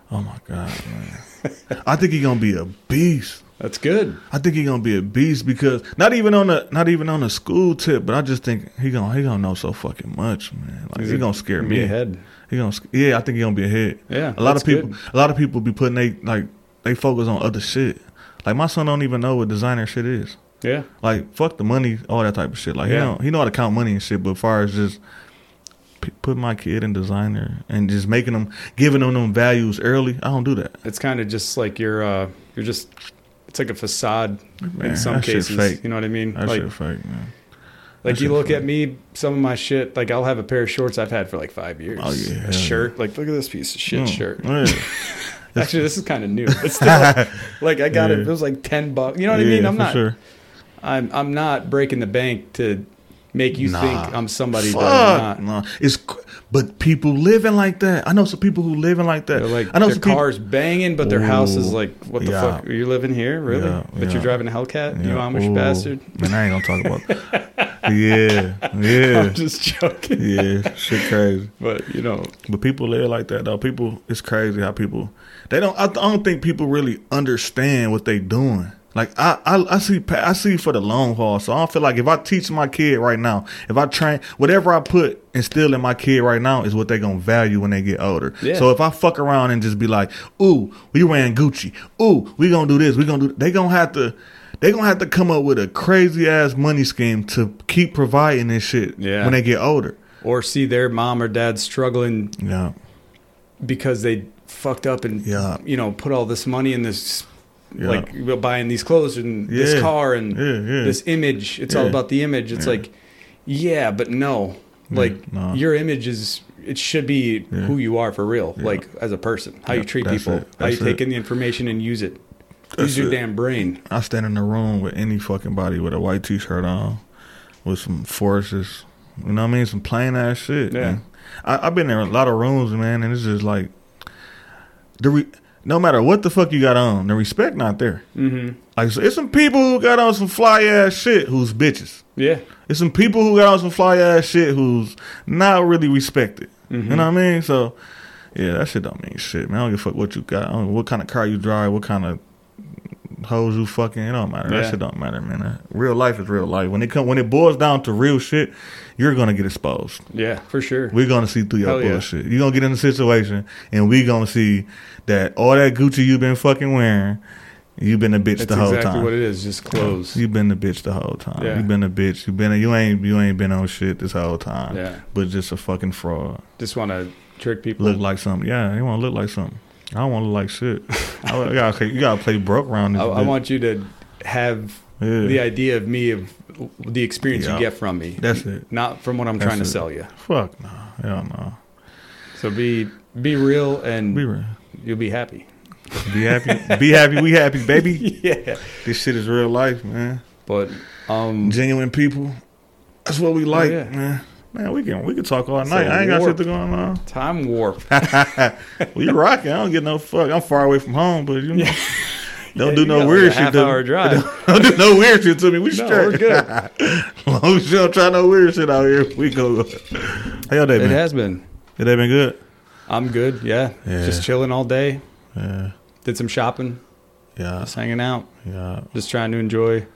[SPEAKER 2] Oh my god, man! I think he's gonna be a beast.
[SPEAKER 1] That's good.
[SPEAKER 2] I think he's gonna be a beast because not even on the not even on the school tip, but I just think he gonna he gonna know so fucking much, man. Like he gonna scare
[SPEAKER 1] Be
[SPEAKER 2] me.
[SPEAKER 1] ahead.
[SPEAKER 2] He gonna sc- yeah, I think he gonna be a hit.
[SPEAKER 1] Yeah,
[SPEAKER 2] a lot
[SPEAKER 1] that's
[SPEAKER 2] of people a lot of people be putting they like they focus on other shit. Like my son don't even know what designer shit is.
[SPEAKER 1] Yeah.
[SPEAKER 2] Like fuck the money, all that type of shit. Like
[SPEAKER 1] Yeah.
[SPEAKER 2] he don't, he know how to count money and shit, but as far as just p- put my kid in designer and just making them giving them them values early, I don't do that.
[SPEAKER 1] It's kind of just like you're uh you're just it's like a facade in
[SPEAKER 2] Man,
[SPEAKER 1] some
[SPEAKER 2] that shit
[SPEAKER 1] cases.
[SPEAKER 2] fake.
[SPEAKER 1] You know what I mean?
[SPEAKER 2] That
[SPEAKER 1] like
[SPEAKER 2] shit fake, man.
[SPEAKER 1] like
[SPEAKER 2] that
[SPEAKER 1] you
[SPEAKER 2] shit
[SPEAKER 1] look
[SPEAKER 2] fake.
[SPEAKER 1] at me, some of my shit, like I'll have a pair of shorts I've had for like five years.
[SPEAKER 2] Oh, yeah, hell
[SPEAKER 1] A
[SPEAKER 2] yeah.
[SPEAKER 1] shirt. Like look at this piece of shit
[SPEAKER 2] Mm,
[SPEAKER 1] shirt.
[SPEAKER 2] yeah.
[SPEAKER 1] Actually this is kinda new. But still like I got it it
[SPEAKER 2] Yeah.
[SPEAKER 1] was like ten bucks. You know what I
[SPEAKER 2] Yeah,
[SPEAKER 1] mean? I'm
[SPEAKER 2] for
[SPEAKER 1] not
[SPEAKER 2] sure.
[SPEAKER 1] I'm I'm not breaking the bank to make you think
[SPEAKER 2] Nah.
[SPEAKER 1] I'm somebody
[SPEAKER 2] Fuck.
[SPEAKER 1] that I'm not.
[SPEAKER 2] Nah. It's cr- but people living like that. I know some people who living like that.
[SPEAKER 1] They're like
[SPEAKER 2] I know
[SPEAKER 1] their
[SPEAKER 2] some people-
[SPEAKER 1] cars banging, but their house is
[SPEAKER 2] Ooh,
[SPEAKER 1] like, what the
[SPEAKER 2] yeah.
[SPEAKER 1] fuck? Are you living here, really?
[SPEAKER 2] Yeah,
[SPEAKER 1] but
[SPEAKER 2] yeah.
[SPEAKER 1] you're driving a Hellcat, you
[SPEAKER 2] Yeah.
[SPEAKER 1] Amish
[SPEAKER 2] Ooh.
[SPEAKER 1] bastard.
[SPEAKER 2] Man, I ain't gonna talk about. yeah, yeah,
[SPEAKER 1] I'm just joking,
[SPEAKER 2] yeah. Shit, crazy.
[SPEAKER 1] but you know,
[SPEAKER 2] But people live like that though. People, it's crazy how people they don't. I, don't think people really understand what they doing. Like I, I, I see, pa- I see for the long haul. So I don't feel like if I teach my kid right now, if I train whatever I put instill in my kid right now is what they gonna value when they get older.
[SPEAKER 1] Yeah.
[SPEAKER 2] So if I fuck around and just be like, "Ooh, we ran Gucci. Ooh, we gonna do this. We gonna do." They gonna have to. They gonna have to come up with a crazy ass money scheme to keep providing this shit
[SPEAKER 1] Yeah.
[SPEAKER 2] when they get older.
[SPEAKER 1] or see their mom or dad struggling
[SPEAKER 2] Yeah,
[SPEAKER 1] because they fucked up and
[SPEAKER 2] Yeah.
[SPEAKER 1] you know put all this money in this.
[SPEAKER 2] Yeah.
[SPEAKER 1] Like buying these clothes and this
[SPEAKER 2] Yeah.
[SPEAKER 1] car and
[SPEAKER 2] Yeah, yeah.
[SPEAKER 1] this image. It's all
[SPEAKER 2] Yeah.
[SPEAKER 1] about the image. It's
[SPEAKER 2] Yeah.
[SPEAKER 1] like, yeah, but no. Like
[SPEAKER 2] nah.
[SPEAKER 1] your image is it should be
[SPEAKER 2] Yeah.
[SPEAKER 1] who you are for real,
[SPEAKER 2] Yeah.
[SPEAKER 1] like as a person, how you
[SPEAKER 2] Yeah,
[SPEAKER 1] treat
[SPEAKER 2] that's
[SPEAKER 1] people,
[SPEAKER 2] it.
[SPEAKER 1] how you
[SPEAKER 2] That's
[SPEAKER 1] take
[SPEAKER 2] it.
[SPEAKER 1] in the information and use it. use
[SPEAKER 2] That's
[SPEAKER 1] your
[SPEAKER 2] it.
[SPEAKER 1] damn brain.
[SPEAKER 2] I stand in the room with any fucking body with a white t-shirt on, with some forces. You know what I mean? Some plain ass shit.
[SPEAKER 1] Yeah.
[SPEAKER 2] man. I, I've been in a lot of rooms, man, and it's just like the re- no matter what the fuck you got on, the respect not there.
[SPEAKER 1] Mm-hmm.
[SPEAKER 2] Like so it's some people who got on some fly ass shit who's bitches.
[SPEAKER 1] Yeah.
[SPEAKER 2] It's some people who got on some fly ass shit who's not really respected.
[SPEAKER 1] Mm-hmm.
[SPEAKER 2] You know what I mean? So yeah, that shit don't mean shit, man. I don't give a fuck what you got. I don't what kind of car you drive, what kind of hoes you fucking, it don't matter.
[SPEAKER 1] Yeah.
[SPEAKER 2] That shit don't matter, man. That- Real life is real life. When it come when it boils down to real shit, you're gonna get exposed.
[SPEAKER 1] Yeah, for sure.
[SPEAKER 2] We're gonna see through your
[SPEAKER 1] Hell yeah.
[SPEAKER 2] bullshit. You're gonna get in a situation and we gonna see that all that Gucci you've been fucking wearing, you've been a bitch
[SPEAKER 1] That's
[SPEAKER 2] the whole
[SPEAKER 1] exactly
[SPEAKER 2] time.
[SPEAKER 1] what it is. Just clothes.
[SPEAKER 2] You've been the bitch the whole time.
[SPEAKER 1] Yeah.
[SPEAKER 2] You've been a bitch. You've been a, you ain't you ain't been on shit this whole time.
[SPEAKER 1] Yeah.
[SPEAKER 2] But just a fucking fraud.
[SPEAKER 1] Just want to trick people.
[SPEAKER 2] Look like something. Yeah, you want to look like something. I don't want to look like shit. I, I gotta, you gotta play broke round.
[SPEAKER 1] I,
[SPEAKER 2] This
[SPEAKER 1] I
[SPEAKER 2] bitch.
[SPEAKER 1] want you to have
[SPEAKER 2] Yeah.
[SPEAKER 1] the idea of me of the experience
[SPEAKER 2] Yeah.
[SPEAKER 1] you get from me,
[SPEAKER 2] That's it.
[SPEAKER 1] not from what I'm
[SPEAKER 2] That's
[SPEAKER 1] trying to
[SPEAKER 2] it.
[SPEAKER 1] sell you.
[SPEAKER 2] Fuck no. Hell no.
[SPEAKER 1] So be be real, and
[SPEAKER 2] Be real.
[SPEAKER 1] you'll be happy.
[SPEAKER 2] Be happy. Be happy. We happy, baby.
[SPEAKER 1] yeah.
[SPEAKER 2] This shit is real life, man.
[SPEAKER 1] But um,
[SPEAKER 2] Genuine people. That's what we like,
[SPEAKER 1] Oh, yeah.
[SPEAKER 2] man. Man, we can we can talk all
[SPEAKER 1] It's
[SPEAKER 2] night.
[SPEAKER 1] a
[SPEAKER 2] I ain't got
[SPEAKER 1] warp.
[SPEAKER 2] shit to go on.
[SPEAKER 1] time warp.
[SPEAKER 2] We rocking. I don't get no fuck. I'm far away from home, but you know, don't
[SPEAKER 1] Yeah, you
[SPEAKER 2] do
[SPEAKER 1] got
[SPEAKER 2] no
[SPEAKER 1] like
[SPEAKER 2] weird
[SPEAKER 1] a
[SPEAKER 2] shit.
[SPEAKER 1] half
[SPEAKER 2] to-
[SPEAKER 1] hour drive.
[SPEAKER 2] Don't do no weird shit to me.
[SPEAKER 1] No,
[SPEAKER 2] We straight.
[SPEAKER 1] we're good.
[SPEAKER 2] long as you don't try no weird shit out here, we go. How y'all day
[SPEAKER 1] It
[SPEAKER 2] been?
[SPEAKER 1] has been.
[SPEAKER 2] It ain't been good.
[SPEAKER 1] I'm good. Yeah.
[SPEAKER 2] Yeah.
[SPEAKER 1] Just chilling all day.
[SPEAKER 2] Yeah,
[SPEAKER 1] Did some shopping.
[SPEAKER 2] yeah,
[SPEAKER 1] Just hanging out.
[SPEAKER 2] yeah.
[SPEAKER 1] Just trying to enjoy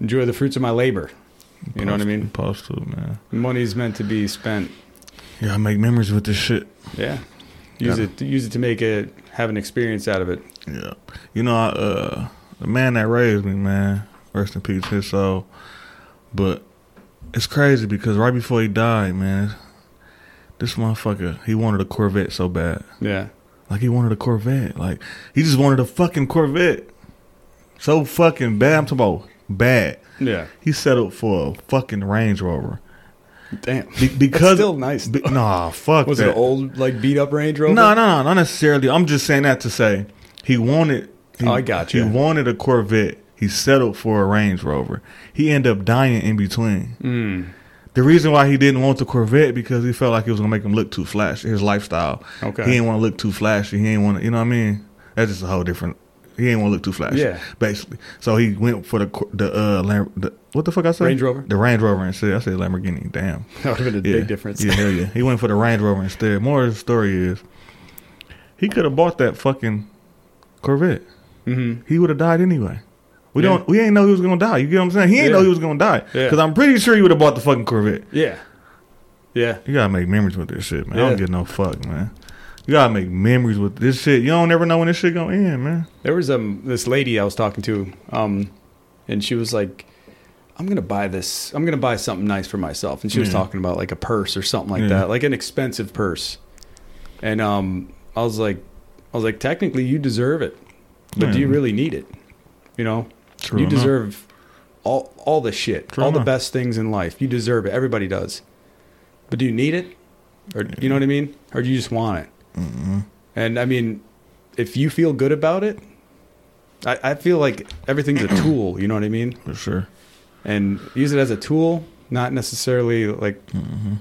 [SPEAKER 1] enjoy the fruits of my labor. You know what I mean?
[SPEAKER 2] Supposed to, man.
[SPEAKER 1] Money's meant to be spent.
[SPEAKER 2] Yeah, I make memories with this shit.
[SPEAKER 1] Yeah. Use
[SPEAKER 2] Yeah.
[SPEAKER 1] it. Use it to make it have an experience out of it.
[SPEAKER 2] Yeah, you know, I, uh, the man that raised me, man, rest in peace, his soul. But it's crazy because right before he died, man, this motherfucker he wanted a Corvette so bad.
[SPEAKER 1] Yeah.
[SPEAKER 2] Like he wanted a Corvette. Like he just wanted a fucking Corvette. So fucking bad. I'm talking about bad.
[SPEAKER 1] Yeah.
[SPEAKER 2] He settled for a fucking Range Rover
[SPEAKER 1] Damn.
[SPEAKER 2] Be- because
[SPEAKER 1] still nice,
[SPEAKER 2] Be- nah, fuck.
[SPEAKER 1] Was
[SPEAKER 2] that.
[SPEAKER 1] it an old like beat up Range Rover?
[SPEAKER 2] No, no, no, not necessarily. I'm just saying that to say he wanted. He,
[SPEAKER 1] Oh, I got you.
[SPEAKER 2] He wanted a Corvette. He settled for a Range Rover. He ended up dying in between.
[SPEAKER 1] Hmm.
[SPEAKER 2] The reason why he didn't want the Corvette because he felt like it was gonna make him look too flashy. His lifestyle.
[SPEAKER 1] Okay.
[SPEAKER 2] He didn't want to look too flashy. He didn't want to. You know what I mean? That's just a whole different. He didn't want to look too flashy.
[SPEAKER 1] Yeah.
[SPEAKER 2] Basically, so he went for the Cor- the uh Lam- the, what the fuck I said
[SPEAKER 1] Range Rover?
[SPEAKER 2] the Range Rover instead. I said Lamborghini. Damn.
[SPEAKER 1] That would have been a big difference.
[SPEAKER 2] Yeah, hell yeah. He went for the Range Rover instead. More of the story is He could have bought that fucking Corvette.
[SPEAKER 1] Mm-hmm.
[SPEAKER 2] He would have died anyway. We
[SPEAKER 1] Yeah.
[SPEAKER 2] don't. We ain't know he was gonna die. You get what I'm saying? He ain't
[SPEAKER 1] Yeah.
[SPEAKER 2] know he was gonna die.
[SPEAKER 1] Yeah.
[SPEAKER 2] Because I'm pretty sure he would have bought the fucking Corvette.
[SPEAKER 1] Yeah. Yeah.
[SPEAKER 2] You gotta make memories with this shit, man. I
[SPEAKER 1] Yeah.
[SPEAKER 2] don't get no fuck, man. You gotta make memories with this shit. You don't never know when this shit gonna end, man.
[SPEAKER 1] There was um this lady I was talking to, um, and she was like, "I'm gonna buy this. I'm gonna buy something nice for myself." And she was
[SPEAKER 2] Yeah.
[SPEAKER 1] talking about like a purse or something like
[SPEAKER 2] Hmm. Yeah.
[SPEAKER 1] that, like an expensive purse. And um, I was like, I was like, technically you deserve it, but do you
[SPEAKER 2] Yeah.
[SPEAKER 1] really need it? You know,
[SPEAKER 2] Hmm. True
[SPEAKER 1] you
[SPEAKER 2] enough.
[SPEAKER 1] deserve all all the shit,
[SPEAKER 2] True
[SPEAKER 1] all the
[SPEAKER 2] enough.
[SPEAKER 1] best things in life. You deserve it. Everybody does. But do you need it? Or you know what I mean? Or do you just want it?
[SPEAKER 2] Mm-hmm.
[SPEAKER 1] And I mean, if you feel good about it, I, I feel like everything's a tool. You know what I mean?
[SPEAKER 2] for sure.
[SPEAKER 1] And use it as a tool, not necessarily like
[SPEAKER 2] Mm-hmm.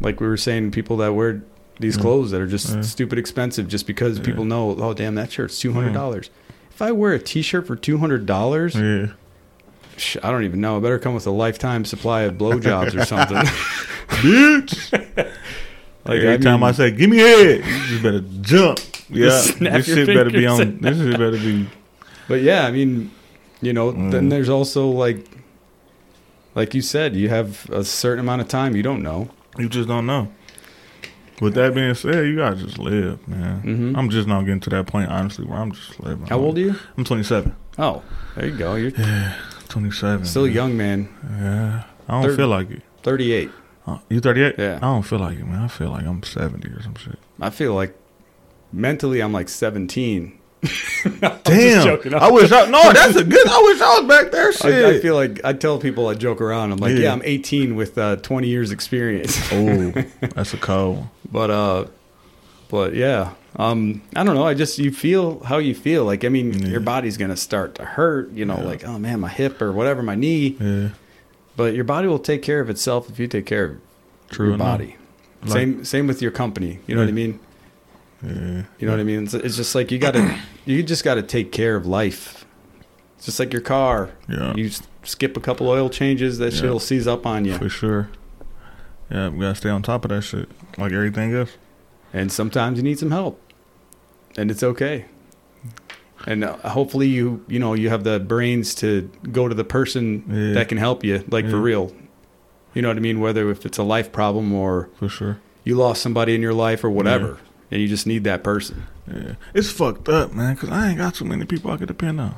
[SPEAKER 1] like we were saying, people that wear these clothes that are just
[SPEAKER 2] Mm. Yeah.
[SPEAKER 1] stupid expensive just because people know, oh damn, that shirt's two hundred dollars. If I wear a T-shirt for two hundred dollars,
[SPEAKER 2] Yeah.
[SPEAKER 1] Sh- I don't even know. It better come with a lifetime supply of blowjobs or something.
[SPEAKER 2] Bitch.
[SPEAKER 1] Like,
[SPEAKER 2] Every
[SPEAKER 1] I
[SPEAKER 2] time
[SPEAKER 1] mean-
[SPEAKER 2] I say, "Give me head," you just better jump. Yeah.
[SPEAKER 1] snap
[SPEAKER 2] This
[SPEAKER 1] your
[SPEAKER 2] shit better be
[SPEAKER 1] fingers.
[SPEAKER 2] on. This shit better be.
[SPEAKER 1] but yeah, I mean, you know, then
[SPEAKER 2] Mm.
[SPEAKER 1] there's also like, like you said, you have a certain amount of time. You don't know.
[SPEAKER 2] You just don't know. With that being said, you gotta just live, man.
[SPEAKER 1] Mhm.
[SPEAKER 2] I'm just now getting to that point, honestly, where I'm just living.
[SPEAKER 1] How old are you?
[SPEAKER 2] I'm 27.
[SPEAKER 1] Oh, there you go. You're
[SPEAKER 2] 27.
[SPEAKER 1] still
[SPEAKER 2] man.
[SPEAKER 1] young, man.
[SPEAKER 2] Yeah. I don't
[SPEAKER 1] Thirty.
[SPEAKER 2] feel like it.
[SPEAKER 1] Thirty-eight.
[SPEAKER 2] Uh, you 38?
[SPEAKER 1] Yeah.
[SPEAKER 2] I don't feel like it, man. I feel like I'm 70 or some shit.
[SPEAKER 1] I feel like mentally, I'm like seventeen.
[SPEAKER 2] Damn.
[SPEAKER 1] joking.
[SPEAKER 2] I wish I no. That's a good. I wish I was back there. Shit.
[SPEAKER 1] I, I feel like I tell people I joke around. I'm like, yeah,
[SPEAKER 2] Yeah.
[SPEAKER 1] I'm 18 with uh, 20 years experience.
[SPEAKER 2] oh, that's a cold. one.
[SPEAKER 1] but uh but yeah um i don't know i just you feel how you feel like i mean
[SPEAKER 2] Yeah.
[SPEAKER 1] your body's gonna start to hurt you know like oh man my hip or whatever my knee
[SPEAKER 2] Yeah.
[SPEAKER 1] but your body will take care of itself if you take care of
[SPEAKER 2] True
[SPEAKER 1] your
[SPEAKER 2] enough.
[SPEAKER 1] body
[SPEAKER 2] Like-
[SPEAKER 1] same same with your company you know what i
[SPEAKER 2] Yeah.
[SPEAKER 1] mean
[SPEAKER 2] Yeah.
[SPEAKER 1] you know what i mean it's, it's just like you gotta you just gotta take care of life it's just like your car
[SPEAKER 2] Yeah.
[SPEAKER 1] you s- skip a couple oil changes that
[SPEAKER 2] Yeah.
[SPEAKER 1] shit'll seize up on you
[SPEAKER 2] For sure. Yeah, we gotta stay on top of that shit, like everything else.
[SPEAKER 1] and sometimes you need some help and it's okay and uh, hopefully you you know you have the brains to go to the person
[SPEAKER 2] Yeah.
[SPEAKER 1] that can help you like for
[SPEAKER 2] Yeah.
[SPEAKER 1] real you know what i mean whether if it's a life problem or
[SPEAKER 2] For sure.
[SPEAKER 1] you lost somebody in your life or whatever and you just need that person
[SPEAKER 2] Yeah, it's fucked up, man. Cause I ain't got too many people I could depend on.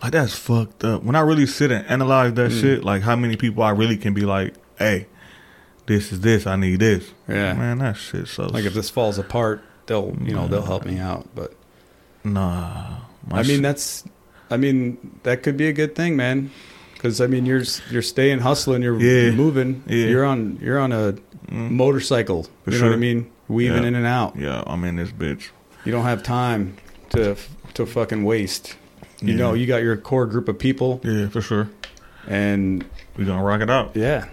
[SPEAKER 2] Like that's fucked up. When I really sit and analyze that shit, like how many people I really can be like, hey, this is this. I need this.
[SPEAKER 1] Yeah.
[SPEAKER 2] man, that shit so
[SPEAKER 1] like if this falls apart they'll you know they'll help me out but
[SPEAKER 2] nah. My
[SPEAKER 1] i mean
[SPEAKER 2] shit-
[SPEAKER 1] that's i mean that could be a good thing man because i mean you're s- you're staying hustling you're
[SPEAKER 2] Yeah.
[SPEAKER 1] moving
[SPEAKER 2] Yeah. Mm.
[SPEAKER 1] you're on you're on a motorcycle
[SPEAKER 2] For
[SPEAKER 1] you know what i
[SPEAKER 2] sure.
[SPEAKER 1] mean weaving
[SPEAKER 2] Yeah.
[SPEAKER 1] in and out
[SPEAKER 2] yeah, I'm in this bitch.
[SPEAKER 1] You don't have time to to fucking waste. You
[SPEAKER 2] Yeah.
[SPEAKER 1] know, you got your core group of people,
[SPEAKER 2] Yeah, for sure.
[SPEAKER 1] and
[SPEAKER 2] We gonna rock it out.
[SPEAKER 1] yeah,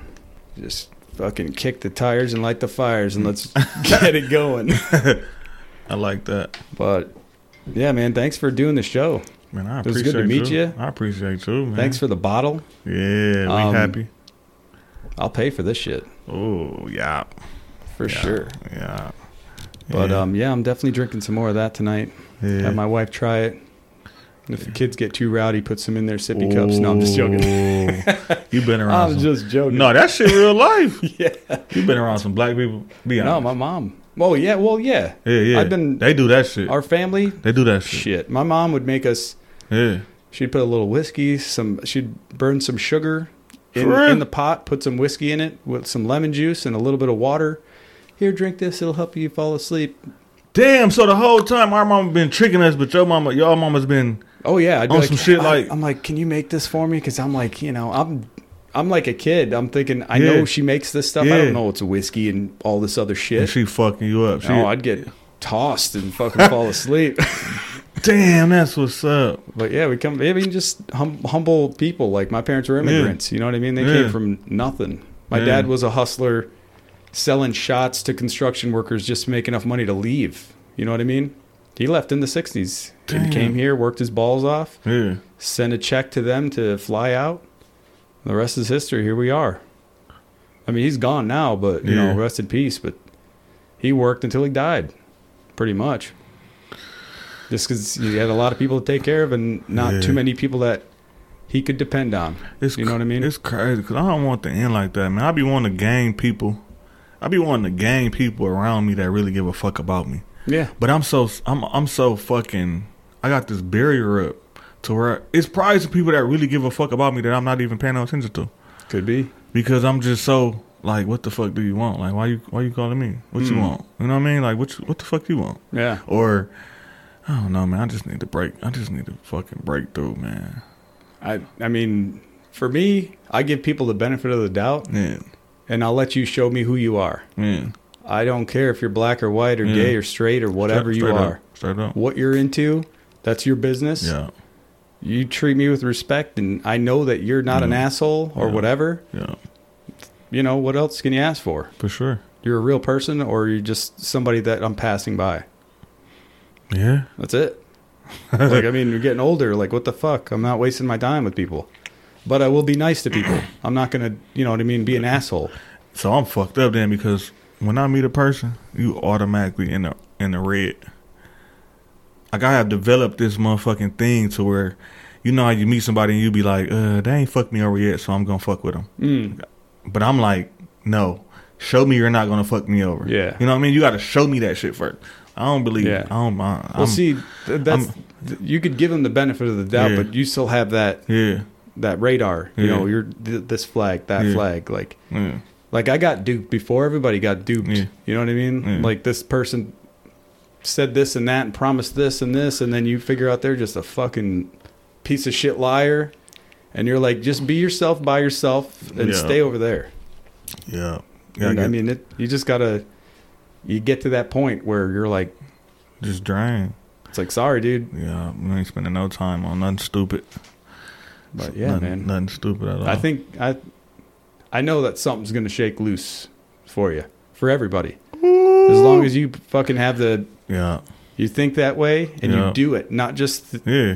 [SPEAKER 1] just fucking kick the tires and light the fires, and let's get it going.
[SPEAKER 2] I like that,
[SPEAKER 1] But yeah, man, thanks for doing the show.
[SPEAKER 2] man. I
[SPEAKER 1] It was
[SPEAKER 2] appreciate
[SPEAKER 1] good to meet
[SPEAKER 2] you.
[SPEAKER 1] ya.
[SPEAKER 2] I appreciate you, man.
[SPEAKER 1] Thanks for the bottle.
[SPEAKER 2] Yeah, we
[SPEAKER 1] Um,
[SPEAKER 2] happy.
[SPEAKER 1] I'll pay for this shit
[SPEAKER 2] Oh yeah,
[SPEAKER 1] for
[SPEAKER 2] yeah,
[SPEAKER 1] sure.
[SPEAKER 2] Yeah,
[SPEAKER 1] But
[SPEAKER 2] yeah.
[SPEAKER 1] um, yeah, I'm definitely drinking some more of that tonight.
[SPEAKER 2] yeah.
[SPEAKER 1] Have my wife try it. And if the kids get too rowdy, put some in their sippy cups. No, I'm just joking.
[SPEAKER 2] Ooh. you been around.
[SPEAKER 1] I'm
[SPEAKER 2] some-
[SPEAKER 1] just joking.
[SPEAKER 2] no, that shit real life.
[SPEAKER 1] yeah.
[SPEAKER 2] you been around some black people. Be
[SPEAKER 1] No,
[SPEAKER 2] honest.
[SPEAKER 1] my mom. Oh yeah. Well, yeah.
[SPEAKER 2] yeah, yeah.
[SPEAKER 1] I've been-
[SPEAKER 2] They do that shit.
[SPEAKER 1] Our family,
[SPEAKER 2] they do that shit.
[SPEAKER 1] shit. My mom would make us.
[SPEAKER 2] Yeah.
[SPEAKER 1] She'd put a little whiskey. Some. She'd burn some sugar in,
[SPEAKER 2] For real?
[SPEAKER 1] in the pot. Put some whiskey in it with some lemon juice and a little bit of water. Here, drink this. It'll help you fall asleep.
[SPEAKER 2] Damn. So the whole time our mama been tricking us, but your mama, your mama's been.
[SPEAKER 1] Oh yeah, I'd be
[SPEAKER 2] On
[SPEAKER 1] like,
[SPEAKER 2] some shit
[SPEAKER 1] I-
[SPEAKER 2] like-
[SPEAKER 1] I'm like, can you make this for me? Because I'm like, you know, I'm. I'm like a kid. I'm thinking. I know
[SPEAKER 2] Yeah.
[SPEAKER 1] she makes this stuff. I
[SPEAKER 2] Yeah.
[SPEAKER 1] don't know it's whiskey and all this other shit.
[SPEAKER 2] She fucking you up. She,
[SPEAKER 1] no, I'd get tossed and fucking fall asleep.
[SPEAKER 2] damn, that's what's up.
[SPEAKER 1] But yeah, we come. I mean, just hum, humble people. Like my parents were immigrants. You know what I mean? They
[SPEAKER 2] Yeah.
[SPEAKER 1] came from nothing. My
[SPEAKER 2] Yeah.
[SPEAKER 1] dad was a hustler, selling shots to construction workers just to make enough money to leave. You know what I mean? He left in the '60s.
[SPEAKER 2] Damn.
[SPEAKER 1] He came here, worked his balls off,
[SPEAKER 2] Yeah.
[SPEAKER 1] sent a check to them to fly out. The rest is history. Here we are. I mean, he's gone now, but you
[SPEAKER 2] Yeah.
[SPEAKER 1] know, rest in peace. But he worked until he died. pretty much. Just because he had a lot of people to take care of and not
[SPEAKER 2] Yeah.
[SPEAKER 1] too many people that he could depend on.
[SPEAKER 2] It's
[SPEAKER 1] You know what I mean?
[SPEAKER 2] It's crazy because I don't want the end like that, man. I be wanting to gang people. I be wanting to gang people around me that really give a fuck about me.
[SPEAKER 1] Yeah.
[SPEAKER 2] But I'm so I'm I'm so fucking. I got this barrier up to where it's probably some people that really give a fuck about me that I'm not even paying no attention to
[SPEAKER 1] Could be.
[SPEAKER 2] because I'm just so like, what the fuck do you want? Like, why you why you calling me? What you
[SPEAKER 1] Mm.
[SPEAKER 2] want? You know what I mean? Like, what you, what the fuck you want?
[SPEAKER 1] Yeah.
[SPEAKER 2] Or I don't know, man. I just need to break. I just need to fucking break through, man.
[SPEAKER 1] I I mean, for me, I give people the benefit of the doubt
[SPEAKER 2] Yeah,
[SPEAKER 1] and I'll let you show me who you are.
[SPEAKER 2] yeah.
[SPEAKER 1] I don't care if you're black or white or
[SPEAKER 2] Yeah.
[SPEAKER 1] gay or straight or whatever you
[SPEAKER 2] Straight up.
[SPEAKER 1] are.
[SPEAKER 2] Straight up.
[SPEAKER 1] What you're into, that's your business.
[SPEAKER 2] Yeah,
[SPEAKER 1] You treat me with respect and I know that you're not an
[SPEAKER 2] Yeah.
[SPEAKER 1] asshole or
[SPEAKER 2] Yeah.
[SPEAKER 1] whatever.
[SPEAKER 2] yeah,
[SPEAKER 1] You know, what else can you ask for?
[SPEAKER 2] for sure.
[SPEAKER 1] You're a real person or you're just somebody that I'm passing by.
[SPEAKER 2] Yeah,
[SPEAKER 1] That's it. like I mean, you're getting older. Like what the fuck? I'm not wasting my time with people. But I will be nice to people. I'm not gonna, you know what I mean, be an asshole.
[SPEAKER 2] So I'm fucked up then because when I meet a person, you automatically in the in the red. Like I have developed this motherfucking thing to where, you know how you meet somebody and you be like, uh, they ain't fucked me over yet, so I'm gonna fuck with them.
[SPEAKER 1] Mm.
[SPEAKER 2] But I'm like, no, show me you're not gonna fuck me over.
[SPEAKER 1] Yeah.
[SPEAKER 2] you know what I mean. You got to show me that shit first. I don't believe.
[SPEAKER 1] Yeah.
[SPEAKER 2] It. I don't. I,
[SPEAKER 1] Well,
[SPEAKER 2] Um, I'm,
[SPEAKER 1] see, th- that's th- you could give them the benefit of the doubt,
[SPEAKER 2] Yeah.
[SPEAKER 1] but you still have that
[SPEAKER 2] Yeah,
[SPEAKER 1] that radar. You
[SPEAKER 2] Yeah.
[SPEAKER 1] know, you're th- this flag, that
[SPEAKER 2] Yeah.
[SPEAKER 1] flag. Like
[SPEAKER 2] yeah,
[SPEAKER 1] like I got duped before everybody got duped.
[SPEAKER 2] Yeah.
[SPEAKER 1] You know what I mean?
[SPEAKER 2] Yeah.
[SPEAKER 1] Like this person said this and that and promised this and this, and then you figure out they're just a fucking piece of shit liar, and you're like, just be yourself by yourself and
[SPEAKER 2] Yeah.
[SPEAKER 1] stay over there.
[SPEAKER 2] yeah.
[SPEAKER 1] I,
[SPEAKER 2] yeah
[SPEAKER 1] mean,
[SPEAKER 2] I
[SPEAKER 1] I
[SPEAKER 2] got-
[SPEAKER 1] mean, it, you just gotta you get to that point where you're like,
[SPEAKER 2] just drain.
[SPEAKER 1] it's like, sorry, dude,
[SPEAKER 2] Yeah, we ain't spending no time on nothing stupid.
[SPEAKER 1] but yeah,
[SPEAKER 2] nothing,
[SPEAKER 1] man.
[SPEAKER 2] nothing stupid at all.
[SPEAKER 1] I think I I know that something's gonna shake loose for you, for everybody, as long as you fucking have the
[SPEAKER 2] Yeah,
[SPEAKER 1] You think that way and
[SPEAKER 2] Yeah.
[SPEAKER 1] you do it, not just, th-
[SPEAKER 2] yeah.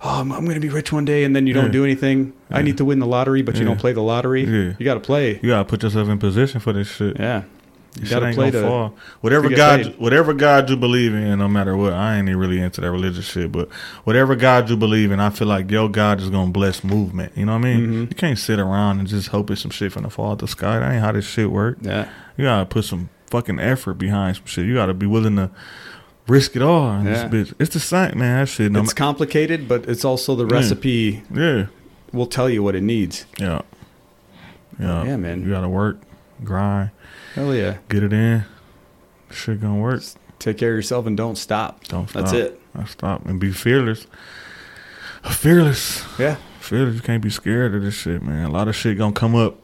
[SPEAKER 1] oh, I'm, I'm going to be rich one day and then you don't
[SPEAKER 2] Yeah.
[SPEAKER 1] do anything. I
[SPEAKER 2] Yeah.
[SPEAKER 1] need to win the lottery, but you
[SPEAKER 2] Yeah.
[SPEAKER 1] don't play the lottery.
[SPEAKER 2] Yeah.
[SPEAKER 1] You got to play.
[SPEAKER 2] You gotta put yourself in position for this shit.
[SPEAKER 1] Yeah.
[SPEAKER 2] This
[SPEAKER 1] gotta
[SPEAKER 2] shit ain't
[SPEAKER 1] play
[SPEAKER 2] gonna
[SPEAKER 1] to-
[SPEAKER 2] fall. Whatever
[SPEAKER 1] get
[SPEAKER 2] God,
[SPEAKER 1] paid.
[SPEAKER 2] whatever God you believe in, no matter what, I ain't really into that religious shit. But whatever God you believe in, I feel like your God is gonna bless movement. You know what I mean?
[SPEAKER 1] Mhm.
[SPEAKER 2] You can't sit around and just hoping some shit finna fall out the sky. That ain't how this shit work.
[SPEAKER 1] Yeah.
[SPEAKER 2] You gotta put some fucking effort behind some shit. You gotta be willing to risk it all. in
[SPEAKER 1] Yeah.
[SPEAKER 2] This bitch. It's the same man. That shit. No, Mm.
[SPEAKER 1] It's complicated, but it's also the recipe
[SPEAKER 2] ma- yeah,
[SPEAKER 1] will tell you what it needs.
[SPEAKER 2] yeah, yeah,
[SPEAKER 1] Yeah, man.
[SPEAKER 2] You gotta work, grind,
[SPEAKER 1] Hell yeah.
[SPEAKER 2] get it in. Shit gonna work.
[SPEAKER 1] Take care of yourself and don't stop.
[SPEAKER 2] Don't stop.
[SPEAKER 1] That's it.
[SPEAKER 2] I stop and be fearless. Fearless.
[SPEAKER 1] Yeah.
[SPEAKER 2] Fearless. You can't be scared of this shit, man. A lot of shit gonna come up.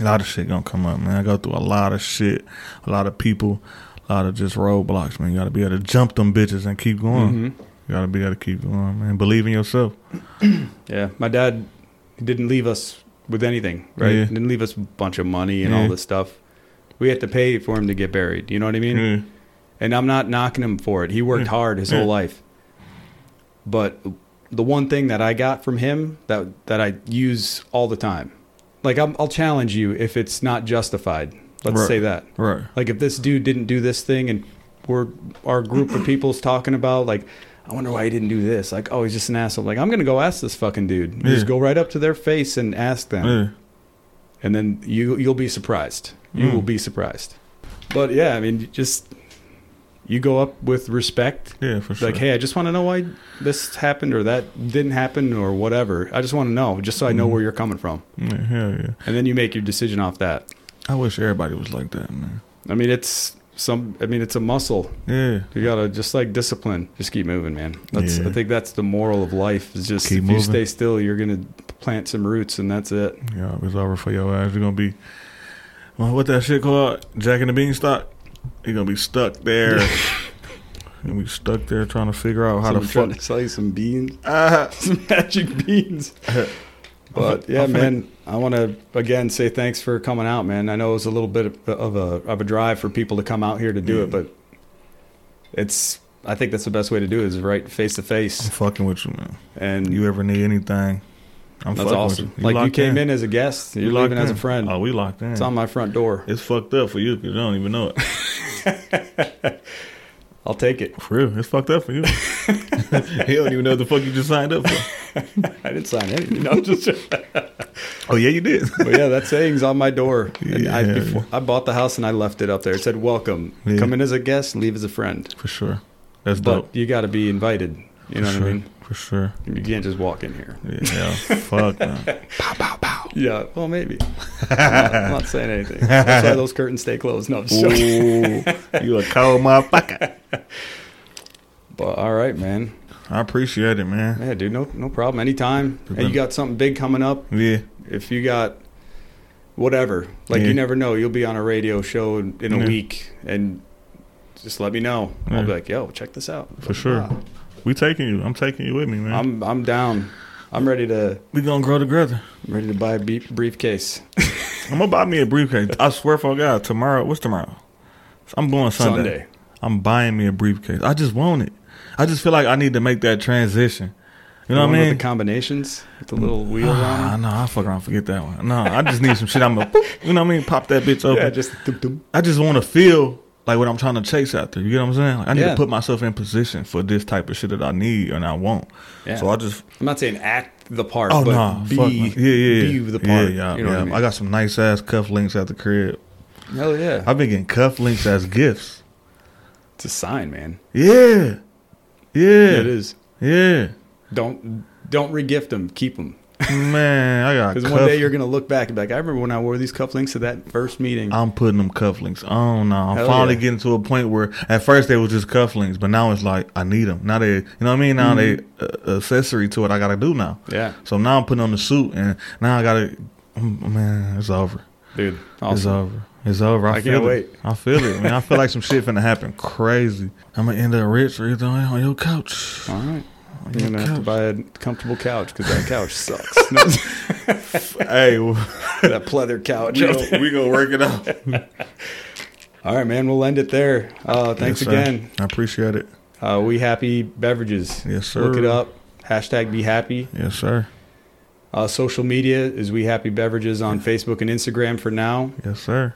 [SPEAKER 2] A lot of shit gonna come up, man. I go through a lot of shit, a lot of people, a lot of just roadblocks, man. You gotta be able to jump them bitches and keep going.
[SPEAKER 1] Mhm.
[SPEAKER 2] You gotta be able to keep going, man. Believe in yourself.
[SPEAKER 1] Yeah. My dad didn't leave us with anything, right?
[SPEAKER 2] Yeah.
[SPEAKER 1] Didn't leave us a bunch of money and all
[SPEAKER 2] Yeah.
[SPEAKER 1] this stuff. We had to pay for him to get buried. You know what I mean?
[SPEAKER 2] Yeah.
[SPEAKER 1] And I'm not knocking him for it. He worked
[SPEAKER 2] Yeah.
[SPEAKER 1] hard his
[SPEAKER 2] Yeah.
[SPEAKER 1] whole life. But the one thing that I got from him that that I use all the time, like I'm, I'll challenge you if it's not justified. Let's
[SPEAKER 2] Right.
[SPEAKER 1] say that.
[SPEAKER 2] Right.
[SPEAKER 1] Like if this dude didn't do this thing, and we're our group of people's talking about like, I wonder why he didn't do this. Like, oh, he's just an asshole. Like I'm gonna go ask this fucking dude. You Just
[SPEAKER 2] Yeah.
[SPEAKER 1] go right up to their face and ask them
[SPEAKER 2] Yeah.
[SPEAKER 1] and then you you'll be surprised. You
[SPEAKER 2] Mm.
[SPEAKER 1] will be surprised. But yeah, I mean, you just you go up with respect.
[SPEAKER 2] Yeah, for sure.
[SPEAKER 1] Like, hey, I just want to know why this happened or that didn't happen or whatever. I just want to know, just so I know
[SPEAKER 2] Hmm.
[SPEAKER 1] where you're coming from,
[SPEAKER 2] yeah, hell yeah.
[SPEAKER 1] and then you make your decision off that.
[SPEAKER 2] I wish everybody was like that, man.
[SPEAKER 1] I mean, it's some. I mean, it's a muscle.
[SPEAKER 2] Yeah.
[SPEAKER 1] You gotta just like discipline. Just keep moving, man. That's.
[SPEAKER 2] Yeah.
[SPEAKER 1] I think that's the moral of life. Is just
[SPEAKER 2] Keep
[SPEAKER 1] if you
[SPEAKER 2] moving.
[SPEAKER 1] stay still, you're gonna plant some roots, and that's it.
[SPEAKER 2] Yeah, it's over for your ass. You're gonna be well, what that shit called? Jack and the Beanstalk. You're gonna be stuck there. You're gonna be stuck there trying to figure out how
[SPEAKER 1] So
[SPEAKER 2] to
[SPEAKER 1] I'm trying
[SPEAKER 2] fuck.
[SPEAKER 1] to sell you some beans.
[SPEAKER 2] Ah,
[SPEAKER 1] some magic beans. But yeah,
[SPEAKER 2] I'm finna-
[SPEAKER 1] man, I want to again say thanks for coming out, man. I know it was a little bit of, of a of a drive for people to come out here to do
[SPEAKER 2] Mm.
[SPEAKER 1] it, but it's I think that's the best way to do it is right face to
[SPEAKER 2] I'm
[SPEAKER 1] face,
[SPEAKER 2] fucking with you, man.
[SPEAKER 1] and
[SPEAKER 2] You ever need anything? I'm
[SPEAKER 1] that's
[SPEAKER 2] fucking
[SPEAKER 1] awesome.
[SPEAKER 2] with you.
[SPEAKER 1] like you
[SPEAKER 2] locked
[SPEAKER 1] came in. as a guest,
[SPEAKER 2] You
[SPEAKER 1] you're
[SPEAKER 2] locked
[SPEAKER 1] leaving as a
[SPEAKER 2] in.
[SPEAKER 1] friend.
[SPEAKER 2] Oh, we locked in.
[SPEAKER 1] It's on my front door.
[SPEAKER 2] It's fucked up for you because you don't even know it.
[SPEAKER 1] I'll take it.
[SPEAKER 2] For real, it's fucked up for you. he don't even know what the fuck you just signed up for.
[SPEAKER 1] I didn't sign anything. No, I'm just.
[SPEAKER 2] Oh yeah, you did.
[SPEAKER 1] But yeah, that saying's on my door. And I,
[SPEAKER 2] Yeah.
[SPEAKER 1] before, I bought the house and I left it up there. It said, "Welcome.
[SPEAKER 2] Yeah.
[SPEAKER 1] Come in as a guest, leave as a friend."
[SPEAKER 2] for sure. That's
[SPEAKER 1] But
[SPEAKER 2] dope.
[SPEAKER 1] you got to be invited. You know what
[SPEAKER 2] for sure.
[SPEAKER 1] I mean?
[SPEAKER 2] For sure.
[SPEAKER 1] You can't just walk in here.
[SPEAKER 2] Yeah. fuck. Man. Pow pow pow.
[SPEAKER 1] Yeah. Well, maybe. I'm not, I'm not saying anything. That's why those curtains stay closed. No. I'm just joking.
[SPEAKER 2] Ooh, you a cold motherfucker.
[SPEAKER 1] But all right, man.
[SPEAKER 2] I appreciate it, man.
[SPEAKER 1] Yeah, dude. No, no problem. Anytime. Hey, you got something big coming up?
[SPEAKER 2] Yeah.
[SPEAKER 1] If you got whatever, like
[SPEAKER 2] Yeah.
[SPEAKER 1] you never know, you'll be on a radio show in, in a
[SPEAKER 2] Yeah.
[SPEAKER 1] week, and just let me know. I'll be
[SPEAKER 2] Yeah.
[SPEAKER 1] like, yo, check this out.
[SPEAKER 2] For sure. We taking you. I'm taking you with me, man.
[SPEAKER 1] I'm I'm down. I'm ready to
[SPEAKER 2] we gonna grow together.
[SPEAKER 1] I'm ready to buy a be- briefcase.
[SPEAKER 2] I'm gonna buy me a briefcase. I swear for God, tomorrow. What's tomorrow? I'm going Sunday.
[SPEAKER 1] Sunday.
[SPEAKER 2] I'm buying me a briefcase. I just want it. I just feel like I need to make that transition. You know
[SPEAKER 1] The
[SPEAKER 2] what
[SPEAKER 1] one
[SPEAKER 2] I
[SPEAKER 1] With
[SPEAKER 2] mean?
[SPEAKER 1] the combinations, with the little wheel
[SPEAKER 2] Ah,
[SPEAKER 1] on.
[SPEAKER 2] no, I fuck around, forget that one. No, I just need some shit. I'm gonna, boop, you know what I mean? Pop that
[SPEAKER 1] it.
[SPEAKER 2] bitch open.
[SPEAKER 1] Yeah, just doop, doop.
[SPEAKER 2] I just want to feel like what I'm trying to chase after. You get what I'm saying? Like I need
[SPEAKER 1] Yeah.
[SPEAKER 2] to put myself in position for this type of shit that I need and I want.
[SPEAKER 1] Yeah.
[SPEAKER 2] So I just
[SPEAKER 1] I'm not saying act the part,
[SPEAKER 2] oh
[SPEAKER 1] but
[SPEAKER 2] no, nah,
[SPEAKER 1] be,
[SPEAKER 2] fuck, man. yeah, yeah,
[SPEAKER 1] be
[SPEAKER 2] yeah.
[SPEAKER 1] the part.
[SPEAKER 2] Yeah, yeah,
[SPEAKER 1] you know what
[SPEAKER 2] yeah. I,
[SPEAKER 1] I mean?
[SPEAKER 2] got some nice ass cufflinks at the crib.
[SPEAKER 1] Hell yeah.
[SPEAKER 2] I've been getting cufflinks as gifts.
[SPEAKER 1] it's a sign, man.
[SPEAKER 2] Yeah,
[SPEAKER 1] Yeah, it
[SPEAKER 2] yeah,
[SPEAKER 1] is.
[SPEAKER 2] yeah.
[SPEAKER 1] Don't don't regift them. Keep them.
[SPEAKER 2] Man, I got
[SPEAKER 1] Because
[SPEAKER 2] cuff-
[SPEAKER 1] one day you're gonna look back and be like, I remember when I wore these cufflinks to that first meeting.
[SPEAKER 2] I'm putting them cufflinks on now. I'm
[SPEAKER 1] Hell
[SPEAKER 2] finally
[SPEAKER 1] yeah.
[SPEAKER 2] getting to a point where at first they was just cufflinks, but now it's like I need them. Now they, you know what I mean? Now they uh, accessory to it. I gotta do now.
[SPEAKER 1] Mm-hmm. yeah,
[SPEAKER 2] So now I'm putting on the suit, and now I gotta. mm, Man, it's over.
[SPEAKER 1] dude.
[SPEAKER 2] It's uh,
[SPEAKER 1] Awesome.
[SPEAKER 2] over. It's over. I,
[SPEAKER 1] I
[SPEAKER 2] feel
[SPEAKER 1] can't
[SPEAKER 2] it.
[SPEAKER 1] wait.
[SPEAKER 2] I feel it. Man, I feel like some shit finna happen. Crazy. I'm gonna end up rich or anything on your couch.
[SPEAKER 1] All right.
[SPEAKER 2] On
[SPEAKER 1] You're
[SPEAKER 2] your
[SPEAKER 1] gonna have to
[SPEAKER 2] couch.
[SPEAKER 1] buy a comfortable couch because that couch sucks. No,
[SPEAKER 2] Hey, we
[SPEAKER 1] that pleather couch.
[SPEAKER 2] gonna, we gonna work it out.
[SPEAKER 1] All right, man. We'll end it there. Uh, thanks
[SPEAKER 2] Yes, sir.
[SPEAKER 1] again.
[SPEAKER 2] I appreciate it.
[SPEAKER 1] Uh, we happy beverages.
[SPEAKER 2] Yes, sir.
[SPEAKER 1] Look it up. Hashtag be happy.
[SPEAKER 2] Yes, sir.
[SPEAKER 1] Uh, social media is we happy beverages on Facebook and Instagram for now.
[SPEAKER 2] Yes, sir.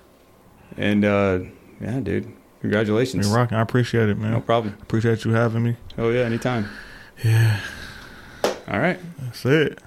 [SPEAKER 1] And uh, yeah, dude, congratulations.
[SPEAKER 2] You're rocking. I appreciate it, man.
[SPEAKER 1] No problem.
[SPEAKER 2] Appreciate you having me.
[SPEAKER 1] Oh yeah, anytime.
[SPEAKER 2] Yeah,
[SPEAKER 1] All right.
[SPEAKER 2] that's it.